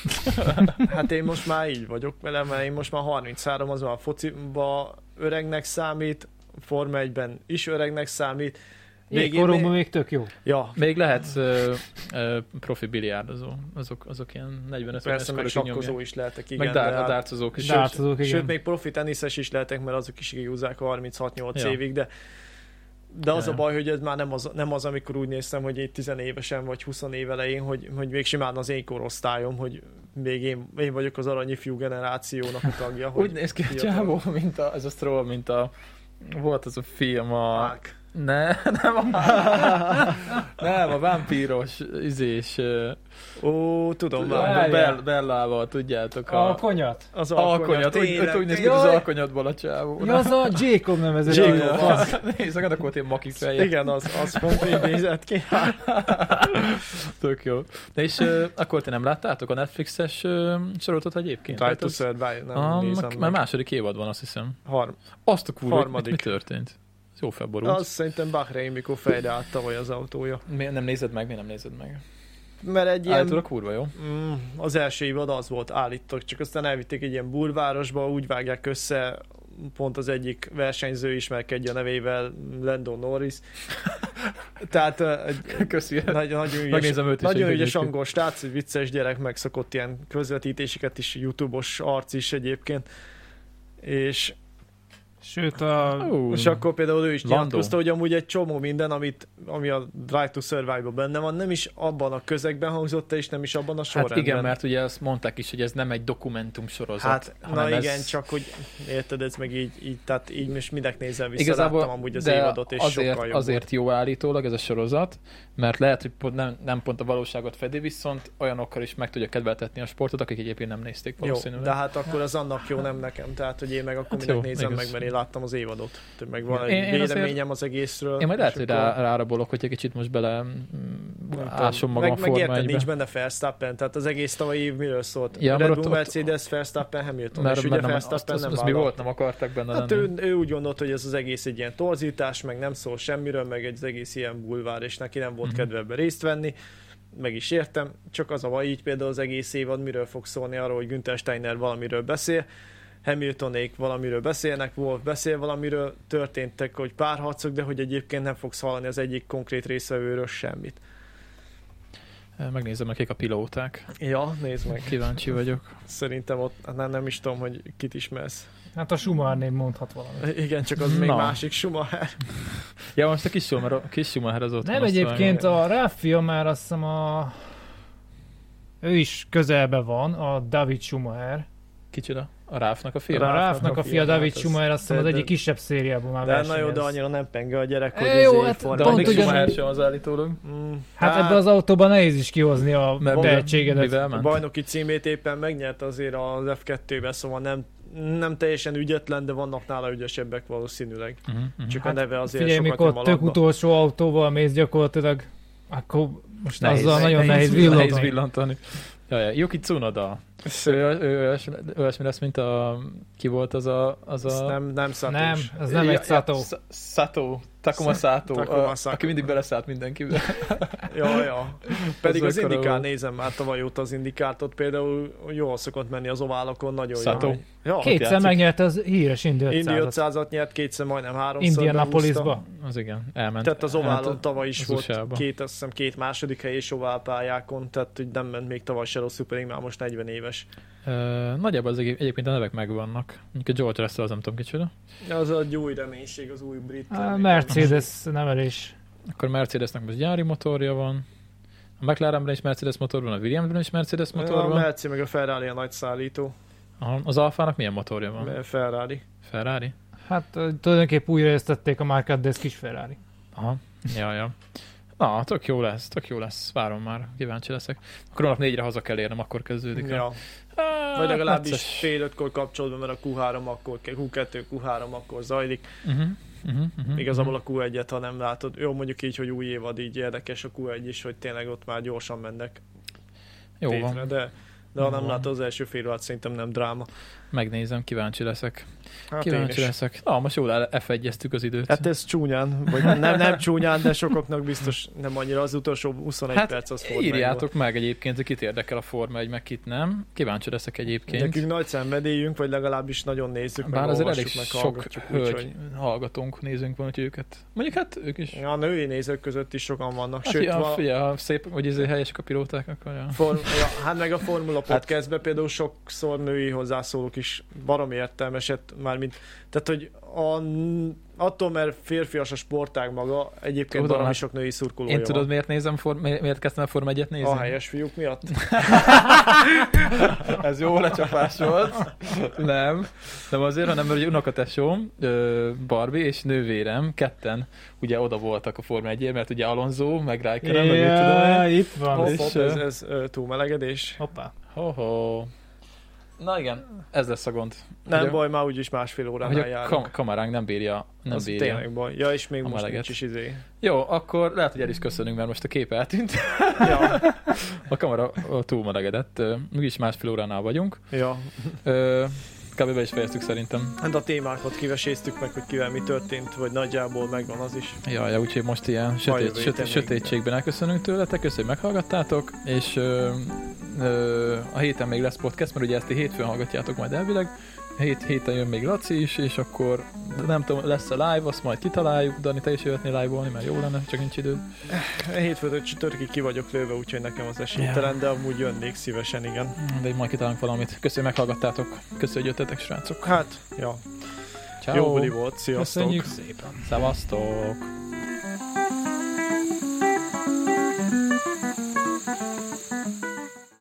Hát én most már így vagyok vele, mert én most már 33, az már fociba öregnek számít, Forma 1-ben is öregnek számít. Még Végén koromban még- még tök jó. Ja, Még lehet ö, ö, profi biliárdozó. Azok, azok ilyen 45 persze, meg sakkozó meg is lehetek, igen. igen, de dár, hát- dárcozók is. Dár- Dátozók, Sőt, igen. még profi teniszes is lehetek, mert azok is húzzák a 36-8 Ja. ja. évig, de De az Ja, a ja. baj, hogy ez már nem az, nem az amikor úgy néztem, hogy itt 10 évesen vagy 20 év elején, hogy, hogy még simán az én korosztályom, hogy még én, én vagyok az aranyi fiú generációnak a tagja. Hogy Úgy néz ki a fiatal. csávó, mint a, ez a Stroll, mint a volt az a film a... Mák. Ne, [LAUGHS] nem a... nem, a vámpíros izés... ö, Ó, tudom Tudom, már. várjál. Bell, Bellával, tudjátok, a... A konyat. Az Alkonyat, úgy, tényleg. úgy, úgy néz ki, Jaj! hogy az alkonyatból a csávó. Ja, az a Jacob nevező. Jacob. csávó. Nézd, akkor volt én maki fejjel. Igen, az, az [LAUGHS] pont így nézett ki. Tök jó. De és ö, akkor te nem láttátok a Netflixes ö, sorozatot egyébként? Try to survive, nem Ah, nézem meg- meg. Már második évad van, azt hiszem. Harm. Azt a kurva, hogy mit, Harmadik. mi történt? Ez jó felborult. Az szerintem Bahrein, mikor fejre állt tavaly az autója. Miért nem nézed meg? Miért nem nézed meg? Mert egy Ilyen... ilyen Állítólag kurva [LAUGHS] jó. Mm, az első évad az volt állítok, csak aztán elvitték egy ilyen bulvárosba, úgy vágják össze, pont az egyik versenyző ismerkedje a nevével, Lando [LAUGHS] Norris. Tehát ö, egy Köszi. nagy, nagyon ügyes, Megnézem őt is. nagyon egy- ügyes egyébként. angol srác, egy vicces gyerek, meg szokott ilyen közvetítéseket is, YouTube-os arc is egyébként. És, Sőt, a... Ú, és akkor például ő is Lando. nyilatkozta, hogy amúgy egy csomó minden, amit, ami a Drive to Survive-ban benne van, nem is abban a közegben hangzott el, és nem is abban a Hát sorrendben. igen, mert ugye azt mondták is, hogy ez nem egy dokumentum sorozat. Hát, na hanem ez- igen, csak hogy érted, ez meg így, így tehát így most mindek nézem vissza, Igazából, Igazából, láttam amúgy az de évadot, és azért, sokkal jobb azért jó állítólag ez a sorozat, mert lehet, hogy pont nem, nem pont a valóságot fedi, viszont olyanokkal is meg tudja kedveltetni a sportot, akik egyébként nem nézték volt. Jó, valószínűleg. de hát akkor az annak jó, nem nekem, tehát hogy én meg akkor Hát mindek jó, nézem igaz. meg, mert én láttam az évadot, tehát meg van Én- egy én azért- véleményem az egészről. Én majd lehet, és hogy akkor- rá, rárabolok, hogyha kicsit most bele mm, nem tudom. ásom magam meg, a meg Forma érted, 1 nincs benne Verstappen, tehát az egész tavalyi év miről szólt? Ja, Ja, mert Red ott- Bull, ott- Mercedes, Verstappen, Hamilton, mert, és mert ugye nem, azt, azt, Verstappen azt, nem azt mi vállalt. volt, nem akartak benne Hát lenni. ő, ő úgy gondolt, hogy ez az egész egy ilyen torzítás, meg nem szól semmiről, meg egy az egész ilyen bulvár, és neki nem volt Mhm. mm-hmm. kedve ebbe részt venni. Meg is értem, csak az a baj, így például az egész évad miről fog szólni arról, hogy Günther Steiner valamiről beszél, Hamiltonék valamiről beszélnek, Wolf beszél valamiről, történtek, hogy párharcok, de hogy egyébként nem fogsz hallani az egyik konkrét részvevőről semmit. Megnézem, akik a pilóták. Ja, nézd meg. Kíváncsi vagyok. Szerintem ott, hát nem, nem is tudom, hogy kit ismersz. Hát a Schumann mondhat valamit. Igen, csak az még Na. másik Schumacher. Ja, most a kis Schumacher, kis Schumacher az ott Nem van, azt egyébként tudom. a Raffia már azt hiszem a... Ő is közelbe van, a David Schumacher. Kicsoda? A Ráfnak a A film? Ralphnak Ráfnak a fia hát David az- Schumacher azt hiszem az de- egyik kisebb szériában már De na jó, de versenyez. annyira nem penge a gyerek, E, hogy jó, izé hát Forma De a Pont Mick Egyes- ugyanúgy- Schumacher sem az állítólag. Mm, Hát ebben az autóban nehéz is kihozni a Mert tehetségedet. mivel a ment? bajnoki címét éppen megnyert azért az F2-ben, szóval nem, nem teljesen ügyetlen, de vannak nála ügyesebbek valószínűleg. Uh-huh, uh-huh. Csak Hát a neve azért Figyelj, sokat mikor nem tök alakba. utolsó autóval mész gyakorlatilag, akkor most nehéz, azzal nagyon nehéz, Nehéz villogni. villantani. Ja, ja. Yuki Tsunoda. Ő, ő, ő olyasmi, olyasmi lesz, mint a... Ki volt az a... Az Ez a... nem, nem szatós. Nem, ez nem egy Sato. Sa- Sato. Takuma Sato. Takuma a- Sato. Aki mindig beleszállt mindenkibe. Ja, [LAUGHS] ja. Pedig az akkora indikál volt. nézem már tavaly óta az indikárt, ott például jól szokott menni az oválokon, nagyon Sato. jó. Ja, Kétszer játszik. megnyerte az híres Indy Indi 500-at. 500-at nyert, kétszer majdnem háromszor. behúzta. Indianapolisba. Az igen, elment. Tehát az oválon elment tavaly is Hát, az volt USA-ba. két, azt hiszem, két második hely és oválpályákon, tehát hogy nem ment még tavaly se rosszul, pedig már most 40 éves. Ö, nagyjából az egy- egyébként a nevek megvannak. Mondjuk a George Russell az nem tudom kicsoda. Az a egy új reménység, az új brit. A remény. Mercedes nevelés. Akkor Mercedesnek most gyári motorja van. A McLarenben is Mercedes motor van, a Williamsben is Mercedes motor A van. Merci meg a Ferrari a nagy szállító. Aha, Az Alfának milyen motorja van? Ferrari. Ferrari? Hát ö, tulajdonképp újraéztették a Mark Addes kis Ferrari. Aha, ja, ja. Na, tök jó lesz, tök jó lesz. Várom már, kíváncsi leszek. Akkor holnap négyre haza kell érnem, akkor kezdődik. a- Ja. Ah, Vagy legalábbis necces. fél ötkor kapcsolódva, mert a Q3 akkor, Q2, Q3 akkor zajlik. Uh-huh, uh-huh, uh-huh. Igazából a Q1-et, ha nem látod. Jó, mondjuk így, hogy új évad, így érdekes a Q1 is, hogy tényleg ott már gyorsan mennek Jó van. tétre, de, de ha Jó nem van. látod az első fél órát, szerintem nem dráma. Megnézem, kíváncsi leszek. Hát én kíváncsi is. leszek. Na, most jól f az időt. Hát ez csúnyán, vagy nem, nem csúnyán, de sokaknak biztos nem annyira. Az utolsó 21 Hát perc az Ford meg Írjátok meg egyébként, hogy kit érdekel a Forma 1, meg kit nem. Kíváncsi leszek volt. egyébként. Nekünk nagy szenvedélyünk, vagy legalábbis nagyon nézzük, meg Bár azért elég olvassuk, meg sok hallgatjuk. hölgy Úgyhogy... hallgatónk, nézünk van, úgyhogy őket. Mondjuk hát ők is. Ja, a női nézők között is sokan vannak. Hát, Sőt, ja, van, figyelj, ha szép, hogy ezért helyesek a pilóták, akkor ja. form, ja, hát meg a Formula Podcastben például sokszor női hozzászólók is barom értelmeset, mármint, tehát hogy a, attól, mert férfias a sportág maga, egyébként Tudom, valami hát sok női szurkolója Én tudod, van. miért nézem, for, miért, miért kezdtem el Forma 1-et nézni? A helyes fiúk miatt? [LAUGHS] Ez jó lecsapás volt. Nem, nem azért, hanem mert ugye unokatesóm, ö, Barbie és nővérem ketten ugye oda voltak a Forma 1 mert ugye Alonso, meg Rijkanen, meg mit tudom Ja, én. itt van. és, Hopp, hopp, ez, ö, ez ö, túlmelegedés. Hoppá. Ho-ho. Na igen, ez lesz a gond. Nem Ugye- baj, már úgyis másfél Hogy óránál a járunk. kam- kameránk nem bírja, nem Az bírja. tényleg baj. Ja, és még A most meleget. nincs is [LAUGHS] izé. Jó, akkor lehet, hogy el is köszönünk, mert most a kép eltűnt. [LAUGHS] Ja, A kamera ö, túlmelegedett. Ö, Mégis másfél óránál vagyunk. ja. Ö, Kb. be is fejeztük szerintem. Hát a témákat kiveséztük meg, hogy kivel mi történt, vagy nagyjából megvan az is. Jaj, ja, úgyhogy most ilyen jövő sötét, héten sötét, még. sötétségben elköszönünk tőletek, köszönjük, hogy meghallgattátok, és ö, ö, a héten még lesz podcast, mert ugye ezt ti hétfőn hallgatjátok majd elvileg, Hét, héten jön még Laci is, és akkor nem tudom, lesz a live, azt majd kitaláljuk, Dani, te is jöhetnél live-olni, mert jó lenne, csak nincs idő. Hétfőtől csütörtökig ki vagyok lőve, úgyhogy nekem az esélytelen, de amúgy jönnék szívesen, igen. De így majd kitalálunk valamit. Köszönjük, hogy meghallgattátok. Köszönjük, hogy jöttetek, srácok. Hát, ja. Ciao. Jó buli volt, sziasztok! Köszönjük szépen. Szevasztok.